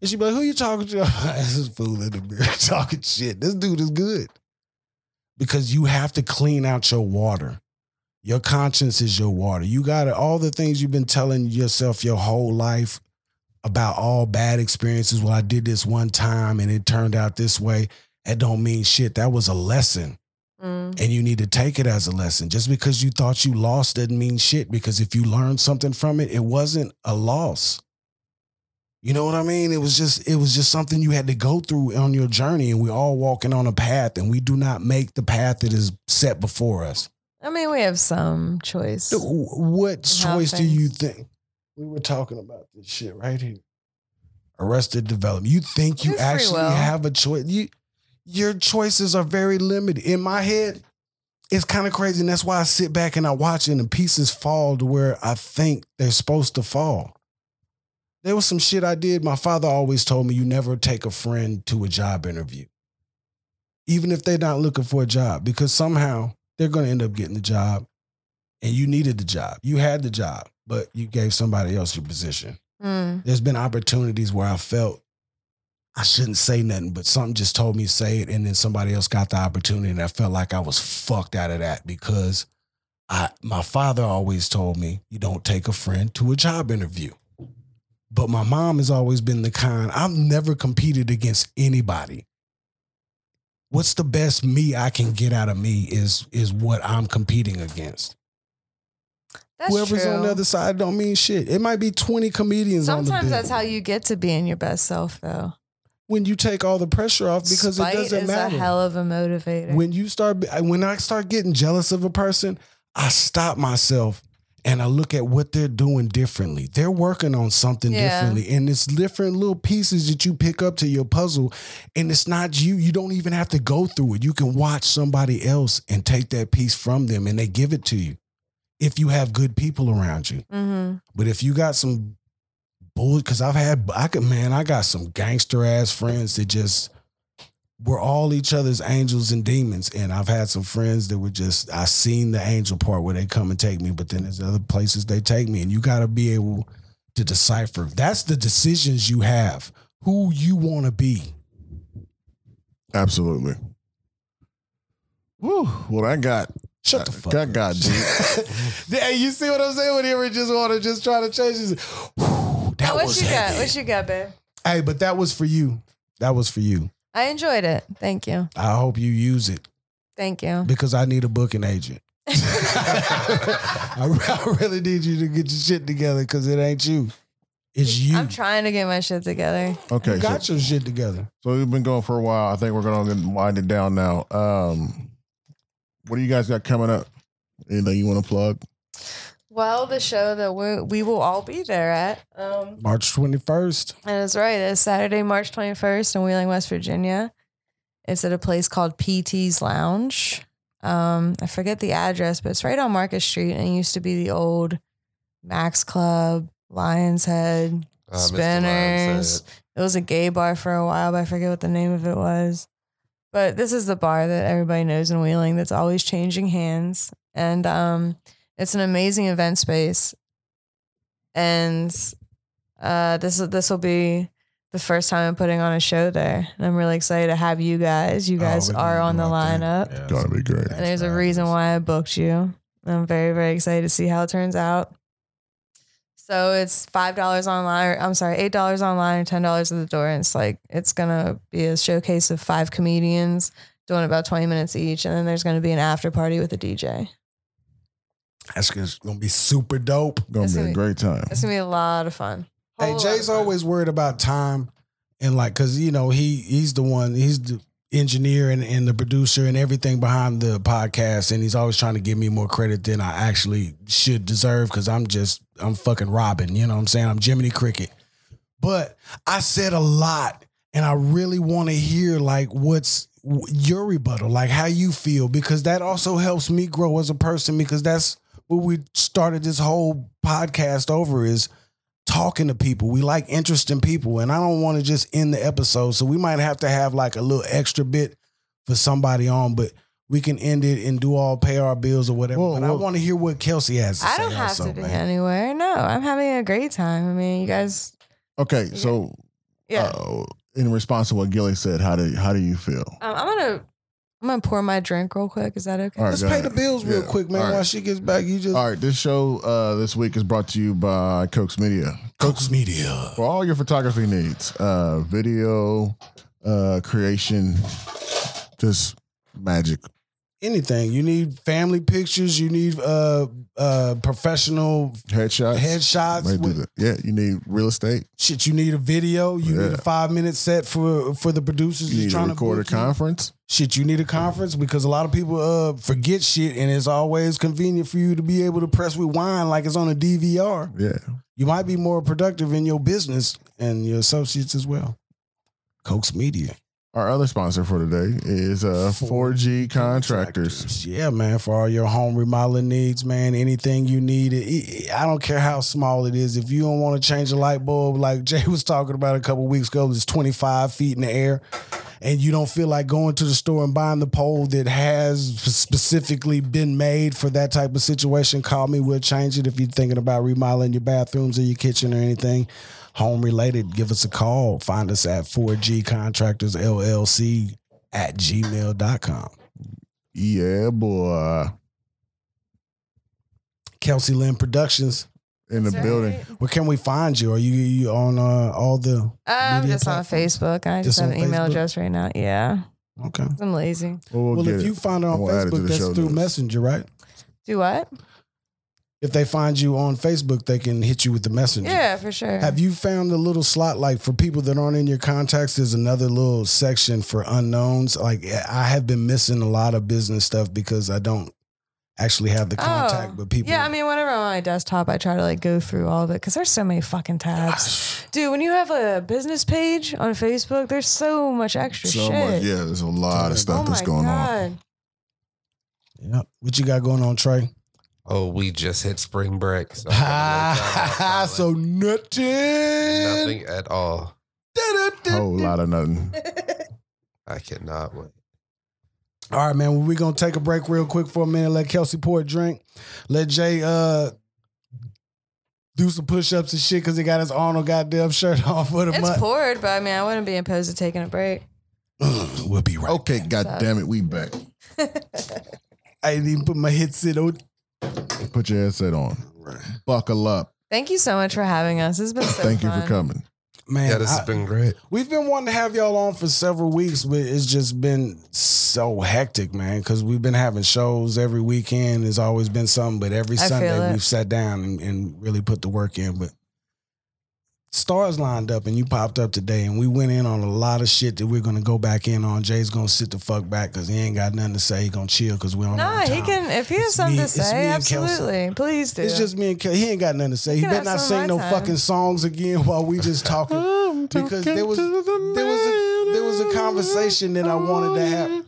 S1: And she be like, who you talking to? this is fool in the mirror talking shit. This dude is good. Because you have to clean out your water. Your conscience is your water. You got to all the things you've been telling yourself your whole life about all bad experiences. Well, I did this one time and it turned out this way. That don't mean shit. That was a lesson.
S4: Mm.
S1: And you need to take it as a lesson. Just because you thought you lost doesn't mean shit because if you learned something from it, it wasn't a loss. You know what I mean? It was just it was just something you had to go through on your journey and we're all walking on a path and we do not make the path that is set before us.
S4: I mean, we have some choice.
S1: Dude, What
S4: how
S1: choice do
S4: things-
S1: you think? We were talking about this shit right here. Arrested development. You think you
S4: Your free
S1: actually
S4: will.
S1: have a choice. You your choices are very limited. In my head, it's kind of crazy. And that's why I sit back and I watch and the pieces fall to where I think they're supposed to fall. There was some shit I did. My father always told me you never take a friend to a job interview. Even if they're not looking for a job, because somehow they're gonna end up getting the job and you needed the job. You had the job, but you gave somebody else your position.
S4: Mm.
S1: There's been opportunities where I felt I shouldn't say nothing, but something just told me say it, and then somebody else got the opportunity, and I felt like I was fucked out of that because I my father always told me you don't take a friend to a job interview. But my mom has always been the kind I've never competed against anybody. What's the best me I can get out of me is is what I'm competing against.
S4: That's
S1: Whoever's
S4: true.
S1: on the other side don't mean shit. It might be 20 comedians on the
S4: Sometimes
S1: bill.
S4: that's how you get to being your best self, though.
S1: when you take all the pressure off because
S4: Spite
S1: it doesn't
S4: is
S1: matter.
S4: a hell of a motivator.
S1: when you start when I start getting jealous of a person, I stop myself and I look at what they're doing differently. They're working on something
S4: Yeah.
S1: differently. And it's different little pieces that you pick up to your puzzle. And it's not you. You don't even have to go through it. You can watch somebody else and take that piece from them and they give it to you if you have good people around you.
S4: mm-hmm.
S1: But if you got some bullet, because I've had, I could, man, I got some gangster ass friends that just were all each other's angels and demons. And I've had some friends that were just, I seen the angel part where they come and take me, but then there's other places they take me. And you got to be able to decipher. That's the decisions you have, who you want to be.
S2: Absolutely. Woo. Well, I got
S1: Shut the fuck
S2: I
S1: up.
S2: got deep.
S1: Hey, you see what I'm saying? When you ever just want to just try to change this. Whew, that
S4: what
S1: was
S4: you got?
S1: heavy.
S4: What you got, babe?
S1: Hey, but that was for you. That was for you.
S4: I enjoyed it. Thank you.
S1: I hope you use it
S4: Thank you.
S1: because I need a booking agent. I, I really need you to get your shit together because it ain't you. It's you.
S4: I'm trying to get my shit together.
S2: Okay.
S1: you
S2: so-
S1: got your shit together.
S2: So we've been going for a while. I think we're gonna wind it down now. Um, what do you guys got coming up? Anything you want to plug?
S4: Well, the show that we, we will all be there at. Um,
S1: March 21st.
S4: That is right. It's Saturday, March 21st in Wheeling, West Virginia. It's at a place called PT's Lounge. Um, I forget the address, but it's right on Market Street and it used to be the old Max Club, Lion's Head.
S3: Uh, Mr. Lion
S4: Spinners.
S3: said,
S4: It was a gay bar for a while, but I forget what the name of it was. But this is the bar that everybody knows in Wheeling that's always changing hands. And um, it's an amazing event space. And uh, this this will be the first time I'm putting on a show there. And I'm really excited to have you guys. You guys
S1: Oh, we
S4: are
S1: gonna
S4: on the
S1: go out there.
S4: lineup.
S1: Yeah.
S2: Gotta be great.
S1: Thanks
S4: And there's
S1: for
S4: a
S1: having
S4: reason
S1: us.
S4: why I booked you. I'm very, very excited to see how it turns out. So it's five dollars online. Or, I'm sorry, eight dollars online and ten dollars at the door. And it's like it's gonna be a showcase of five comedians doing about twenty minutes each, and then there's gonna be an after party with a DJ.
S1: That's going to be super dope.
S2: Gonna
S4: It's
S2: be
S4: gonna-
S2: a great time.
S4: It's gonna be a lot of fun.
S1: Hey,
S4: Whole lot of
S1: Jay's
S4: fun.
S1: always worried about time and like, cause you know, he, he's the one, he's the engineer and, and the producer and everything behind the podcast. And he's always trying to give me more credit than I actually should deserve. Cause I'm just, I'm fucking Robin. You know what I'm saying? I'm Jiminy Cricket, but I said a lot and I really want to hear like what's w- your rebuttal, like how you feel, because that also helps me grow as a person because that's what we started this whole podcast over is talking to people. We like interesting people, and I don't want to just end the episode. So we might have to have like a little extra bit for somebody on, but we can end it and do all pay our bills or whatever.
S2: Well,
S1: but I
S2: well-
S1: want to hear what Kelsey has to
S4: I
S1: say
S4: don't have
S1: also,
S4: to be
S1: man.
S4: anywhere. No, I'm having a great time. I mean, you guys,
S2: Okay, so
S4: yeah.
S2: uh, in response to what Gilly said, how do how do you feel?
S4: Um, I'm gonna, I'm gonna pour my drink real quick. Is that okay?
S2: All right,
S1: Let's
S2: go
S1: pay
S2: ahead.
S1: the bills real
S2: Yeah.
S1: quick, man.
S2: All right.
S1: While she gets back, you just
S2: All right, this show uh, this week is brought to you by Cokes Media.
S1: Cox Media.
S2: for all your photography needs, uh, video uh, creation, just magic.
S1: Anything you need, family pictures. You need uh uh professional
S2: Headshots.
S1: Headshots
S2: They do
S1: with-
S2: that. Yeah, you need real estate.
S1: shit. You need a video. You need
S2: Yeah.
S1: a five minute set for for the producers.
S2: You
S1: that's
S2: need to
S1: trying
S2: record a
S1: book you.
S2: conference.
S1: shit you need a conference because a lot of people uh forget shit and it's always convenient for you to be able to press rewind like it's on a DVR.
S2: Yeah.
S1: You might be more productive in your business and your associates as well. Coax Media.
S2: Our other sponsor for today is uh, 4G Contractors.
S1: Yeah, man, for all your home remodeling needs, man, anything you need. it- it- I don't care how small it is. If you don't want to change a light bulb, like Jay was talking about a couple weeks ago, that's 25 feet in the air, and you don't feel like going to the store and buying the pole that has specifically been made for that type of situation, call me. We'll change it if you're thinking about remodeling your bathrooms or your kitchen or anything. Home related, give us a call. Find us at 4G Contractors LLC at gmail.com.
S2: Yeah, boy.
S1: Kelsey Lynn Productions.
S2: In the
S4: That's
S2: building.
S4: right.
S1: Where can we find you? Are you, you on uh, all the?
S4: I'm
S1: media
S4: Um, just on
S1: platforms?
S4: Facebook. I
S1: Just
S4: just, have
S1: on
S4: an email
S1: Facebook?
S4: address right now. Yeah.
S1: Okay.
S4: 'cause I'm lazy.
S2: Well, we'll
S1: Well,
S2: get
S1: if
S2: it.
S1: you find her on
S2: We'll add it to
S1: Facebook,
S2: the
S1: that's
S2: show
S1: through
S2: notes.
S1: Messenger, right?
S4: Do what?
S1: if they find you on Facebook, they can hit you with the messenger.
S4: Yeah, for sure.
S1: Have you found the little slot like for people that aren't in your contacts? There's another little section for unknowns. Like I have been missing a lot of business stuff because I don't actually have the contact with people.
S4: Oh. Yeah, I mean, whenever I'm on my desktop, I try to like go through all of it because there's so many fucking tabs. Dude, when you have a business page on Facebook, there's so much extra
S2: So
S4: shit.
S2: much. Yeah, there's a lot of stuff
S4: oh
S2: that's
S4: my
S2: going on.
S4: God.
S1: Yep. What you got going on, Trey?
S3: Oh, we just hit spring break. So, I'm having a time
S1: Ha
S3: off,
S1: so
S3: like,
S1: nothing.
S3: nothing at all.
S2: Whole lot of nothing.
S3: I cannot wait.
S1: All right, man. Well, we're gonna take a break real quick for a minute. Let Kelsey pour a drink. Let Jay uh do some push-ups and shit because he got his Arnold goddamn shirt on for the
S4: It's
S1: month.
S4: poured, but I mean, I wouldn't be opposed to taking a break.
S1: we'll be right.
S2: Okay, god damn it, we back.
S1: I didn't even put my headset on.
S2: Put your headset on. Buckle up.
S4: Thank you so much for having us. It's been so
S2: Thank you
S4: fun.
S2: for coming.
S1: Man,
S3: yeah, this
S1: I-
S3: has been great.
S1: We've been wanting to have y'all on for several weeks, but it's just been so hectic, man. Because we've been having shows every weekend. There's always been something, but every
S4: I feel
S1: Sunday
S4: it.
S1: we've sat down and, and really put the work in. But stars lined up, and you popped up today, and we went in on a lot of shit that we're gonna go back in on. Jay's gonna sit the fuck back because he ain't got nothing to say. He gonna chill because we don't.
S4: Nah,
S1: know
S4: he can. If he has
S1: It's
S4: something
S1: me-
S4: to
S1: it's me
S4: say,
S1: and Kelsey.
S4: absolutely, please do.
S1: It's just me and Kelly. He ain't got nothing to say. He,
S4: can
S1: better
S4: have
S1: not
S4: some
S1: sing
S4: of
S1: no
S4: my time.
S1: fucking songs again while we just talking. because there was there was a, there was a conversation that I wanted to have.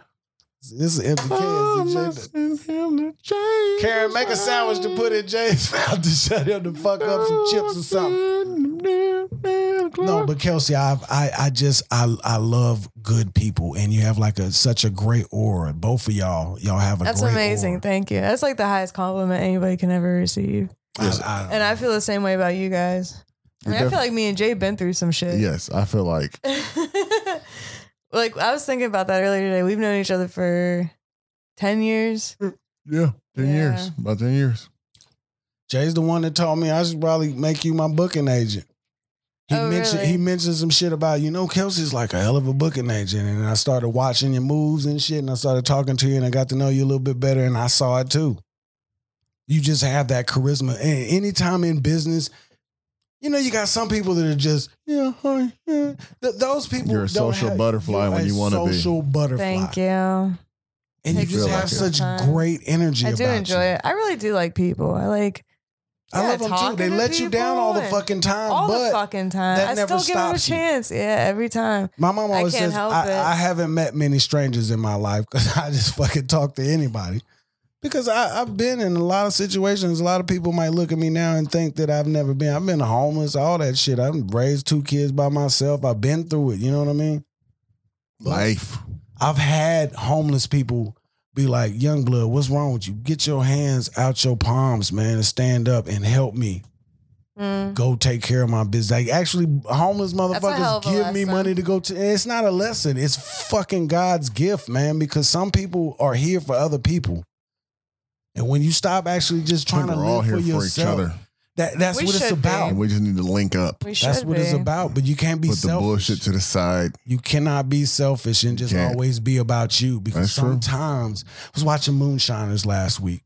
S1: This is empty
S2: Oh,
S1: cans. and Jay- Karen, make a sandwich to put in Jay's mouth to shut him the fuck up. Some chips or something. No, but Kelsey, I I I just I I love good people, and you have like a such a great aura. Both of y'all, y'all have a
S4: that's
S1: great
S4: amazing.
S1: aura.
S4: Thank you. That's like the highest compliment anybody can ever receive.
S1: I, I,
S4: And I feel the same way about you guys. I, mean, I feel like me and Jay been through some shit.
S2: Yes, I feel like
S4: like I was thinking about that earlier today. We've known each other for ten years.
S2: yeah, ten
S4: Yeah.
S2: years, about ten years.
S1: Jay's the one that told me I should probably make you my booking agent. He
S4: Oh,
S1: mentioned
S4: really?
S1: he mentioned some shit about you know Kelsey's like a hell of a booking agent, and I started watching your moves and shit, and I started talking to you, and I got to know you a little bit better, and I saw it too. You just have that charisma, and anytime in business, you know you got some people that are just yeah, hi, yeah. Th- those people.
S2: You're a
S1: don't
S2: social
S1: have-
S2: butterfly
S1: you're
S2: when
S1: a
S2: you wanna be.
S1: Social butterfly.
S4: Thank you.
S1: And you
S4: Takes
S1: just
S2: you
S1: have
S2: so
S1: such
S4: much time.
S1: great energy.
S4: I do
S1: about
S4: enjoy
S1: you.
S4: it. I really do like people. I like
S1: I
S4: Yeah,
S1: love them too.
S4: talking
S1: They
S4: to
S1: let you down
S4: people
S1: all the
S4: and-
S1: fucking time,
S4: all
S1: but
S4: the fucking time.
S1: that
S4: I
S1: never
S4: still give them a
S1: stops you.
S4: chance. Yeah, every time.
S1: My mom
S4: I
S1: always
S4: can't
S1: says
S4: help
S1: I,
S4: it.
S1: I haven't met many strangers in my life because I just fucking talk to anybody. Because I, I've been in a lot of situations. A lot of people might look at me now and think that I've never been. I've been homeless, all that shit. I've raised two kids by myself. I've been through it. You know what I mean? But
S2: Life.
S1: I've had homeless people be like, "Young blood, what's wrong with you? Get your hands out your palms, man, and stand up and help me."
S4: Mm.
S1: go take care of my business. Like actually, homeless
S4: hell
S1: motherfuckers
S4: of a
S1: give me
S4: lesson.
S1: money to go to. and It's not a lesson. It's fucking God's gift, man. Because some people are here for other people, and when you stop actually just
S2: I
S1: trying
S2: think
S1: to
S2: we're all
S1: live
S2: here
S1: for
S2: for each
S1: yourself,
S2: other,
S1: that that's
S4: We
S1: what it's
S4: should be.
S1: about.
S2: and we just need to link up.
S4: We should
S1: That's what
S4: be.
S1: it's about. But you can't be
S2: Put the
S1: selfish.
S2: bullshit to the side.
S1: You cannot be selfish and just
S2: You can't.
S1: always be about you because
S2: That's true.
S1: sometimes I was watching Moonshiners last week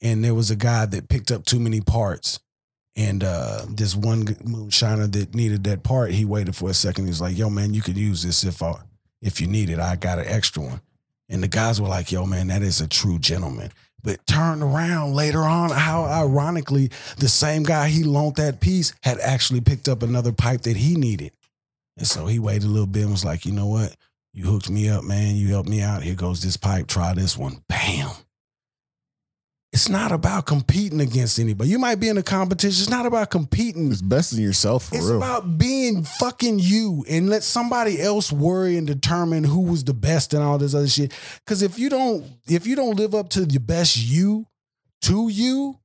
S1: and there was a guy that picked up too many parts. And uh, this one g- moonshiner that needed that part, he waited for a second. He was like, "Yo, man, you could use this if I, if you need it. I got an extra one." And the guys were like, "Yo, man, that is a true gentleman." But turned around later on, how ironically, the same guy he loaned that piece had actually picked up another pipe that he needed. And so he waited a little bit and was like, you know what? You hooked me up, man. You helped me out. Here goes this pipe. Try this one. Bam. It's not about competing against anybody. You might be in a competition. It's not about competing.
S2: It's best in yourself for
S1: it's
S2: real.
S1: about being fucking you and let somebody else worry and determine who was the best and all this other shit. Cause if you don't, if you don't live up to your best you to you,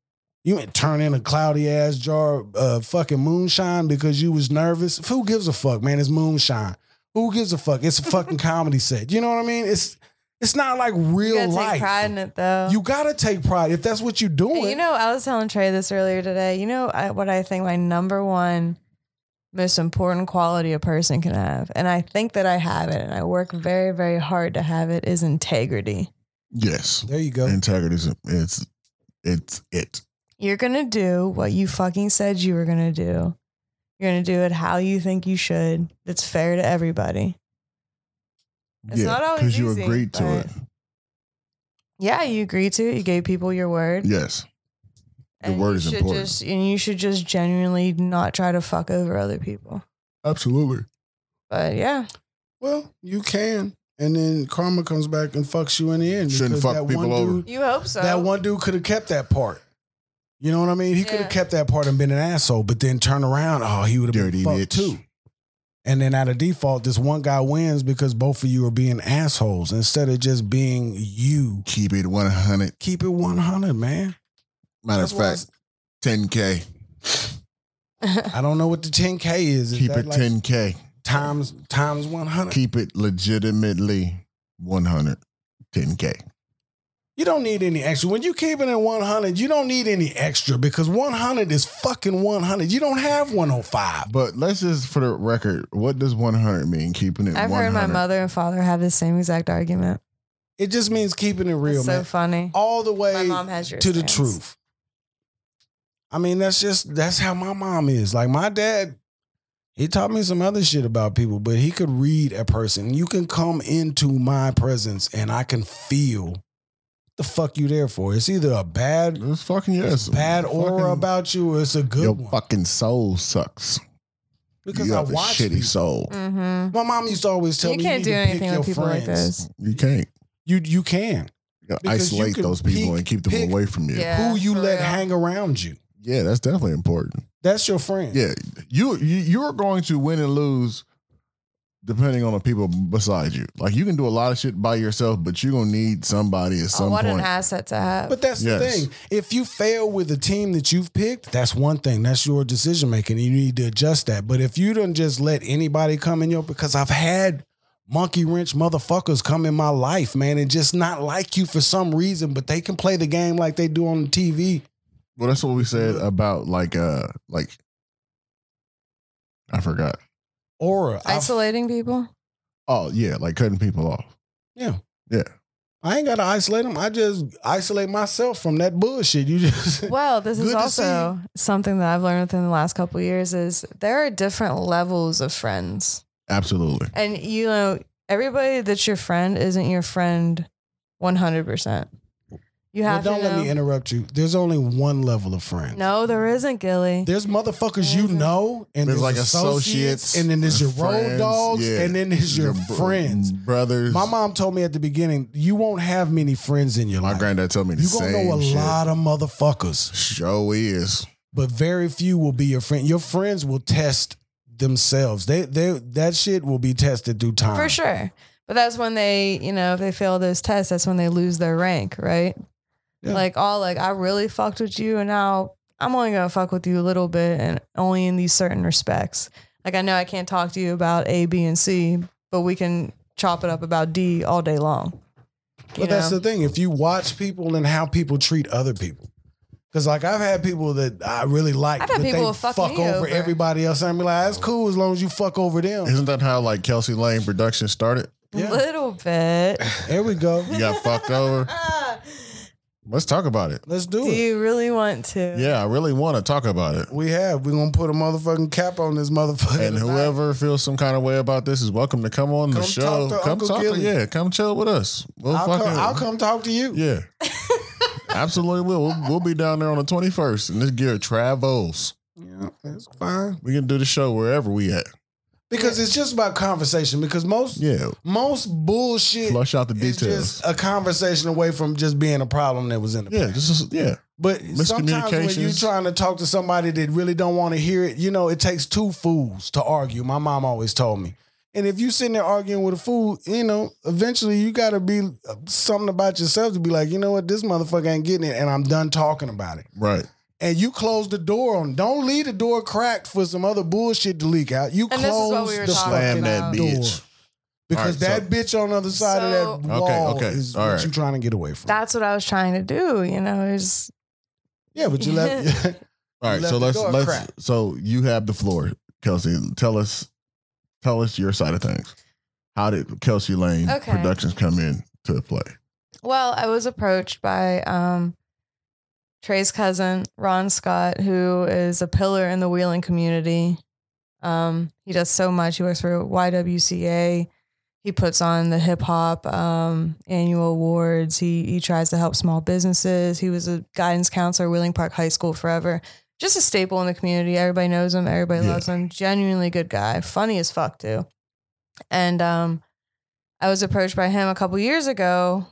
S1: you ain't turn in a cloudy ass jar of uh, fucking moonshine because you was nervous. Who gives a fuck, man? It's moonshine. Who gives a fuck? It's a fucking comedy set. You know what I mean? It's it's not like
S4: You
S1: real
S4: gotta
S1: life.
S4: take pride in it, though.
S1: You gotta take pride if that's what you're doing.
S4: And you know, I was telling Trey this earlier today. You know I, what I think my number one most important quality a person can have, and I think that I have it, and I work very, very hard to have it, is integrity.
S2: yes,
S1: there you go.
S2: integrity. is- It's it's it.
S4: You're going to do what you fucking said you were going to do. You're going to do it how you think you should. That's fair to everybody. It's not always
S2: you
S4: easy,
S2: agreed to
S4: but-
S2: it.
S4: Yeah, you agreed to it. You gave people your word.
S2: Yes. The
S4: And
S2: word
S4: you
S2: is
S4: should
S2: important.
S4: Just, and you should just genuinely not try to fuck over other people.
S2: Absolutely.
S4: But yeah,
S1: Well, you can, and then karma comes back and fucks you in the end.
S2: Shouldn't
S1: because
S2: fuck
S1: that
S2: people
S1: one
S2: over.
S1: dude-
S4: you hope so.
S1: that one dude could have kept that part. You know what I mean? He could
S4: Yeah.
S1: have kept that part and been an asshole, but then turn around, oh, he would have
S2: Dirty
S1: been fucked
S2: bitch.
S1: too. And then out of default, this one guy wins because both of you are being assholes instead of just being you.
S2: Keep it 100.
S1: Keep it one hundred, man.
S2: Matter of
S1: That's why
S2: fact, 10K.
S1: I don't know what the ten k is. Is
S2: Keep
S1: that
S2: it
S1: like
S2: 10K.
S1: times times one hundred.
S2: Keep it legitimately 100. 10K.
S1: You don't need any extra. When you keep it in 100, you don't need any extra because 100 is fucking 100. You don't have 105.
S2: But let's just, for the record, what does 100 mean? Keeping it
S4: I've
S2: 100.
S4: heard my mother and father have the same exact argument.
S1: It just means keeping it real,
S4: it's so
S1: man.
S4: funny.
S1: All the way
S4: My mom has your
S1: to the
S4: stance.
S1: truth. I mean, that's just, that's how my mom is. Like, my dad, he taught me some other shit about people, but he could read a person. You can come into my presence and I can feel what the fuck you there for. It's either a bad,
S2: It's fucking yes.
S1: bad aura
S2: Fucking-
S1: about you or it's a good
S2: Your
S1: one.
S2: fucking soul sucks.
S1: because
S2: you
S1: I
S2: have a
S1: watch
S2: shitty
S1: people.
S2: soul.
S4: Mm-hmm.
S1: My mom used to always tell
S4: You
S1: me
S4: can't
S1: you
S4: do
S1: need to
S4: anything
S1: pick
S4: with
S1: your
S4: people
S1: friends.
S4: like this.
S2: You can't.
S1: You you can
S2: You gotta
S1: Because you
S2: isolate
S1: can
S2: those people
S1: pick-
S2: and keep them
S1: pick-
S2: away from you.
S4: Yeah.
S1: who you
S4: for
S1: let
S4: real.
S1: hang around you.
S2: yeah, that's definitely important.
S1: That's your friend.
S2: Yeah, you you you're going to win and lose depending on the people beside you. Like you can do a lot of shit by yourself, but you're gonna need somebody at
S4: Oh,
S2: some
S4: what an
S2: point.
S4: asset to have.
S1: But that's the
S2: Yes.
S1: thing. If you fail with the team that you've picked, that's one thing. That's your decision making. You need to adjust that. But if you don't just let anybody come in your because I've had monkey wrench motherfuckers come in my life, man, and just not like you for some reason, but they can play the game like they do on the TV.
S2: well, that's what we said about like uh like I forgot.
S1: Aura. I've-
S4: Isolating people.
S2: Oh yeah, like cutting people off.
S1: I ain't gotta isolate them. I just isolate myself from that bullshit. You just
S4: Well, this
S1: Good
S4: is
S1: to
S4: also something that I've learned within the last couple of years is there are different levels of friends.
S2: Absolutely.
S4: And you know, everybody that's your friend isn't your friend 100%. You
S1: Well,
S4: have
S1: don't
S4: to
S1: let
S4: know.
S1: me interrupt you. There's only one level of friend.
S4: no, Mm-hmm. there isn't, Gilly.
S1: There's motherfuckers you know, and
S2: There's
S1: there's
S2: like
S1: associates,
S2: associates,
S1: and then there's your road
S2: friends,
S1: dogs,
S2: yeah. Mm.
S1: and then there's your,
S2: br-
S1: friends.
S2: brothers.
S1: My mom told me at the beginning, you won't have many friends in your
S2: my
S1: life.
S2: granddad told me the
S1: You're
S2: same
S1: gonna know a
S2: shit.
S1: lot of motherfuckers,
S2: Show is
S1: but very few will be your friend. Your friends will test themselves. They they that shit will be tested through time.
S4: For sure. But that's when they, you know, if they fail those tests, that's when they lose their rank, right?
S1: Yeah.
S4: Like all like I really fucked with you and now I'm only gonna fuck with you a little bit and only in these certain respects. Like I know I can't talk to you about A, B, and C, but we can chop it up about D all day long. You
S1: But that's
S4: know?
S1: the thing. If you watch people and how people treat other people, because like I've had people that I really like,
S4: I've had
S1: but
S4: people
S1: they
S4: who fuck me
S1: over,
S4: over.
S1: everybody else. I'm like, that's cool as long as you fuck over them.
S2: Isn't that how like Kelsey Lane production started?
S1: Yeah,
S4: little bit.
S1: there we go.
S2: You got fucked over.
S4: Ah,
S2: Let's talk about it.
S1: Let's do
S4: Do
S1: it.
S4: you really want to?
S2: Yeah, I really want to talk about it.
S1: We have. We're gonna put a motherfucking cap on this motherfucker.
S2: And whoever feels some kind of way about this is welcome to come on the
S1: Come talk
S2: show.
S1: to
S2: come
S1: Uncle
S2: talk.
S1: Gilly.
S2: Yeah, come chill with us. We'll
S1: I'll
S2: fucking,
S1: come, I'll come talk to you.
S2: Yeah, absolutely. Will we'll, we'll be down there on the twenty first, and this gear travels.
S1: Yeah, that's fine.
S2: We can do the show wherever we at.
S1: Because it's just about conversation. Because most
S2: Yeah,
S1: most bullshit
S2: flush out the
S1: is just
S2: details.
S1: a conversation away from just being a problem that was in the
S2: Yeah, just yeah.
S1: But sometimes when you're
S2: Miscommunications.
S1: trying to talk to somebody that really don't want to hear it, you know, it takes two fools to argue. My mom always told me. And if you sitting there arguing with a fool, you know, eventually you got to be uh, something about yourself to be like, you know what, this motherfucker ain't getting it, and I'm done talking about it.
S2: Right.
S1: And you close the door on. Don't leave the door cracked for some other bullshit to leak out. You
S4: And this is
S1: close
S4: what we were
S1: the
S4: talking
S1: fucking
S2: Slam that
S4: about-
S1: door
S2: bitch.
S1: because
S2: All right,
S1: that bitch on the other side of that
S2: So- Okay,
S1: wall
S2: okay,
S1: is
S2: all
S1: what
S2: right.
S1: you trying to get away from.
S4: That's what I was trying to do, you know, is
S1: yeah, but you left.
S2: All right.
S1: Left
S2: So
S1: the
S2: let's
S1: door
S2: let's.
S1: cracked.
S2: So you have the floor, Kelsey. Tell us, tell us your side of things. How did Kelsey Lane
S4: Okay.
S2: Productions come in to play?
S4: Well, I was approached by um Trey's cousin, Ron Scott, who is a pillar in the wheeling community. Um, he does so much. He works for YWCA. He puts on the hip hop um, annual awards. He he tries to help small businesses. He was a guidance counselor at Wheeling Park High School forever. Just a staple in the community. Everybody knows him. Everybody
S2: Yeah.
S4: loves him. Genuinely good guy. Funny as fuck too. And um, I was approached by him a couple years ago,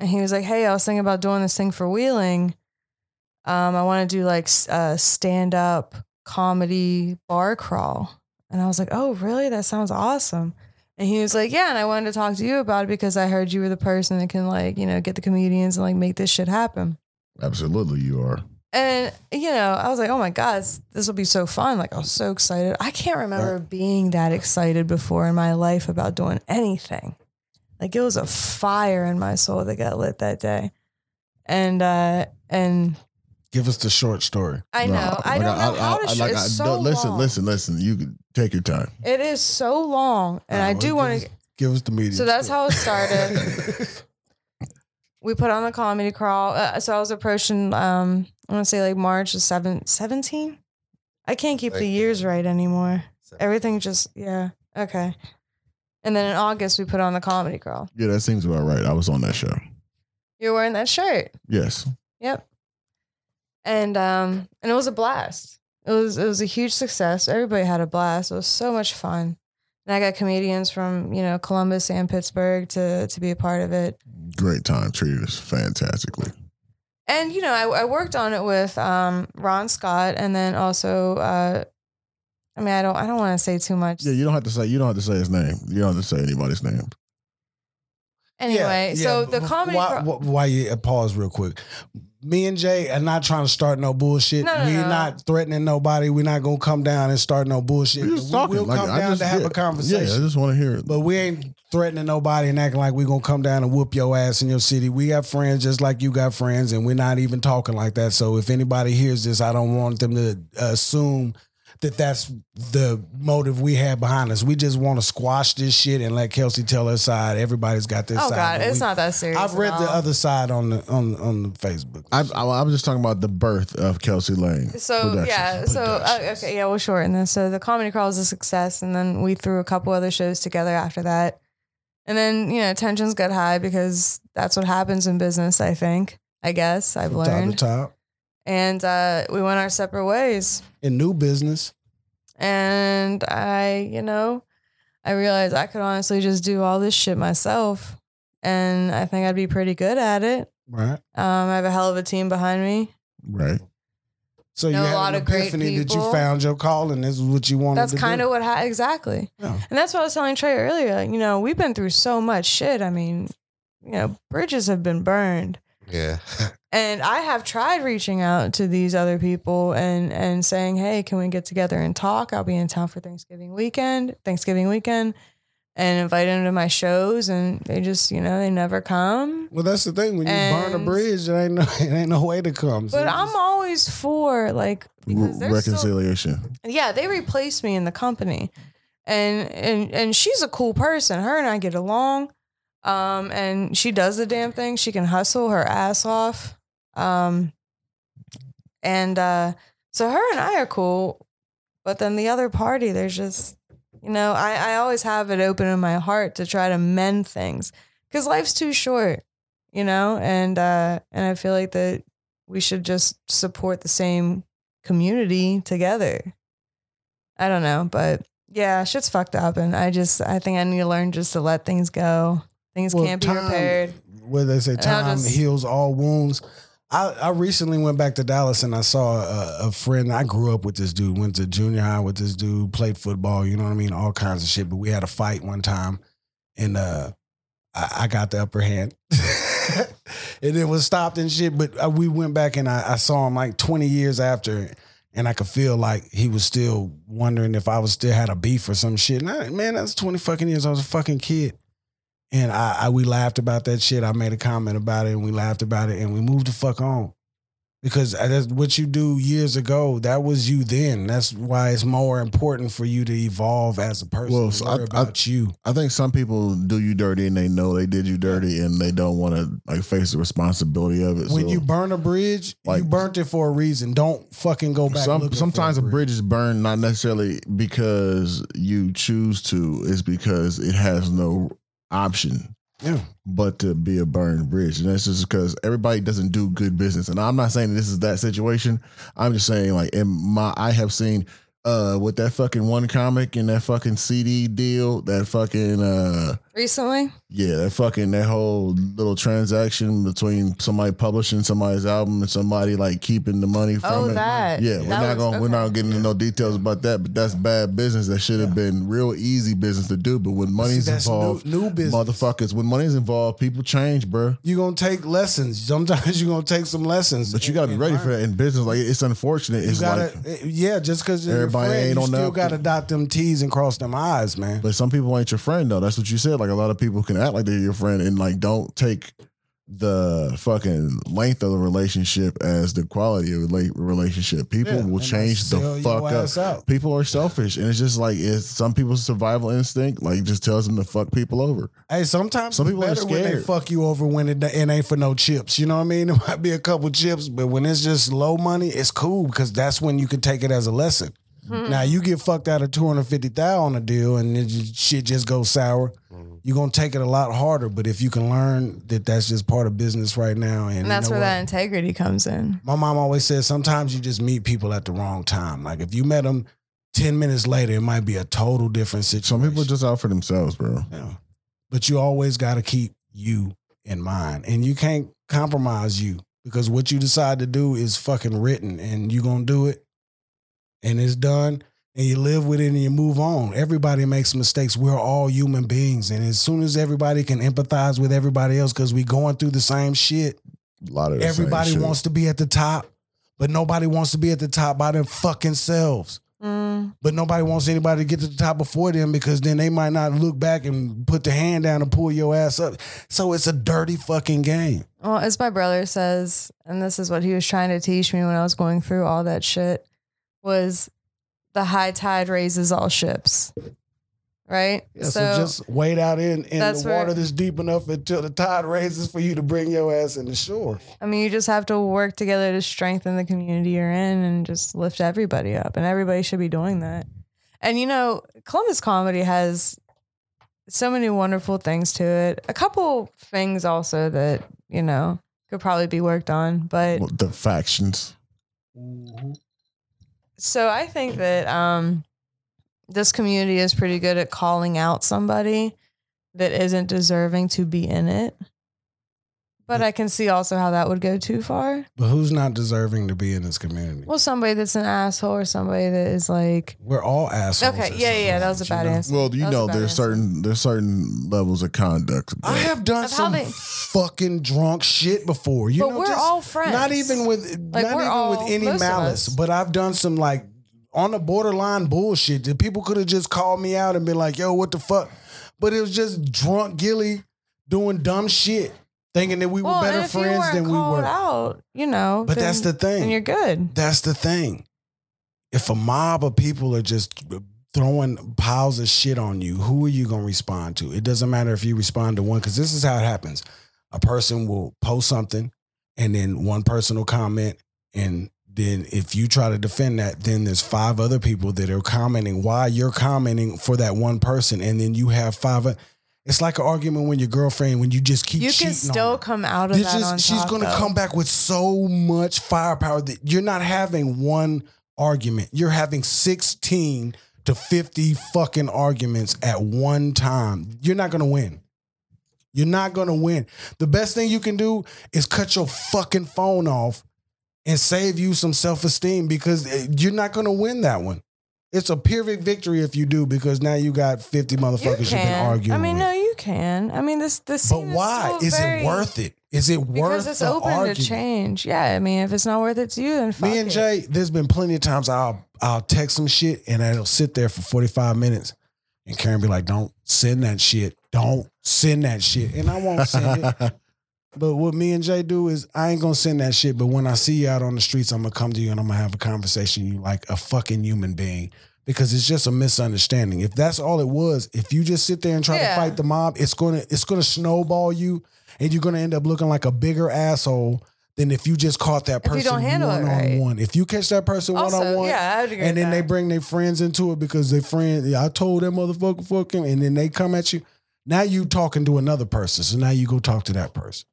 S4: and he was like, "Hey, I was thinking about doing this thing for Wheeling. Um, I want to do like s- a stand up comedy bar crawl." And I was like, "Oh, really? That sounds awesome." And he was like, "Yeah, and I wanted to talk to you about it because I heard you were the person that can like you know get the comedians and like make this shit happen."
S2: Absolutely, you are.
S4: And you know, I was like, "Oh my god, this- this will be so fun!" Like, I was so excited. I can't remember being that excited before in my life about doing anything. Like, it was a fire in my soul that got lit that day. And uh and
S1: Give us the short story.
S4: I know I
S2: like,
S4: don't know how to.
S2: I-
S4: sh-
S2: like,
S4: it's
S2: I-
S4: so
S2: no, listen,
S4: long.
S2: listen, listen. You can take your time.
S4: It is so long, and I
S1: Nah,
S4: do
S1: give
S4: want
S1: us-
S4: to.
S1: give us the media.
S4: So that's how it started. we put on the comedy crawl. Uh, so I was approaching, um, I want to say like March the 7th, 17? I can't keep the
S3: Thank you.
S4: years right anymore.
S3: So-
S4: Everything just, yeah. Okay. And then in August, we put on the comedy crawl.
S2: Yeah, that seems about right. I was on that show.
S4: You're wearing that shirt.
S2: Yes.
S4: Yep. And, um, and it was a blast. It was, it was a huge success. Everybody had a blast. It was so much fun. And I got comedians from, you know, Columbus and Pittsburgh to, to be a part of it.
S2: Great time. Treated us fantastically.
S4: and you know, I, I worked on it with um, Ron Scott, and then also, uh, I mean, I don't, I don't want to say too much.
S2: Yeah, you don't have to say you don't have to say his name. You don't have to say anybody's name.
S4: anyway,
S1: Yeah,
S4: so
S1: yeah,
S4: the
S1: but
S4: comedy.
S1: Why,
S4: cro-
S1: why, why you uh, pause real quick? Me and Jay are not trying to start no bullshit.
S4: No, no,
S1: We're
S4: no.
S1: not threatening nobody. We're not gonna come down and start no bullshit.
S2: We're just talking.
S1: will
S2: like,
S1: come
S2: I
S1: down
S2: just-
S1: to have
S2: yeah.
S1: a conversation.
S2: Yeah, I just want to hear it.
S1: But we ain't threatening nobody and acting like we're gonna come down and whoop your ass in your city. We got friends just like you got friends, and we're not even talking like that. So if anybody hears this, I don't want them to assume that that's the motive we had behind us. We just want to squash this shit and let Kelsey tell her side. Everybody's got this
S4: oh
S1: side.
S4: God,
S1: but
S4: it's
S1: we-
S4: not that serious.
S1: I've
S4: at
S1: read the
S4: all.
S1: other side on the on on the Facebook.
S2: I, I, I'm just talking about the birth of Kelsey Lane.
S4: So
S2: Productions.
S4: yeah, so uh,
S2: Productions.
S4: okay, yeah, we'll shorten this. So the comedy crawl is a success, and then we threw a couple other shows together after that, and then you know tensions got high because that's what happens in business. I think, I guess, I've
S1: from top to
S4: learned,
S1: top
S4: and uh, we went our separate ways.
S1: in new business.
S4: And I, you know, I realized I could honestly just do all this shit myself. And I think I'd be pretty good at it.
S1: Right.
S4: Um, I have a hell of a team behind me.
S2: Right.
S1: So
S4: Know
S1: you
S4: a
S1: had
S4: lot
S1: an
S4: of great
S1: epiphany that you
S4: people.
S1: found your calling. This is what you wanted.
S4: That's
S1: to
S4: kind
S1: do.
S4: of what happened. Exactly.
S1: Yeah.
S4: And that's what I was telling Trey earlier. Like, You know, we've been through so much shit. I mean, you know, bridges have been burned.
S3: yeah.
S4: and I have tried reaching out to these other people and and saying, "Hey, can we get together and talk? I'll be in town for Thanksgiving weekend, Thanksgiving weekend, and invite them to my shows." And they just, you know, they never come.
S1: Well, that's the thing. When you burn a
S4: And-
S1: bridge, there ain't no, it ain't no way to come. So
S4: But
S1: you
S4: I'm
S1: just-
S4: always for like because
S2: Re-
S4: they're still,
S2: reconciliation.
S4: yeah, they replaced me in the company, and and and she's a cool person. Her and I get along, um, and she does the damn thing. She can hustle her ass off, um, and uh, so her and I are cool. But then the other party, there's just, you know, I I always have it open in my heart to try to mend things because life's too short, you know, and uh, and I feel like that we should just support the same community together. I don't know, but yeah, shit's fucked up, and I just I think I need to learn just to let things go. Things
S1: Well,
S4: can't be
S1: time-
S4: repaired.
S1: Where they say
S4: And I'll
S1: time
S4: just-
S1: heals all wounds. I, I recently went back to Dallas and I saw a, a friend. I grew up with this dude, went to junior high with this dude, played football, you know what I mean? All kinds of shit. But we had a fight one time and uh, I, I got the upper hand. and it was stopped and shit. But uh, we went back and I, I saw him like 20 years after and I could feel like he was still wondering if I was still had a beef or some shit. And I, man, that's 20 fucking years. I was a fucking kid. And I, I we laughed about that shit. I made a comment about it and we laughed about it and we moved the fuck on. The because I- that's what you do years ago. That was you then. That's why it's more important for you to evolve as a person.
S2: Well,
S1: Well,
S2: so I- I-
S1: about you.
S2: I think some people do you dirty and they know they did you dirty and they don't want to like face the responsibility of it.
S1: When
S2: so
S1: you burn a bridge, you
S2: like-
S1: burnt it for a reason. Don't fucking go back.
S2: some,
S1: looking for
S2: sometimes a bridge is burned not necessarily because you choose to, it's because it has no option.
S1: Yeah.
S2: but to be a burned bridge. And that's just because everybody doesn't do good business. And I'm not saying this is that situation. I'm just saying like in my I have seen uh with that fucking one comic and that fucking CD deal, that fucking uh
S4: Recently,
S2: yeah, that fucking that whole little transaction between somebody publishing somebody's album and somebody like keeping the money from
S4: oh
S2: it.
S4: that
S2: Yeah, we're
S4: That
S2: not
S4: was-
S2: going. to We're
S4: okay.
S2: not getting into no details about that, but that's bad business. That should have been real easy business to do. But when
S1: See,
S2: money's
S1: that's
S2: involved,
S1: new, new business.
S2: motherfuckers, when money's involved, people change, bruh.
S1: You're gonna take lessons. Sometimes you're gonna take some lessons.
S2: But you got to be ready for that in business. Like it's unfortunate.
S1: You
S2: It's
S1: gotta, eh,
S2: like,
S1: yeah. Just because
S2: Everybody
S1: everybody friend,
S2: ain't
S1: you
S2: on
S1: still
S2: that-
S1: gotta dot them T's and cross them I's, man.
S2: but some people ain't your friend though. That's what you said. Like a lot of people can act like they're your friend and like don't take the fucking length of the relationship as the quality of the rela- relationship. People
S1: Yeah,
S2: will
S1: and
S2: change
S1: sell
S2: the
S1: your
S2: fuck up.
S1: ass out.
S2: People are selfish, and it's just like it's some people's survival instinct. Like just tells them to fuck people over.
S1: Hey, sometimes
S2: Some
S1: it's
S2: people are
S1: better when they
S2: scared.
S1: fuck you over when it, it ain't for no chips. You know what I mean? It might be a couple chips, but when it's just low money, it's cool because that's when you can take it as a lesson.
S4: Hmm.
S1: Now you get fucked out of two hundred fifty thousand on a deal, and it just, shit just goes sour.
S2: Mm-hmm.
S1: You're gonna take it a lot harder, but if you can learn that that's just part of business right now, and,
S4: and
S1: you
S4: that's
S1: know
S4: where
S1: what?
S4: that integrity comes in.
S1: My mom always says sometimes you just meet people at the wrong time. Like if you met them ten minutes later, it might be a total different situation.
S2: Some people just out for themselves, bro.
S1: Yeah. But you always got to keep you in mind and you can't compromise you because what you decide to do is fucking written and you're going to do it and it's done and you live with it and you move on. Everybody makes mistakes. We're all human beings. And as soon as everybody can empathize with everybody else because we going through the same shit,
S2: A lot of the same
S1: everybody
S2: shit.
S1: wants to be at the top, but nobody wants to be at the top by their fucking selves
S4: Mm,
S1: but nobody wants anybody to get to the top before them because then they might not look back and put the hand down and pull your ass up. So it's a dirty fucking game.
S4: well, as my brother says, and this is what he was trying to teach me when I was going through all that shit, was the high tide raises all ships, right?
S1: so, just wait out in, in
S4: That's
S1: the
S4: where-
S1: water that's deep enough until the tide raises for you to bring your ass in the shore.
S4: I mean, you just have to work together to strengthen the community you're in and just lift everybody up. And everybody should be doing that. And, you know, Columbus comedy has so many wonderful things to it. A couple things also that, you know, could probably be worked on. But
S2: Well, the factions.
S4: so I think that um, this community is pretty good at calling out somebody that isn't deserving to be in it. But I can see also how that would go too far.
S1: But who's not deserving to be in this community?
S4: Well, somebody that's an asshole or somebody that is like,
S1: We're all assholes.
S4: okay,
S1: at
S4: yeah,
S1: some
S4: yeah, that
S1: point,
S4: was a
S1: you
S4: bad
S1: know?
S4: answer.
S2: Well, you
S4: That was a
S2: know,
S4: bad
S2: there's
S4: answer.
S2: certain there's certain levels of conduct.
S1: I
S2: but-
S1: have done
S4: Of how
S1: some
S4: they-
S1: fucking drunk shit before. You
S4: But
S1: know,
S4: we're
S1: just-
S4: all friends.
S1: Not even with
S4: Like,
S1: not
S4: we're
S1: even
S4: all-
S1: with any
S4: most of
S1: malice,
S4: us.
S1: but I've done some like on the borderline bullshit that people could have just called me out and been like, "Yo, what the fuck?" But it was just drunk Gilly doing dumb shit, thinking that we
S4: well,
S1: were
S4: and
S1: better
S4: if you
S1: friends
S4: weren't
S1: than we
S4: called
S1: were.
S4: Out, you know,
S1: But that's the
S4: then- Then you're
S1: thing.
S4: good.
S1: That's the thing. If a mob of people are just throwing piles of shit on you, who are you going to respond to? It doesn't matter if you respond to one, because this is how it happens. A person will post something, and then one person will comment, and then if you try to defend that, then there's five other people that are commenting why you're commenting for that one person, and then you have five. o- It's like an argument when your girlfriend when you just keep
S4: You
S1: cheating
S4: can
S1: on
S4: still
S1: her.
S4: come out of
S1: This
S4: that
S1: is-
S4: on
S1: she's
S4: top,
S1: going to
S4: though.
S1: come back with so much firepower that you're not having one argument. You're having 16 to 50 fucking arguments at one time. You're not going to win. You're not going to win. The best thing you can do is cut your fucking phone off and save you some self esteem because eh, you're not going to win that one. It's a pyrrhic victory if you do because now you got 50
S4: You
S1: motherfuckers you can
S4: can.
S1: argue
S4: I mean,
S1: with.
S4: no, you can. I mean, this this.
S1: but
S4: scene
S1: why?
S4: Is,
S1: Is
S4: still very-
S1: it worth it? Is it worth
S4: Because it's
S1: the
S4: open
S1: argument?
S4: to change. Yeah, I mean, if it's not worth it to you, then fuck
S1: Me and
S4: it.
S1: Jay, there's been plenty of times I'll I'll text some shit and it'll sit there for 45 minutes. And Karen be like, don't send that shit. Don't send that shit. And I won't send it. But what me and Jay do is I ain't gonna send that shit. But when I see you out on the streets, I'm gonna come to you and I'm gonna have a conversation with you like a fucking human being. Because it's just a misunderstanding. If that's all it was, if you just sit there and try
S4: Yeah.
S1: to fight the mob, it's gonna it's gonna snowball you and you're gonna end up looking like a bigger asshole than if you just caught that
S4: If you
S1: person
S4: don't handle it
S1: one on one. If you catch that person one on
S4: Also,
S1: one
S4: yeah, I would agree.
S1: and
S4: with
S1: then they
S4: that.
S1: bring their friends into it because their friend, yeah, I told that motherfucker fuck him, and then they come at you. Now you talking to another person, so now you go talk to that person.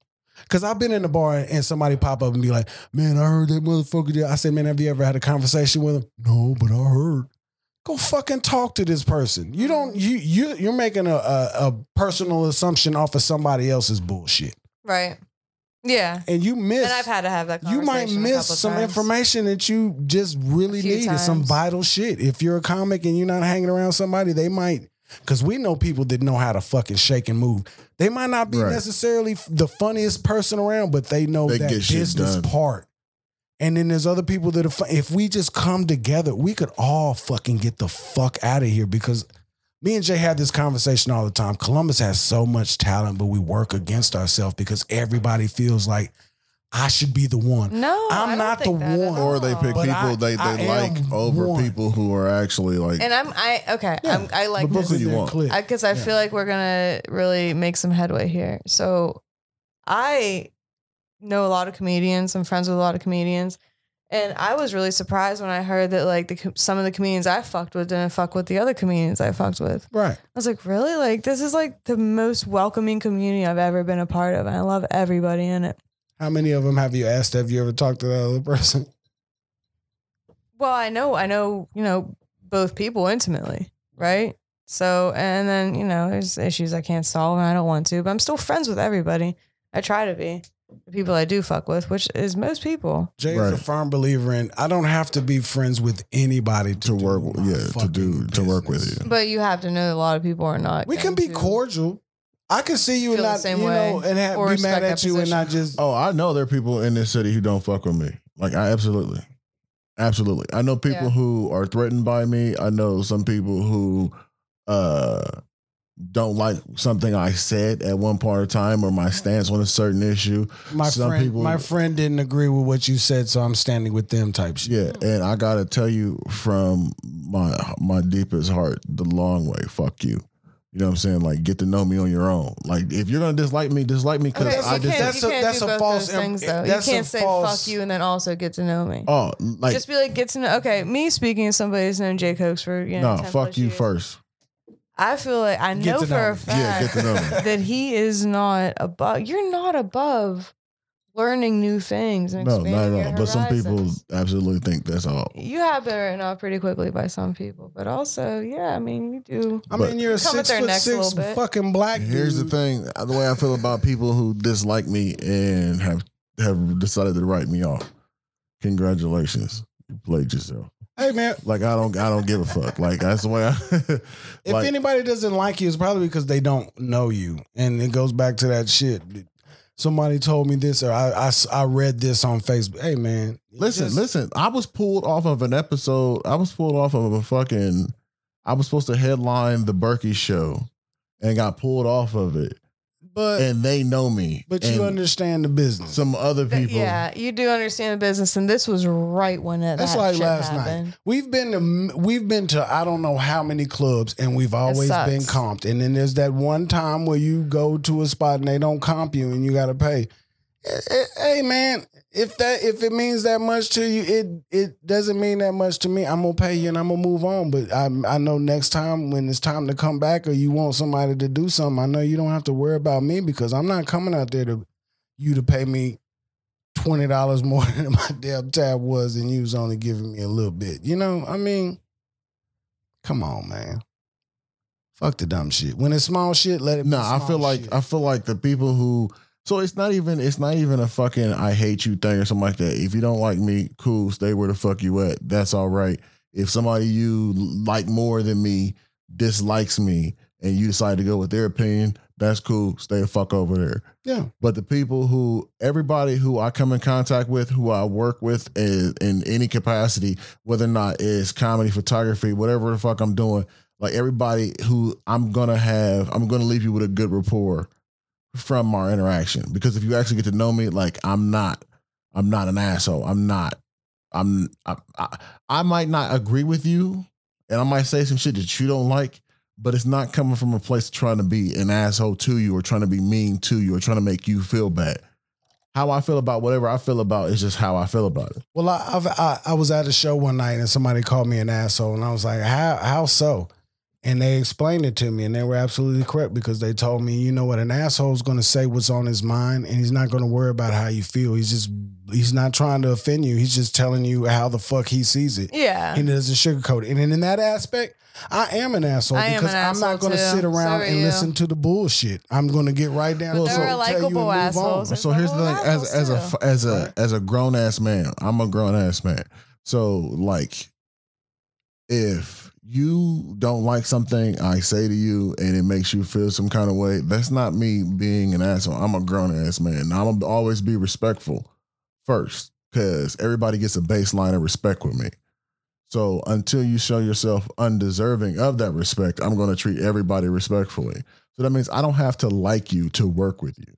S1: Cause I've been in the bar and somebody pop up and be like, "Man, I heard that motherfucker." Did. I said, "Man, have you ever had a conversation with him?" No, but I heard. Go fucking talk to this person. You don't. You you you're making a a, a personal assumption off of somebody else's bullshit,
S4: right. Yeah,
S1: and you miss.
S4: and I've had to have that.
S1: You
S4: Conversation
S1: might
S4: a
S1: miss
S4: couple
S1: some
S4: times.
S1: information that you just really
S4: A few
S1: need. It's some
S4: times.
S1: vital shit. If you're a comic and you're not hanging around somebody, they might. Because we know people that know how to fucking shake and move. They might not be
S2: Right.
S1: necessarily f- the funniest person around, but they know
S2: They
S1: that
S2: get shit
S1: business
S2: done.
S1: part. And then there's other people that are. fu- If we just come together, we could all fucking get the fuck out of here. Because me and Jay have this conversation all the time. Columbus has so much talent, but we work against ourselves because everybody feels like I should be the one.
S4: No,
S1: I'm
S4: I don't
S1: not the
S4: think that at
S1: one.
S2: Or they pick
S1: But
S2: people
S1: I-
S2: they, they
S1: I am
S2: like over
S1: one.
S2: people who are actually like
S4: And I'm I okay.
S1: Yeah,
S4: I'm, I like
S2: but
S4: this
S2: both of you want.
S1: Click.
S4: because I,
S1: Yeah.
S4: feel like we're gonna really make some headway here. So I know a lot of comedians. I'm friends with a lot of comedians, and I was really surprised when I heard that like the co- some of the comedians I fucked with didn't fuck with the other comedians I fucked with.
S1: Right.
S4: I was like, really? Like this is like the most welcoming community I've ever been a part of, and I love everybody in it.
S1: How many of them have you asked? Have you ever talked to that other person?
S4: Well, I know, I know, you know, both people intimately, right? So, and then, you know, there's issues I can't solve and I don't want to, but I'm still friends with everybody. I try to be the people I do fuck with, which is most people.
S1: Jay is a
S2: Right.
S1: firm believer in I don't have to be friends with anybody to,
S2: to work
S1: do my
S2: yeah to do
S1: fucking
S2: to work with
S1: business.
S2: you.
S4: But you have to know that a lot of people are not.
S1: We can
S4: going
S1: be
S4: to-
S1: cordial. I can see you and
S4: Feel the
S1: not
S4: same
S1: you know
S4: way
S1: and have,
S4: or
S1: be
S4: respect
S1: mad
S4: that
S1: at you and
S4: position.
S1: not just
S2: Oh, I know there are people in this city who don't fuck with me. Like I absolutely, absolutely. I know people
S4: Yeah.
S2: who are threatened by me. I know some people who uh don't like something I said at one part of time or
S4: Mm-hmm.
S2: my stance on a certain issue.
S1: my
S2: Some
S1: friend
S2: people-
S1: my friend didn't agree with what you said, so I'm standing with them type shit.
S2: Yeah,
S4: Mm-hmm.
S2: and I gotta tell you from my my deepest heart, the long way. Fuck you. You know what I'm saying? Like, get to know me on your own. Like, if you're gonna dislike me, dislike me because
S4: Okay, so
S2: I
S4: you can't,
S2: just
S1: that's
S4: you
S1: a-
S4: can't
S1: that's
S4: do
S1: a
S4: both
S1: false
S4: those
S1: im-
S4: things, though. You
S1: that's a
S4: can't say
S1: false-
S4: fuck you and then also get to know me.
S2: oh like
S4: Just be like, get to know. Okay, me speaking to somebody who's known Jay Cokes for, you know,
S2: no, fuck
S4: 10 plus
S2: you
S4: years,
S2: first.
S4: I feel like I
S1: Get
S4: know
S1: to
S4: for
S1: know
S4: a
S1: me.
S4: fact.
S2: Yeah, get to know me.
S4: that he is not above. You're not above learning new things and
S2: No,
S4: expanding
S2: not at
S4: your
S2: all. But some people
S4: horizons.
S2: absolutely think that's all.
S4: You have been written off pretty quickly by some people, but also, yeah, I mean, you do.
S1: I
S2: But-
S1: mean you're a
S4: Come at
S1: six
S4: their
S1: foot
S4: necks a
S1: six
S4: little bit.
S1: fucking black
S2: Here's the
S1: dude.
S2: thing: uh, the way I feel about people who dislike me and have have decided to write me off. Congratulations, you played yourself.
S1: Hey man,
S2: Like I don't, I don't give a fuck. Like that's the way I.
S1: If
S2: like,
S1: anybody doesn't like you, it's probably because they don't know you, and it goes back to that shit. Somebody told me this, or I I s- I read this on Facebook. Hey man, you
S2: listen,
S1: just-
S2: listen. I was pulled off of an episode. I was pulled off of a fucking. I was supposed to headline the Berkey show, and got pulled off of it.
S1: but
S2: And they know me.
S1: Uh, but
S2: and
S1: you understand the business.
S2: some other
S4: Th-
S2: people.
S4: yeah, you do understand the business, and this was right when it,
S1: That's
S4: that
S1: like
S4: shit
S1: last
S4: happened.
S1: night. We've been to m- we've been to I don't know how many clubs, and we've always
S4: sucks.
S1: been comped. And then there's that one time where you go to a spot and they don't comp you, and you got to pay. Eh, eh, Hey man, if that if it means that much to you, it it doesn't mean that much to me. I'm gonna pay you and I'm gonna move on. But I I know next time when it's time to come back or you want somebody to do something, I know you don't have to worry about me because I'm not coming out there to you to pay me twenty dollars more than my damn tab was, and you was only giving me a little bit. You know, I mean, come on, man. Fuck the dumb shit. When it's small shit, let it.
S2: No,
S1: be
S2: I
S1: small
S2: feel like
S1: shit.
S2: I feel like the people who so it's not even it's not even a fucking I hate you thing or something like that. If you don't like me, cool, stay where the fuck you at. That's all right. If somebody you like more than me dislikes me and you decide to go with their opinion, that's cool. Stay the fuck over there.
S1: yeah,
S2: But the people who everybody who I come in contact with, who I work with is, in any capacity, whether or not it's comedy, photography, whatever the fuck I'm doing, like everybody who I'm gonna have, I'm gonna leave you with a good rapport from our interaction because if you actually get to know me, like I'm not, I'm not an asshole. I'm not. I'm. I, I, I might not agree with you, and I might say some shit that you don't like, but it's not coming from a place of trying to be an asshole to you or trying to be mean to you or trying to make you feel bad. How I feel about whatever I feel about is just how I feel about it.
S1: Well, I, I've, I I was at a show one night and somebody called me an asshole, and I was like, "How how so?" And they explained it to me, and they were absolutely correct because they told me, you know what, an asshole's going to say what's on his mind, and he's not going to worry about how you feel. He's just he's not trying to offend you. He's just telling you how the fuck he sees it.
S4: Yeah.
S1: and it doesn't sugarcoat it. And in that aspect, I am an asshole
S4: I am
S1: because
S4: an
S1: I'm
S4: asshole
S1: not going to
S4: too.
S1: sit around
S4: So are
S1: and
S4: you.
S1: listen to the bullshit. I'm going to get right down
S2: Well,
S1: to
S2: so-
S1: it,
S4: There are
S1: tell you and
S4: likable
S1: move on.
S4: assholes.
S2: So here's the thing:
S4: Apples
S2: as as a
S4: too.
S2: f- as a as a grown ass man, I'm a grown ass man. So like, if you don't like something I say to you and it makes you feel some kind of way, that's not me being an asshole. I'm a grown ass man. I'm gonna always be respectful first because everybody gets a baseline of respect with me. So until you show yourself undeserving of that respect, I'm going to treat everybody respectfully. So that means I don't have to like you to work with you.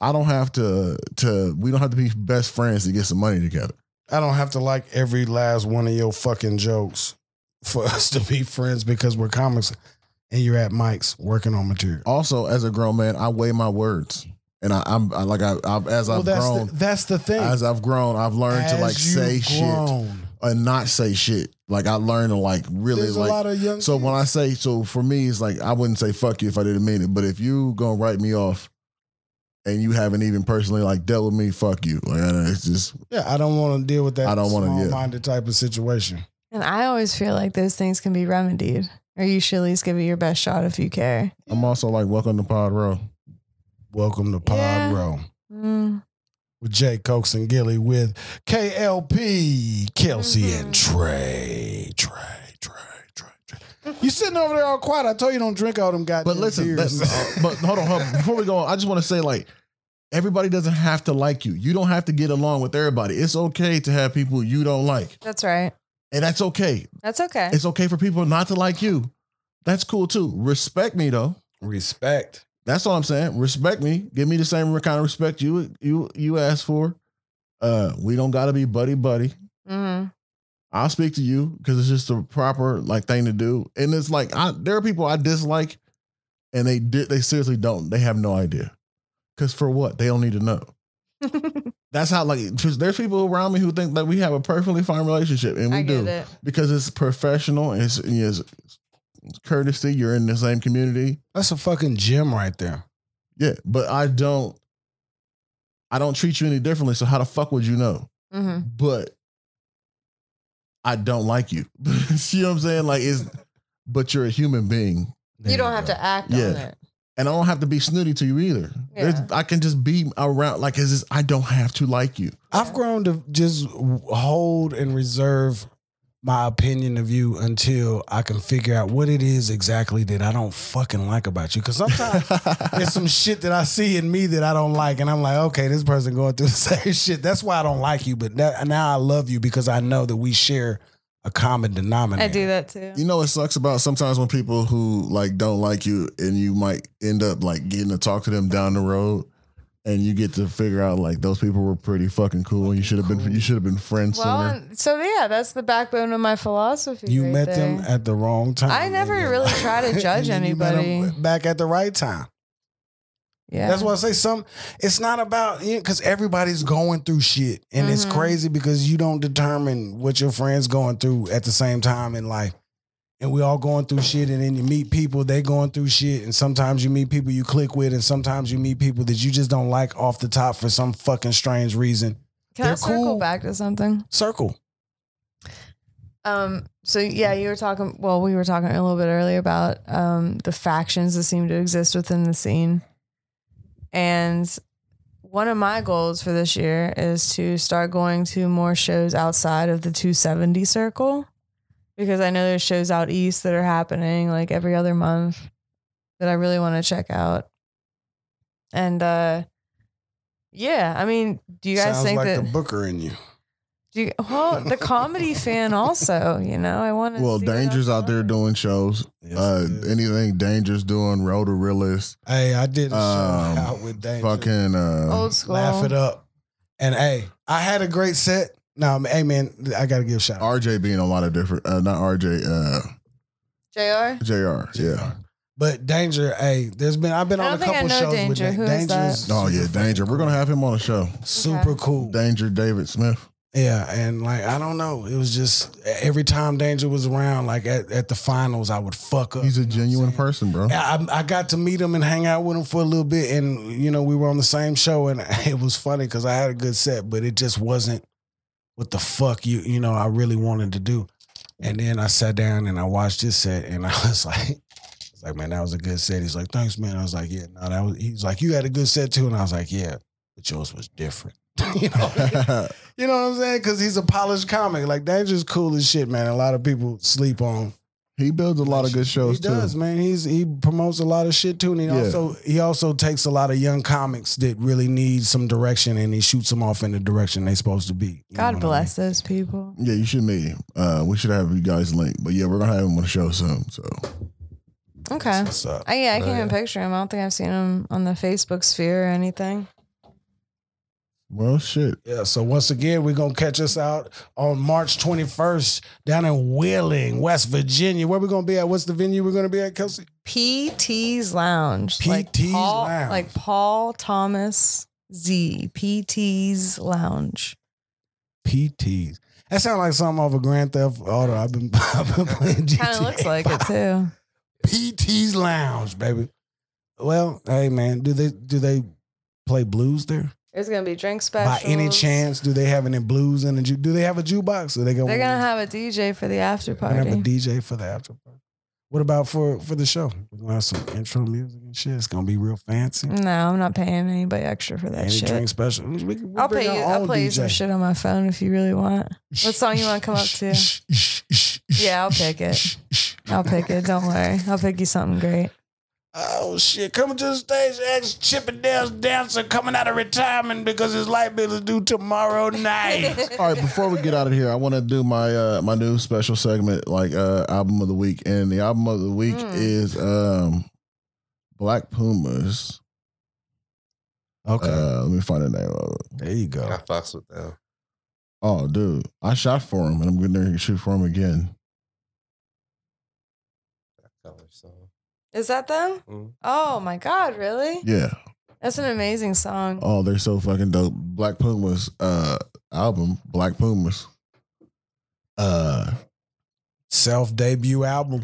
S2: I don't have to to we don't have to be best friends to get some money together.
S1: I don't have to like every last one of your fucking jokes for us to be friends because we're comics and you're at Mike's working on material.
S2: Also, as a grown man, I weigh my words, and I, I'm I, like I, I've as I've
S1: that's
S2: grown,
S1: the, that's the thing.
S2: as I've grown, I've learned to like say shit and not say shit. Like I learned to like really
S1: There's
S2: like
S1: a lot of young.
S2: So when I say so for me, it's like I wouldn't say fuck you if I didn't mean it. But if you gonna write me off and you haven't even personally like dealt with me, fuck you. Like I- it's just
S1: yeah, I don't want to deal with that.
S2: I don't wanna, yeah.
S1: minded type of situation.
S4: And I always feel like those things can be remedied, or you should at least give it your best shot if you care.
S2: I'm also like welcome to Pod Row.
S1: Welcome to Pod
S4: Yeah.
S1: Row
S4: Mm.
S1: with Jay Cox and Gilly with KLP Kelsey and Trey. Trey, Trey, Trey, Trey. You sitting over there all quiet. I told you don't drink all them goddamn
S2: But listen,
S1: beers.
S2: that- but hold on, hold on. Before we go on, I just want to say like everybody doesn't have to like you. You don't have to get along with everybody. It's okay to have people you don't like.
S4: That's right.
S2: And that's okay.
S4: That's okay.
S2: It's okay for people not to like you. That's cool too. Respect me though.
S1: Respect.
S2: That's all I'm saying. Respect me. Give me the same kind of respect you you you asked for. Uh, we don't gotta be buddy buddy.
S4: hmm
S2: I'll speak to you because it's just the proper like thing to do. And it's like I there are people I dislike, and they did they seriously don't. They have no idea. Cause for what? They don't need to know. That's how like 'cause there's people around me who think that we have a perfectly fine relationship, and we
S4: I
S2: do
S4: get it.
S2: because it's professional. and It's, it's courtesy. You're in the same community.
S1: That's a fucking gym right there.
S2: Yeah, but I don't I don't treat you any differently. So how the fuck would you know?
S4: hmm
S2: But I don't like you. See what I'm saying? Like it's but you're a human being.
S4: You don't have to act on
S2: Yeah.
S4: it.
S2: And I don't have to be snooty to you either. There's-
S4: Yeah.
S2: I can just be around like it's just I don't have to like you.
S1: I've grown to just hold and reserve my opinion of you until I can figure out what it is exactly that I don't fucking like about you. Because sometimes there's some shit that I see in me that I don't like, and I'm like, okay, this person going through the same shit. That's why I don't like you. But now, now I love you because I know that we share a common denominator.
S4: I do that too.
S2: You know what sucks about sometimes when people who like don't like you and you might end up like getting to talk to them down the road and you get to figure out like those people were pretty fucking cool and you should have been you should have been friends
S4: well,
S2: sooner.
S4: and- so yeah, that's the backbone of my philosophy.
S1: You
S4: right
S1: met
S4: there.
S1: them at the wrong time.
S4: I never
S1: nigga.
S4: really try to
S1: And
S4: judge
S1: then you met 'em
S4: anybody.
S1: Back at the right time.
S4: Yeah.
S1: That's why I say some. It's not about because everybody's going through shit, and it's
S4: Mhm.
S1: crazy because you don't determine what your friends going through at the same time in life. And we all going through shit, and then you meet people they going through shit, and sometimes you meet people you click with, and sometimes you meet people that you just don't like off the top for some fucking strange reason.
S4: Can I
S1: they're
S4: circle
S1: cool.
S4: back to something?
S1: Circle.
S4: Um, so yeah, you were talking. Well, we were talking a little bit earlier about um, the factions that seem to exist within the scene, and one of my goals for this year is to start going to more shows outside of the 270 circle, because I know there's shows out east that are happening like every other month that I really want to check out, and uh, yeah, I mean, do you guys
S1: Sounds
S4: think
S1: like
S4: that
S1: the Booker in you.
S4: Do you, well, the comedy fan also, you know, I want to.
S2: Well,
S4: see what
S2: Danger's
S4: else
S2: out there
S4: is.
S2: doing shows.
S1: Yes,
S2: uh,
S1: it is.
S2: anything Danger's doing, Road to Realist,
S1: Hey, I did a show
S2: Um,
S1: out with Danger.
S2: fucking. Uh,
S1: Oh,
S4: old school.
S1: Laugh it up. And hey, I had a great set. No, hey man, I gotta give a shout out.
S2: RJ being a lot of different, uh, not RJ, uh,
S4: Jr. I
S2: JR. Yeah.
S1: But Danger, hey, there's been I've been
S4: I
S1: on a
S4: don't think I
S1: couple
S4: know
S1: shows with
S4: Danger.
S1: Da-
S4: Who is
S1: Danger's
S2: Oh, yeah.
S1: super
S2: Danger.
S1: fucking
S2: We're going to have him on the show.
S1: cool. super cool.
S2: Danger David Smith.
S1: Yeah, and like I don't know, it was just every time Danger was around, like at, at the finals, I would fuck up.
S2: He's
S1: you
S2: a
S1: know what I'm
S2: genuine
S1: saying?
S2: person, bro.
S1: Yeah, I, I got to meet him and hang out with him for a little bit, and you know we were on the same show, and it was funny because I had a good set, but it just wasn't what the fuck you you know I really wanted to do. And then I sat down and I watched his set, and I was like, I was like man, that was a good set. He's like, thanks, man. I was like, yeah, no, that was. He was like, you had a good set too, and I was like, yeah, but yours was different. you know, you know what I'm saying? Because he's a polished comic. Like Danger's cool as shit, man. A lot of people sleep on
S2: he builds a lot of good shows,
S1: he does,
S2: too.
S1: man. He's he promotes a lot of shit too, and he
S2: Yeah.
S1: also he also takes a lot of young comics that really need some direction, and he shoots them off in the direction they supposed to be. You know
S2: Mm.
S4: God
S1: what I
S4: bless those people.
S2: Yeah, you should meet him. Uh, we should have you guys linked. But yeah, we're going to have him on the show soon. So
S1: mean?
S4: Okay.
S1: That's what's up.
S4: I, yeah, I
S3: Oh,
S4: can't even
S3: yeah.
S4: picture him. I don't think I've seen him on the Facebook sphere or anything.
S2: Well, shit.
S1: Yeah. So once again, we're gonna catch us out on March 21st down in Wheeling, West Virginia. Where we gonna be at? What's the venue we're gonna be at, Kelsey?
S4: PT's Lounge. like
S1: PT's
S4: Paul,
S1: Lounge.
S4: Like Paul Thomas Z. PT's Lounge.
S1: PTs. That sounds like something off a Grand Theft Auto. I've been, I've been playing GTA.
S4: Kind of looks like it
S1: 5.
S4: too.
S1: PT's Lounge, baby. Well, hey man, do they do they play blues there?
S4: There's gonna be drink
S1: By
S4: specials.
S1: any chance, do they have any blues in the ju- do they have a jukebox? Are they gonna
S4: They're gonna have a DJ for the after
S1: We're gonna
S4: party.
S1: have a DJ for the after party? What about for for the show? We're gonna have some intro music and shit. It's gonna be real fancy.
S4: no, I'm not paying anybody extra for Mm, that
S1: Any
S4: shit.
S1: drink special? We- we- we
S4: I'll
S1: bring
S4: pay you.
S1: our
S4: I'll
S1: own
S4: play you some
S1: DJ.
S4: shit on my phone if you really want. What song you wanna come up to? Yeah, I'll pick it. I'll pick it. Don't worry. I'll pick you something great.
S1: Oh shit! Coming to the stage, ex Chippendale's dancer coming out of retirement because his light bill is due tomorrow night.
S2: All right, before we get out of here, I want to do my uh my new special segment, like uh album of the week, and the album of the week
S4: Mm.
S2: is um Black Pumas.
S1: okay,
S2: Uh, let me find the name of it.
S1: there you go.
S3: I fucks with them.
S2: Oh, dude, I shot for him, and I'm going to shoot for him again.
S3: That color song.
S4: Is that them?
S3: Mm.
S4: Oh my god, really?
S2: Yeah.
S4: That's an amazing song.
S2: Oh, they're so fucking dope. Black Pumas uh album, Black Pumas. Uh,
S1: Self debut album,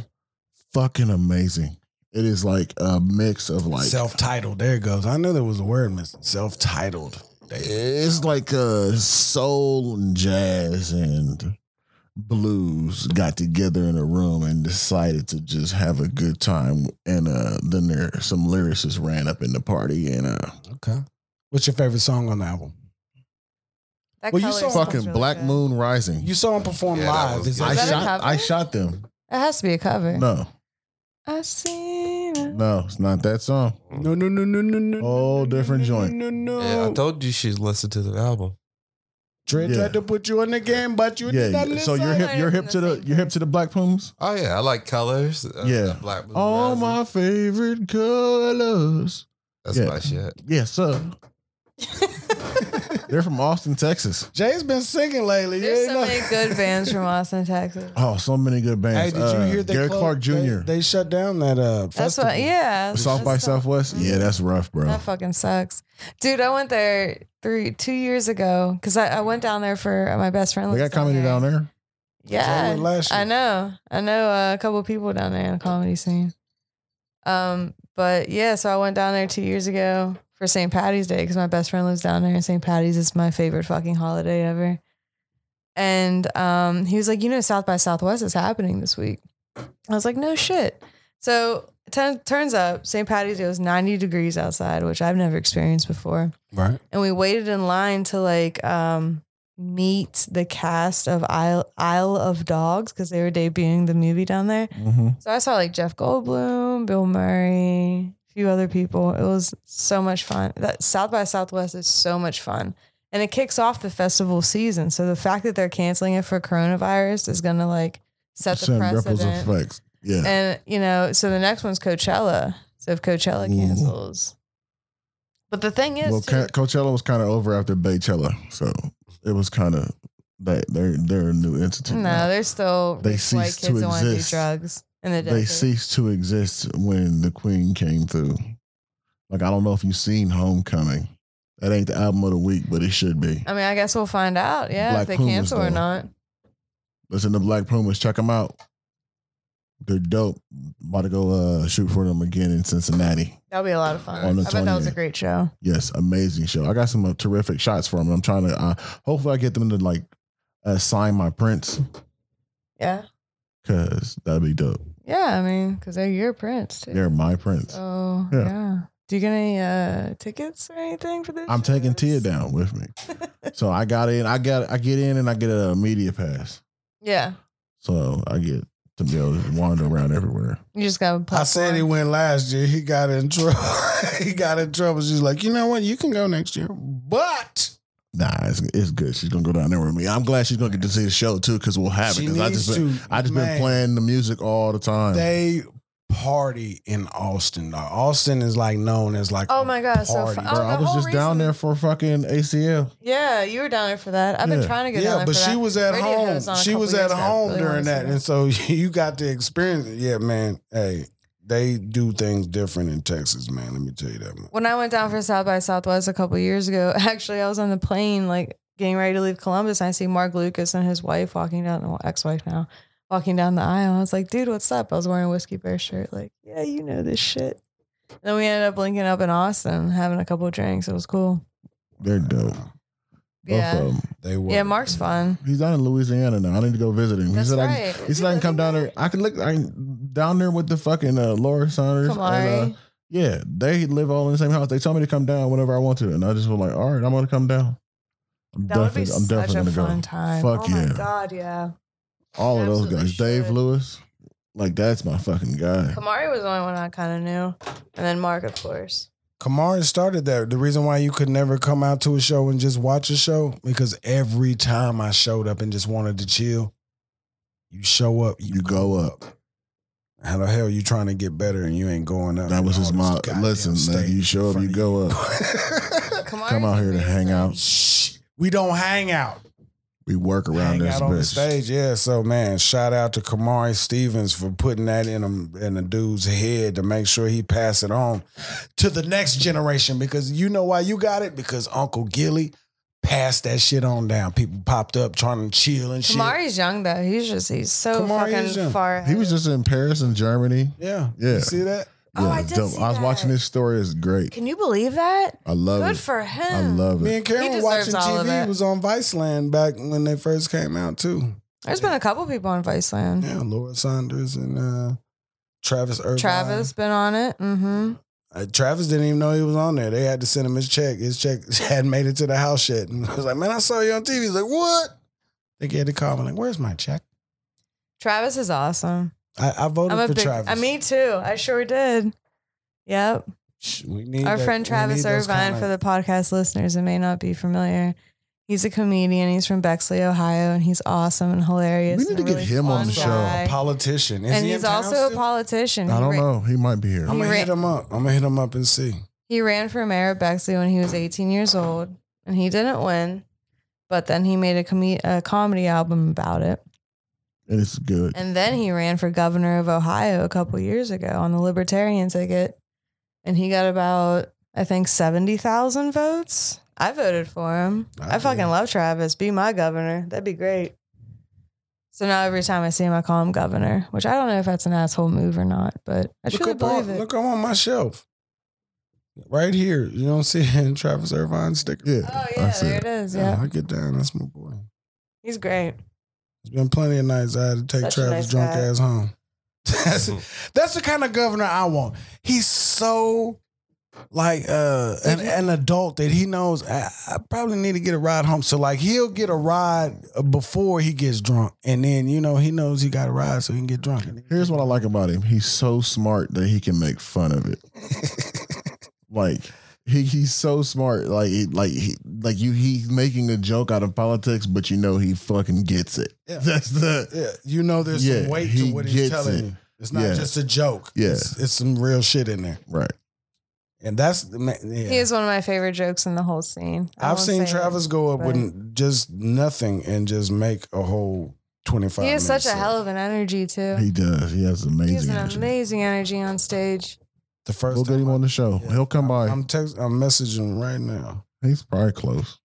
S2: fucking amazing. It is like a mix of like
S1: self titled. There it goes. I knew there was a word missing. Self titled.
S2: It's like uh soul and jazz and blues got together in a room and decided to just have a good time and uh then there some lyricists ran up in the party and uh
S1: Okay. What's your favorite song on the album?
S4: That
S1: Well, you
S4: color
S1: saw-
S4: song's
S2: fucking
S4: really
S2: Black
S4: good.
S2: Moon Rising.
S1: You saw him perform
S3: Yeah, that
S1: live.
S3: was
S1: Is
S3: good.
S1: it-
S2: I
S4: that a
S2: shot
S4: cover?
S2: I shot them.
S4: It has to be a cover.
S2: No,
S4: I seen it.
S2: no, it's not that song.
S1: no, no, no, no, no, no. no,
S2: Whole different
S1: no,
S2: joint.
S1: No, no,
S3: Yeah, I
S1: no.
S3: told you you should listen to the album.
S1: Dre
S2: Yeah.
S1: tried to put you in the game, but you
S2: Yeah,
S1: didn't.
S2: so you're
S1: listen.
S2: hip you're hip to the you're hip to the Black Pumas?
S3: Oh yeah, I like colors. Uh,
S2: Yeah.
S3: black. Moon
S2: All
S3: Rising.
S2: my favorite colors.
S3: That's
S2: yeah.
S3: my shit.
S2: Yes, sir. They're from Austin, Texas.
S1: Jay's been singing lately. You
S4: There's
S1: ain't
S4: so
S1: know-
S4: many good bands from Austin, Texas.
S2: Oh, so many good
S1: Hey,
S2: bands.
S1: did you
S2: Uh,
S1: hear that?
S2: Gary
S1: closed-
S2: Clark Jr.
S1: They, they shut down that uh.
S4: That's
S1: festival.
S4: what. Yeah.
S2: South
S4: that's
S2: by
S4: so-
S2: Southwest. Yeah, that's rough, bro.
S4: That fucking sucks, dude. I went there three two years ago because I, I went down there for my best friend.
S2: They got
S4: lives down
S2: comedy down there.
S1: I
S4: Yeah,
S1: went last
S4: I
S1: year.
S4: know. I know uh, a couple of people down there in the comedy scene. Um, but yeah, so I went down there two years ago for St. Patty's Day because my best friend lives down there, and St. Patty's is my favorite fucking holiday ever. And um, he was like, you know, South by Southwest is happening this week. I was like, no shit. So t- turns up St. Patty's Day was 90 degrees outside, which I've never experienced before
S1: Right.
S4: and we waited in line to like um meet the cast of Isle Isle of Dogs because they were debuting the movie down there.
S2: Mm-hmm.
S4: So I saw like Jeff Goldblum, Bill Murray, a few other people. It was so much fun. That South by Southwest is so much fun. and it kicks off the festival season. So the fact that they're canceling it for coronavirus is going to like set the
S2: Send ripples
S4: precedent.
S2: effects. Yeah.
S4: And you know, so the next one's Coachella. So if Coachella
S2: Ooh.
S4: cancels, but the thing is,
S2: well, Ca-
S4: too-
S2: Coachella was kind of over after Baychella, so it was kind of they they're they're a new entity.
S4: no,
S2: now.
S4: there's still
S2: They
S4: rich white
S2: cease to
S4: kids that want to do
S2: exist.
S4: drugs in the
S2: they
S4: desert.
S2: ceased to exist when the Queen came through. Like I don't know if you've seen Homecoming. That ain't the album of the week, but it should be.
S4: I mean, I guess we'll find out. Yeah,
S2: Black
S4: if they
S2: Pumas,
S4: cancel or
S2: though.
S4: not.
S2: Listen to Black Pumas, check them out. They're dope. About to go uh, shoot for them again in Cincinnati.
S4: That'll be a lot of
S3: On
S4: fun.
S2: the
S4: I bet that was a
S2: 28th.
S4: great show.
S2: Yes, amazing show. I got some uh, terrific shots for them. I'm trying to. Uh, hopefully, I get them to like uh, sign my prints
S4: Yeah.
S2: because that'd be dope.
S4: Yeah, I mean, because they're your prints too.
S2: They're my prints.
S4: Oh
S2: Yeah.
S4: yeah. Do you get any uh, tickets or anything for this?
S2: I'm taking Tia
S4: shows?
S2: down with me, so I got in. I got. I get in and I get a media pass,
S4: yeah,
S2: so I get to be able to wander around everywhere.
S4: you just got.
S1: I said he went last year. He got in trouble. he got in trouble. She's like, you know what? You can go next year, but
S2: Nah, it's, it's good. She's gonna go down there with me. I'm glad she's gonna get to see the show too, because we'll have it.
S1: she
S2: 'cause
S1: needs
S2: I just been,
S1: to.
S2: I just been
S1: Man,
S2: playing the music all the time.
S1: They party in Austin. dog. Austin is like known as like.
S4: Oh
S1: a
S4: my God, so
S1: party,
S4: fu-
S1: bro.
S2: Bro,
S4: Oh,
S2: I
S4: the
S2: was
S4: whole
S2: just down
S4: reason-
S2: there for fucking ACL.
S4: Yeah, you were down there for that. I've
S2: Yeah.
S4: been trying to get down
S1: Yeah,
S4: there
S1: but
S4: for
S1: she
S4: that.
S1: was at
S4: Radiohead
S1: home.
S4: was on a
S1: she
S4: couple
S1: was
S4: years
S1: at
S4: ago. I
S1: home
S4: really wanna
S1: during
S4: see
S1: that,
S4: that.
S1: and so you got to experience it. Yeah, man. Hey, they do things different in Texas, man. Let me tell you that. Man.
S4: when I went down for South by Southwest a couple years ago, actually, I was on the plane, like getting ready to leave Columbus, and I see Mark Lucas and his wife walking down, well, ex-wife now, walking down the aisle. I was like, "Dude, what's up?" I was wearing a whiskey bear shirt. Like, yeah, you know this shit. Then we ended up linking up in Austin, having a couple drinks. It was cool.
S2: They're dope. Both
S4: Yeah.
S2: of them.
S1: They were.
S4: Yeah, Mark's fun.
S2: He's down in Louisiana now. I need to go visit him.
S4: That's
S2: he said I can,
S4: right.
S2: he said I can come down there. I can look I can, down there with the fucking uh, Laura Saunders. and, uh,
S4: Kamari.
S2: Yeah, they live all in the same house. They told me to come down whenever I want to, and I just was like, all right, I'm gonna come down. I'm
S4: That would be
S2: definitely-
S4: such a
S2: definitely gonna
S4: fun time.
S2: Fuck
S4: oh
S2: yeah,
S4: my god, yeah.
S2: all of those
S4: Absolutely
S2: guys. Dave
S4: should.
S2: Lewis, like that's my fucking guy.
S4: Kamari was the only one I kind of knew, and then Mark, of course.
S1: Kamari started that. The reason why you could never come out to a show and just watch a show because every time I showed up and just wanted to chill, you show up, you,
S2: You go up.
S1: how the hell you trying to get better and you ain't going up?
S2: That was
S1: And all this
S2: his motto.
S1: goddamn
S2: Listen,
S1: stage
S2: man, you show
S1: in
S2: up, you
S1: front of
S2: go up.
S4: Kamari's
S2: Come out here to hang
S4: amazing.
S2: out.
S1: Shh, we don't hang out.
S2: We work around
S1: hang
S2: this
S1: out on the
S2: bitch.
S1: stage. Yeah, so man, shout out to Kamari Stevens for putting that in him in a dude's head to make sure he pass it on to the next generation. Because you know why you got it? Because Uncle Gilly passed that shit on down. People popped up trying to chill and shit.
S4: Kamari's young though. He's just he's so
S1: Kamari is
S4: fucking
S1: young.
S4: far.
S2: He was
S4: ahead.
S2: just in Paris and Germany.
S1: Yeah,
S2: Yeah.
S1: You see that?
S4: Oh, I did see
S2: I was
S4: that.
S2: watching his story. It's great.
S4: Can you believe that?
S2: I love
S4: Good
S2: it.
S4: for him.
S2: I love
S1: Me
S2: it.
S1: and Karen
S4: He
S1: were watching
S4: deserves all of
S1: TV.
S4: that.
S1: Was on Viceland back when they first came out too.
S4: There's been a couple people on Viceland.
S1: Yeah, Laura Saunders and uh, Travis Irvine.
S4: Travis been on it. Mm-hmm.
S1: Uh, Travis didn't even know he was on there. They had to send him his check. His check hadn't made it to the house yet. And I was like, man, I saw you on TV. He's like, what? They had to call me like, where's my check?
S4: Travis is awesome.
S1: I, I voted
S4: I'm a
S1: for
S4: big.
S1: Travis.
S4: Uh, me too. I sure did. Yep.
S1: Shh, we need
S4: Our
S1: that-
S4: friend
S1: we
S4: Travis
S1: need those
S4: Irvine
S1: kinda-
S4: for the podcast listeners that may not be familiar. He's a comedian. He's from Bexley, Ohio, and he's awesome and hilarious.
S2: We need
S4: and
S2: to
S4: a
S2: get him on
S4: fun
S2: the show.
S4: guy.
S1: politician. Is
S4: and
S1: he in
S4: he's
S1: town
S4: also a
S1: still?
S4: politician.
S2: I
S4: He
S2: don't
S4: ra-
S2: know. He might be here.
S1: I'm gonna
S4: He
S1: hit
S4: ran-
S1: him up. I'm gonna hit him up and see.
S4: He ran for mayor of Bexley when he was 18 years old, and he didn't win. But then he made a, com- a comedy album about it,
S2: And it's good.
S4: and then he ran for governor of Ohio a couple years ago on the Libertarian ticket, and he got about I think 70,000 votes. I voted for him.
S1: I
S4: I, fucking
S1: did.
S4: love Travis. Be my governor. That'd be great. So now every time I see him, I call him governor, which I don't know if that's an asshole move or not, but I
S1: look
S4: truly
S1: up on,
S4: believe it.
S1: look up on my shelf. Right here. You don't see it Travis Irvine sticker.
S2: Yeah.
S4: oh
S2: I
S4: yeah,
S2: see
S4: there
S2: it.
S4: it is.
S1: Yeah,
S4: Yeah,
S1: I get down. That's my boy.
S4: he's great.
S1: There's been plenty of nights I had to take
S4: Such a
S1: Travis
S4: nice
S1: drunk
S4: guy.
S1: ass home. That's
S3: Mm-hmm.
S1: that's the kind of governor I want. He's so like uh an, an adult that he knows I, I probably need to get a ride home. So like he'll get a ride before he gets drunk, and then you know he knows he got a ride so he can get drunk.
S2: Here's what I like about him. He's so smart that he can make fun of it. like He he's so smart. Like he- like he like you. He's making a joke out of politics, but you know he fucking gets it.
S1: Yeah.
S2: That's the
S1: Yeah, you know, there's
S2: Yeah,
S1: some weight
S2: he
S1: to what he's
S2: gets
S1: telling
S2: it.
S1: you. It's not
S2: Yeah.
S1: just a joke.
S2: Yeah.
S1: it's, it's some real shit in there,
S2: right.
S1: and that's the ma- yeah.
S4: He is one of my favorite jokes in the whole scene. I
S1: I've
S4: won't
S1: seen
S4: say it.
S1: Travis go up
S4: but-
S1: with just nothing and just make a whole twenty five.
S4: He has such a hell of an energy too.
S2: He does. He has
S4: He
S2: amazing.
S4: has an
S2: energy.
S4: amazing energy on stage.
S1: The 1st
S2: We'll get him on the show. He'll come by.
S1: I'm text. I'm messaging right now.
S2: He's probably close.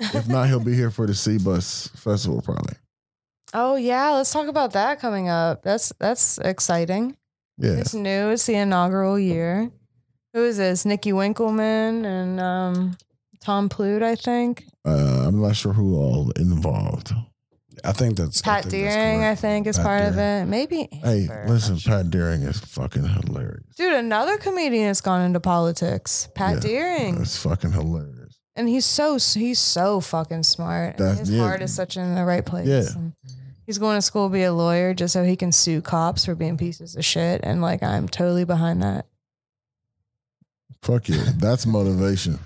S2: If not, he'll be here for the Sea Bus Festival probably.
S4: Oh yeah, let's talk about that coming up. That's that's exciting.
S2: Yeah.
S4: It's new. It's the inaugural year. Who is this? Nikki Winkleman and um, Tom Plute, I think.
S2: Uh, I'm not sure who all involved.
S1: I think that's I think
S4: Pat
S1: that's
S4: Deering, I
S1: correct.
S4: think, is
S1: Pat
S4: part of
S1: Deering.
S4: it. Maybe.
S2: Hey,
S4: Amber, I'm
S2: listen,
S4: not sure.
S2: Pat Deering is fucking hilarious.
S4: Dude, another comedian has gone into politics. Pat
S2: Yeah.
S4: Deering,
S2: It's fucking hilarious.
S4: and he's so he's so fucking smart. And
S2: That's-
S4: his
S2: yeah.
S4: heart is such in the right place.
S2: Yeah.
S4: And he's going to school to be a lawyer just so he can sue cops for being pieces of shit. And like, I'm totally behind that.
S2: Fuck you. That's motivation.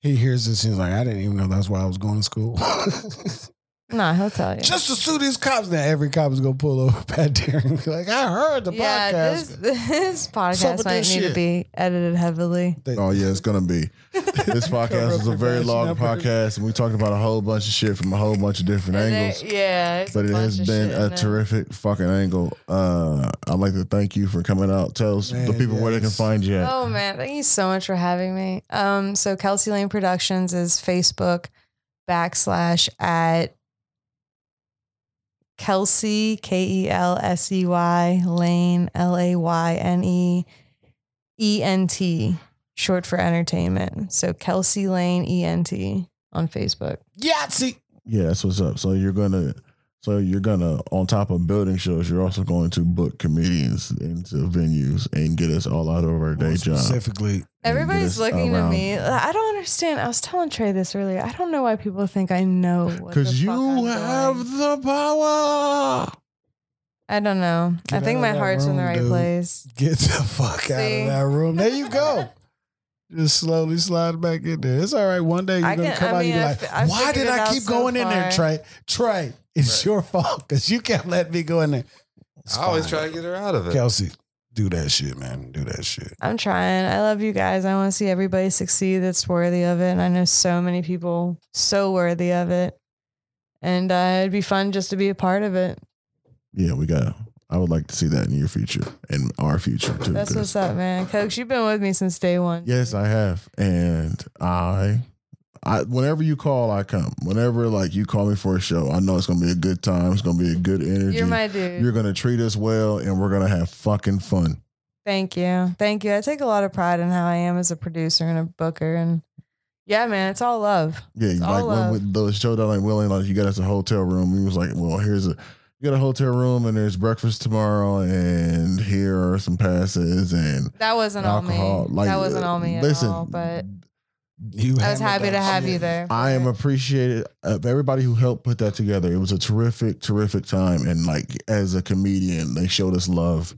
S1: He hears this. He's like, I didn't even know that's why I was going to school.
S4: Nah, he'll tell you.
S1: Just to sue these cops. Now every cop is gonna pull over Pat Deering. and be like I heard the podcast.
S4: This, this podcast
S1: with
S4: might
S1: this
S4: need to
S1: shit?
S4: be edited heavily.
S1: They-
S2: Oh yeah, it's gonna be. This podcast is a very long podcast, and we talked about a whole bunch of shit from a whole bunch of different
S4: And there-
S2: angles.
S4: yeah, it's
S2: But
S4: a
S2: it
S4: bunch
S2: has
S4: of
S2: been
S4: shit
S2: a
S4: in there.
S2: terrific fucking angle. Uh, I'd like to thank you for coming out. Tell us the
S1: Man,
S2: people where they can
S1: yes.
S2: find you. At.
S4: Oh man, thank you so much for having me. Um, so Kelsey Lane Productions is Facebook backslash at Kelsey K E L S E Y Lane L A Y N E E N T short for entertainment. So Kelsey Lane E N T on Facebook.
S1: Yahtzee.
S2: Yeah, that's what's up. So you're gonna, so you're gonna, on top of building shows, you're also going to book comedians into venues and get us all out of our day
S1: More
S2: job.
S1: Specifically,
S2: and get
S4: Everybody's
S2: us
S4: looking to
S2: around.
S4: me. I don't understand. I was telling Trey this earlier. I don't know why people think I know what the fuck
S2: Because
S4: I'm
S2: you have
S4: doing.
S2: the power.
S4: I don't know. I
S1: Get
S4: think
S1: out
S4: my
S1: of that
S4: heart's in the
S1: room,
S4: right
S1: dude.
S4: place.
S1: get the fuck out
S4: See?
S1: of that room. There you go. Just slowly slide back in there. It's all right. One day you're
S4: I
S1: gonna
S4: can-
S1: come
S4: I
S1: out
S4: mean,
S1: and be like,
S4: I fi- I
S1: "Why
S4: figured
S1: did
S4: it out
S1: I keep
S4: so
S1: going in there,
S4: far."
S1: Trey? Trey, it's
S3: Right.
S1: your fault because you kept letting me go in there." It's
S3: I always try
S1: fine.
S3: to get her out of it.
S1: Kelsey, do that shit, man. Do that shit.
S4: I'm trying. I love you guys. I want to see everybody succeed that's worthy of it. And I know so many people so worthy of it. And uh, it'd be fun just to be a part of it.
S2: Yeah, we got. I would like to see that in your future and our future too.
S4: That's
S2: 'cause-
S4: what's up, man. Coach, you've been with me since day one.
S2: Yes, I have, and I, I whenever you call, I come. Whenever like you call me for a show, I know it's gonna be a good time. It's gonna be a good energy.
S4: You're my dude.
S2: You're gonna treat us well, and we're gonna have fucking fun.
S4: Thank you. Thank you. I take a lot of pride in how I am as a producer and a booker. And yeah, man, it's all love.
S2: Yeah,
S4: It's
S2: like
S4: all
S2: when
S4: love.
S2: with the show that like Willing, like you got us a hotel room. We was like, well, here's a you got a hotel room, and there's breakfast tomorrow, and here are some passes and
S4: That wasn't all
S2: alcohol.
S4: me.
S2: Like
S4: that wasn't all me at
S2: Listen,
S4: all. But
S1: You
S4: I was
S1: handled
S4: happy
S1: that
S4: to have
S1: shit.
S4: you there.
S2: I am appreciated of everybody who helped put that together. It was a terrific, terrific time. And like as a comedian, they showed us love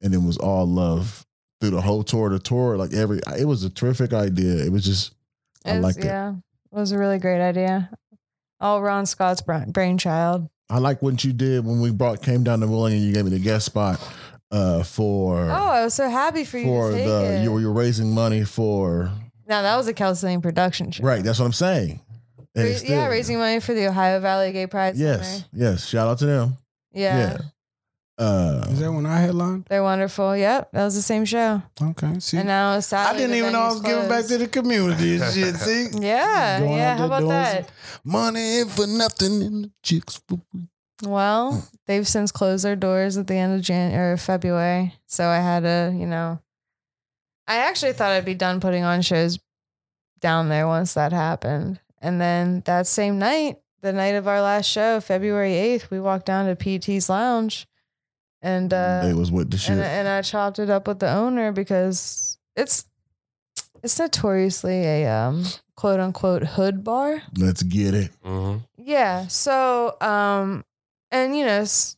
S2: and it was all love through the whole tour. The tour, like every it was a terrific idea. It was just I
S4: It was-
S2: liked it.
S4: yeah, it was a really great idea. All Ron Scott's bra- brainchild.
S2: I like what you did when we brought came down to Willing and you gave me the guest spot uh for
S4: Oh, I was so happy for you
S2: for
S4: to take
S2: the
S4: it.
S2: you were you're raising money for
S4: now that was a Kelsey Lane production show.
S2: right, that's what I'm saying. And
S4: Ra-
S2: it's
S4: yeah,
S2: still-
S4: raising money for the Ohio Valley Gay Pride.
S2: Yes,
S4: Center.
S2: yes. Shout out to them.
S4: Yeah,
S2: Yeah. Uh
S1: Is that when I headlined?
S4: they're wonderful. Yep, that was the same show.
S1: Okay, see,
S4: And now
S1: I
S4: sadly,
S1: didn't
S4: the
S1: even know I was
S4: venue's
S1: giving back to
S4: closed.
S1: the community and shit. See,
S4: Yeah,
S1: Going out
S4: yeah. How
S1: there
S4: about
S1: doing
S4: that?
S1: money for nothing and chicks for free.
S4: Well, they've since closed their doors at the end of Jan or February. So I had to, you know, I actually thought I'd be done putting on shows down there once that happened. And then that same night, the night of our last show, February 8th, we walked down to PT's Lounge and, uh,
S2: it was with the Mm, shit.
S4: and, and I chopped it up with the owner because it's, it's notoriously a um, quote unquote hood bar.
S2: Let's get it.
S3: hmm
S4: Yeah. So, um, and you know, s-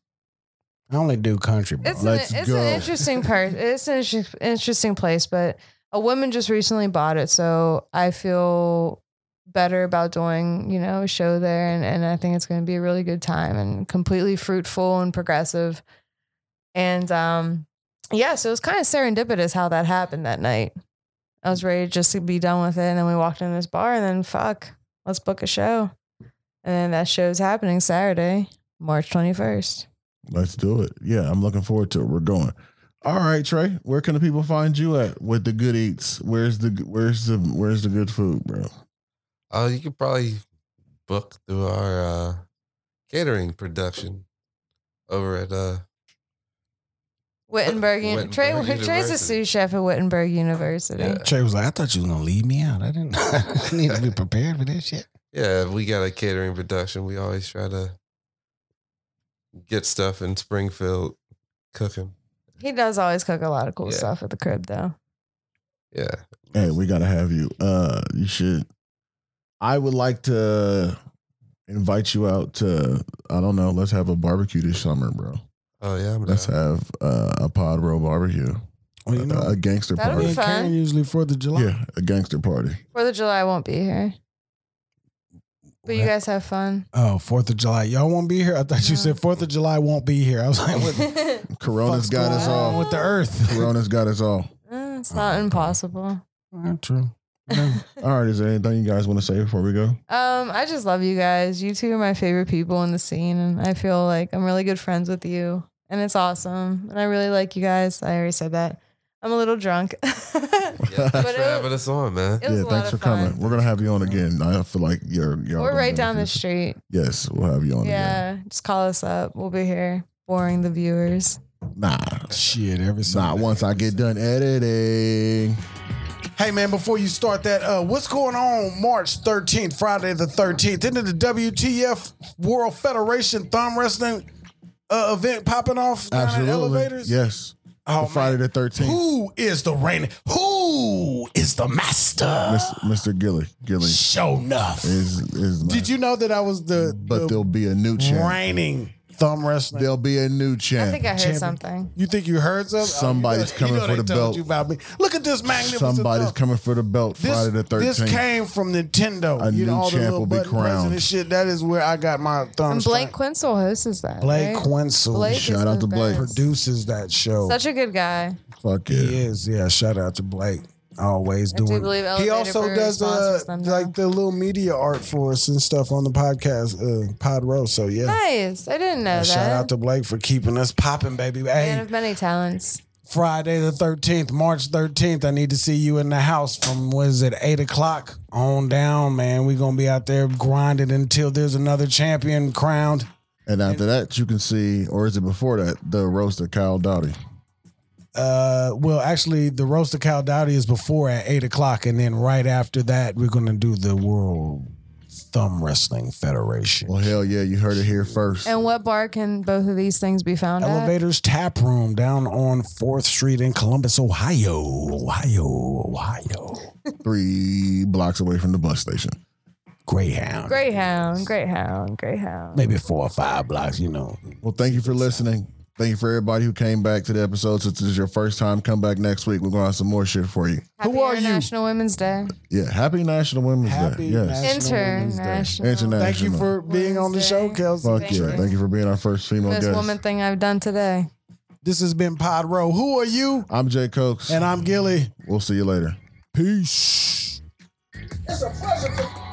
S1: I only do country. Bro.
S4: it's an,
S2: Let's
S4: it's
S2: go.
S4: an interesting part. It's an inter- interesting place, but a woman just recently bought it, so I feel better about doing, you know, a show there and, and I think it's gonna be a really good time and completely fruitful and progressive. And um yeah, so it was kind of serendipitous how that happened that night. I was ready just to be done with it. And then we walked in this bar and then fuck, let's book a show. And then that show's happening Saturday, March twenty first.
S2: Let's do it. Yeah, I'm looking forward to it. We're going. All right, Trey. Where can the people find you at with the good eats? Where's the where's the where's the good food, bro?
S3: Oh, you could probably book through our uh, catering production over at uh,
S4: Wittenberg,
S3: Wittenberg
S4: Trey, Trey's a
S3: University.
S4: sous chef at Wittenberg University.
S3: yeah.
S1: Trey was like, I thought you was gonna leave me out. I didn't. I didn't need to be prepared for this shit.
S3: Yeah, we got a catering production. We always try to get stuff in Springfield cooking.
S4: He does always cook a lot of cool
S3: Yeah.
S4: stuff at the crib though.
S3: Yeah.
S2: Hey, we gotta have you. Uh, you should. I would like to invite you out to. I don't know. Let's have a barbecue this summer, bro.
S3: Oh yeah, I'm
S2: Let's
S3: down.
S2: have uh, a pod row barbecue,
S1: Well, you
S2: A-
S1: know,
S2: a, gangster
S4: That'll be
S1: me
S2: party.
S1: and Karen
S4: fun.
S1: usually Fourth of July.
S2: Yeah, a gangster party.
S4: Fourth of July I won't be here. But you guys have fun.
S1: Oh, Fourth of July. Y'all won't be here. I thought you
S4: No.
S1: said Fourth of July won't be here. I was like, what the
S4: Mm,
S2: Corona's
S1: fuck's
S2: got
S1: going
S2: us
S1: on
S2: all.
S1: with the Earth.
S2: Corona's got us all.
S4: Mm, it's not
S3: Uh-huh.
S1: Oh, okay.
S4: impossible.
S1: Not true.
S2: All right. Is there anything you guys want to say before we go?
S4: Um, I just love you guys. You two are my favorite people in the scene, and I feel like I'm really good friends with you, and it's awesome. And I really like you guys. I already said that. I'm a little drunk. it
S3: Yeah,
S4: But
S3: thanks for
S4: it-
S3: having us on, man.
S4: was
S2: yeah,
S4: a lot
S2: thanks for
S4: of
S2: coming.
S4: fun.
S2: We're gonna have you on again. I feel like you're you're.
S4: We're right down the street.
S2: Yes, we'll have you
S1: Oh,
S2: on again.
S4: Yeah, just call us up. We'll be here, boring the viewers.
S2: Nah,
S1: Shit, every
S2: nah.
S1: Sunday.
S2: Once I get done editing,
S1: Hey man, before you start that, uh, what's going on March 13th, Friday the 13th, into the WTF World Federation Thumb Wrestling uh, event popping off down at
S2: absolutely.
S1: elevators?
S2: Yes.
S1: Oh,
S2: The Friday
S1: man.
S2: the thirteenth.
S1: Who is the reigning? Who is the master?
S2: Mr. Gilly, Gilly
S1: Show enough.
S2: is is. my-
S1: Did you know that I was the,
S2: But
S1: the
S2: there'll be a new champ.
S1: reigning thumb wrestling?
S2: There'll be a new champ.
S4: I think I heard
S1: Champion.
S4: something.
S1: You think you heard something?
S2: Somebody's
S1: you know,
S2: coming
S1: you know
S2: for
S1: they
S2: the
S1: told
S2: belt.
S1: You about me. Look at this magnificent.
S2: Somebody's
S1: thumb.
S2: coming for the belt.
S1: This,
S2: Friday the
S1: this
S2: thirteenth.
S1: came from Nintendo.
S2: A
S1: you
S2: new
S1: know, all the
S2: champ
S1: little
S2: will be
S1: button pressing
S2: crowned.
S1: And shit. That is where I got my thumb.
S4: And Blake
S1: strike.
S4: Quinsel hosts that.
S1: Blake
S4: right?
S1: Quinzel
S4: Blake
S2: Shout
S4: is
S2: out
S4: the
S2: to Blake.
S4: best.
S1: produces that show.
S4: Such a good guy.
S2: Fuck yeah.
S1: he is. Yeah. Shout out to Blake. Always
S4: I do
S1: doing.
S4: believe
S1: he
S4: Elevator
S1: also
S4: Brewery
S1: does uh,
S4: sponsors them now.
S1: like the little media art for us and stuff on the podcast, uh, Pod Row. So yeah.
S4: Nice. I didn't know that.
S1: Shout out to Blake for keeping us popping, baby. Hey,
S4: Man of many talents.
S1: Friday the 13th, March 13th. I need to see you in the house from, what is it, 8 o'clock on down, man. We're going to be out there grinding until there's another champion crowned.
S2: And after that, you can see, or is it before that, the roast of Kyle Dowdy.
S1: Uh, well, actually, the roast of Cal Dowdy is before at 8 o'clock. And then right after that, we're going to do the World Thumb Wrestling Federation.
S2: Well, hell yeah, you heard it here first.
S4: And what bar can both of these things be found at?
S1: Elevators Tap Room down on 4th Street in Columbus, Ohio. Ohio, Ohio.
S2: Three blocks away from the bus station.
S1: Greyhound.
S4: Greyhound, Greyhound, Greyhound.
S1: Maybe four or five blocks, you know.
S2: Well, thank you for listening. Thank you for everybody who came back to the episode. Since this is your first time, come back next week. We're gonna have some more shit for you.
S4: Happy
S1: Who are you?
S4: International Women's Day.
S2: Yeah, happy National Women's
S1: Happy
S2: Day. Yes,
S1: National Women's Day.
S4: International.
S2: International.
S1: Thank you for being on the show,
S4: Wednesday.
S1: Kelsey.
S2: fuck
S4: Thank
S2: yeah!
S4: you.
S2: Thank you for being our first female
S4: Best
S2: guest.
S4: woman thing I've done today.
S1: This has been Pod Row. Who are you?
S2: I'm Jay Cokes,
S1: And I'm Gilly.
S2: we'll see you later.
S1: Peace.
S6: It's a pleasure to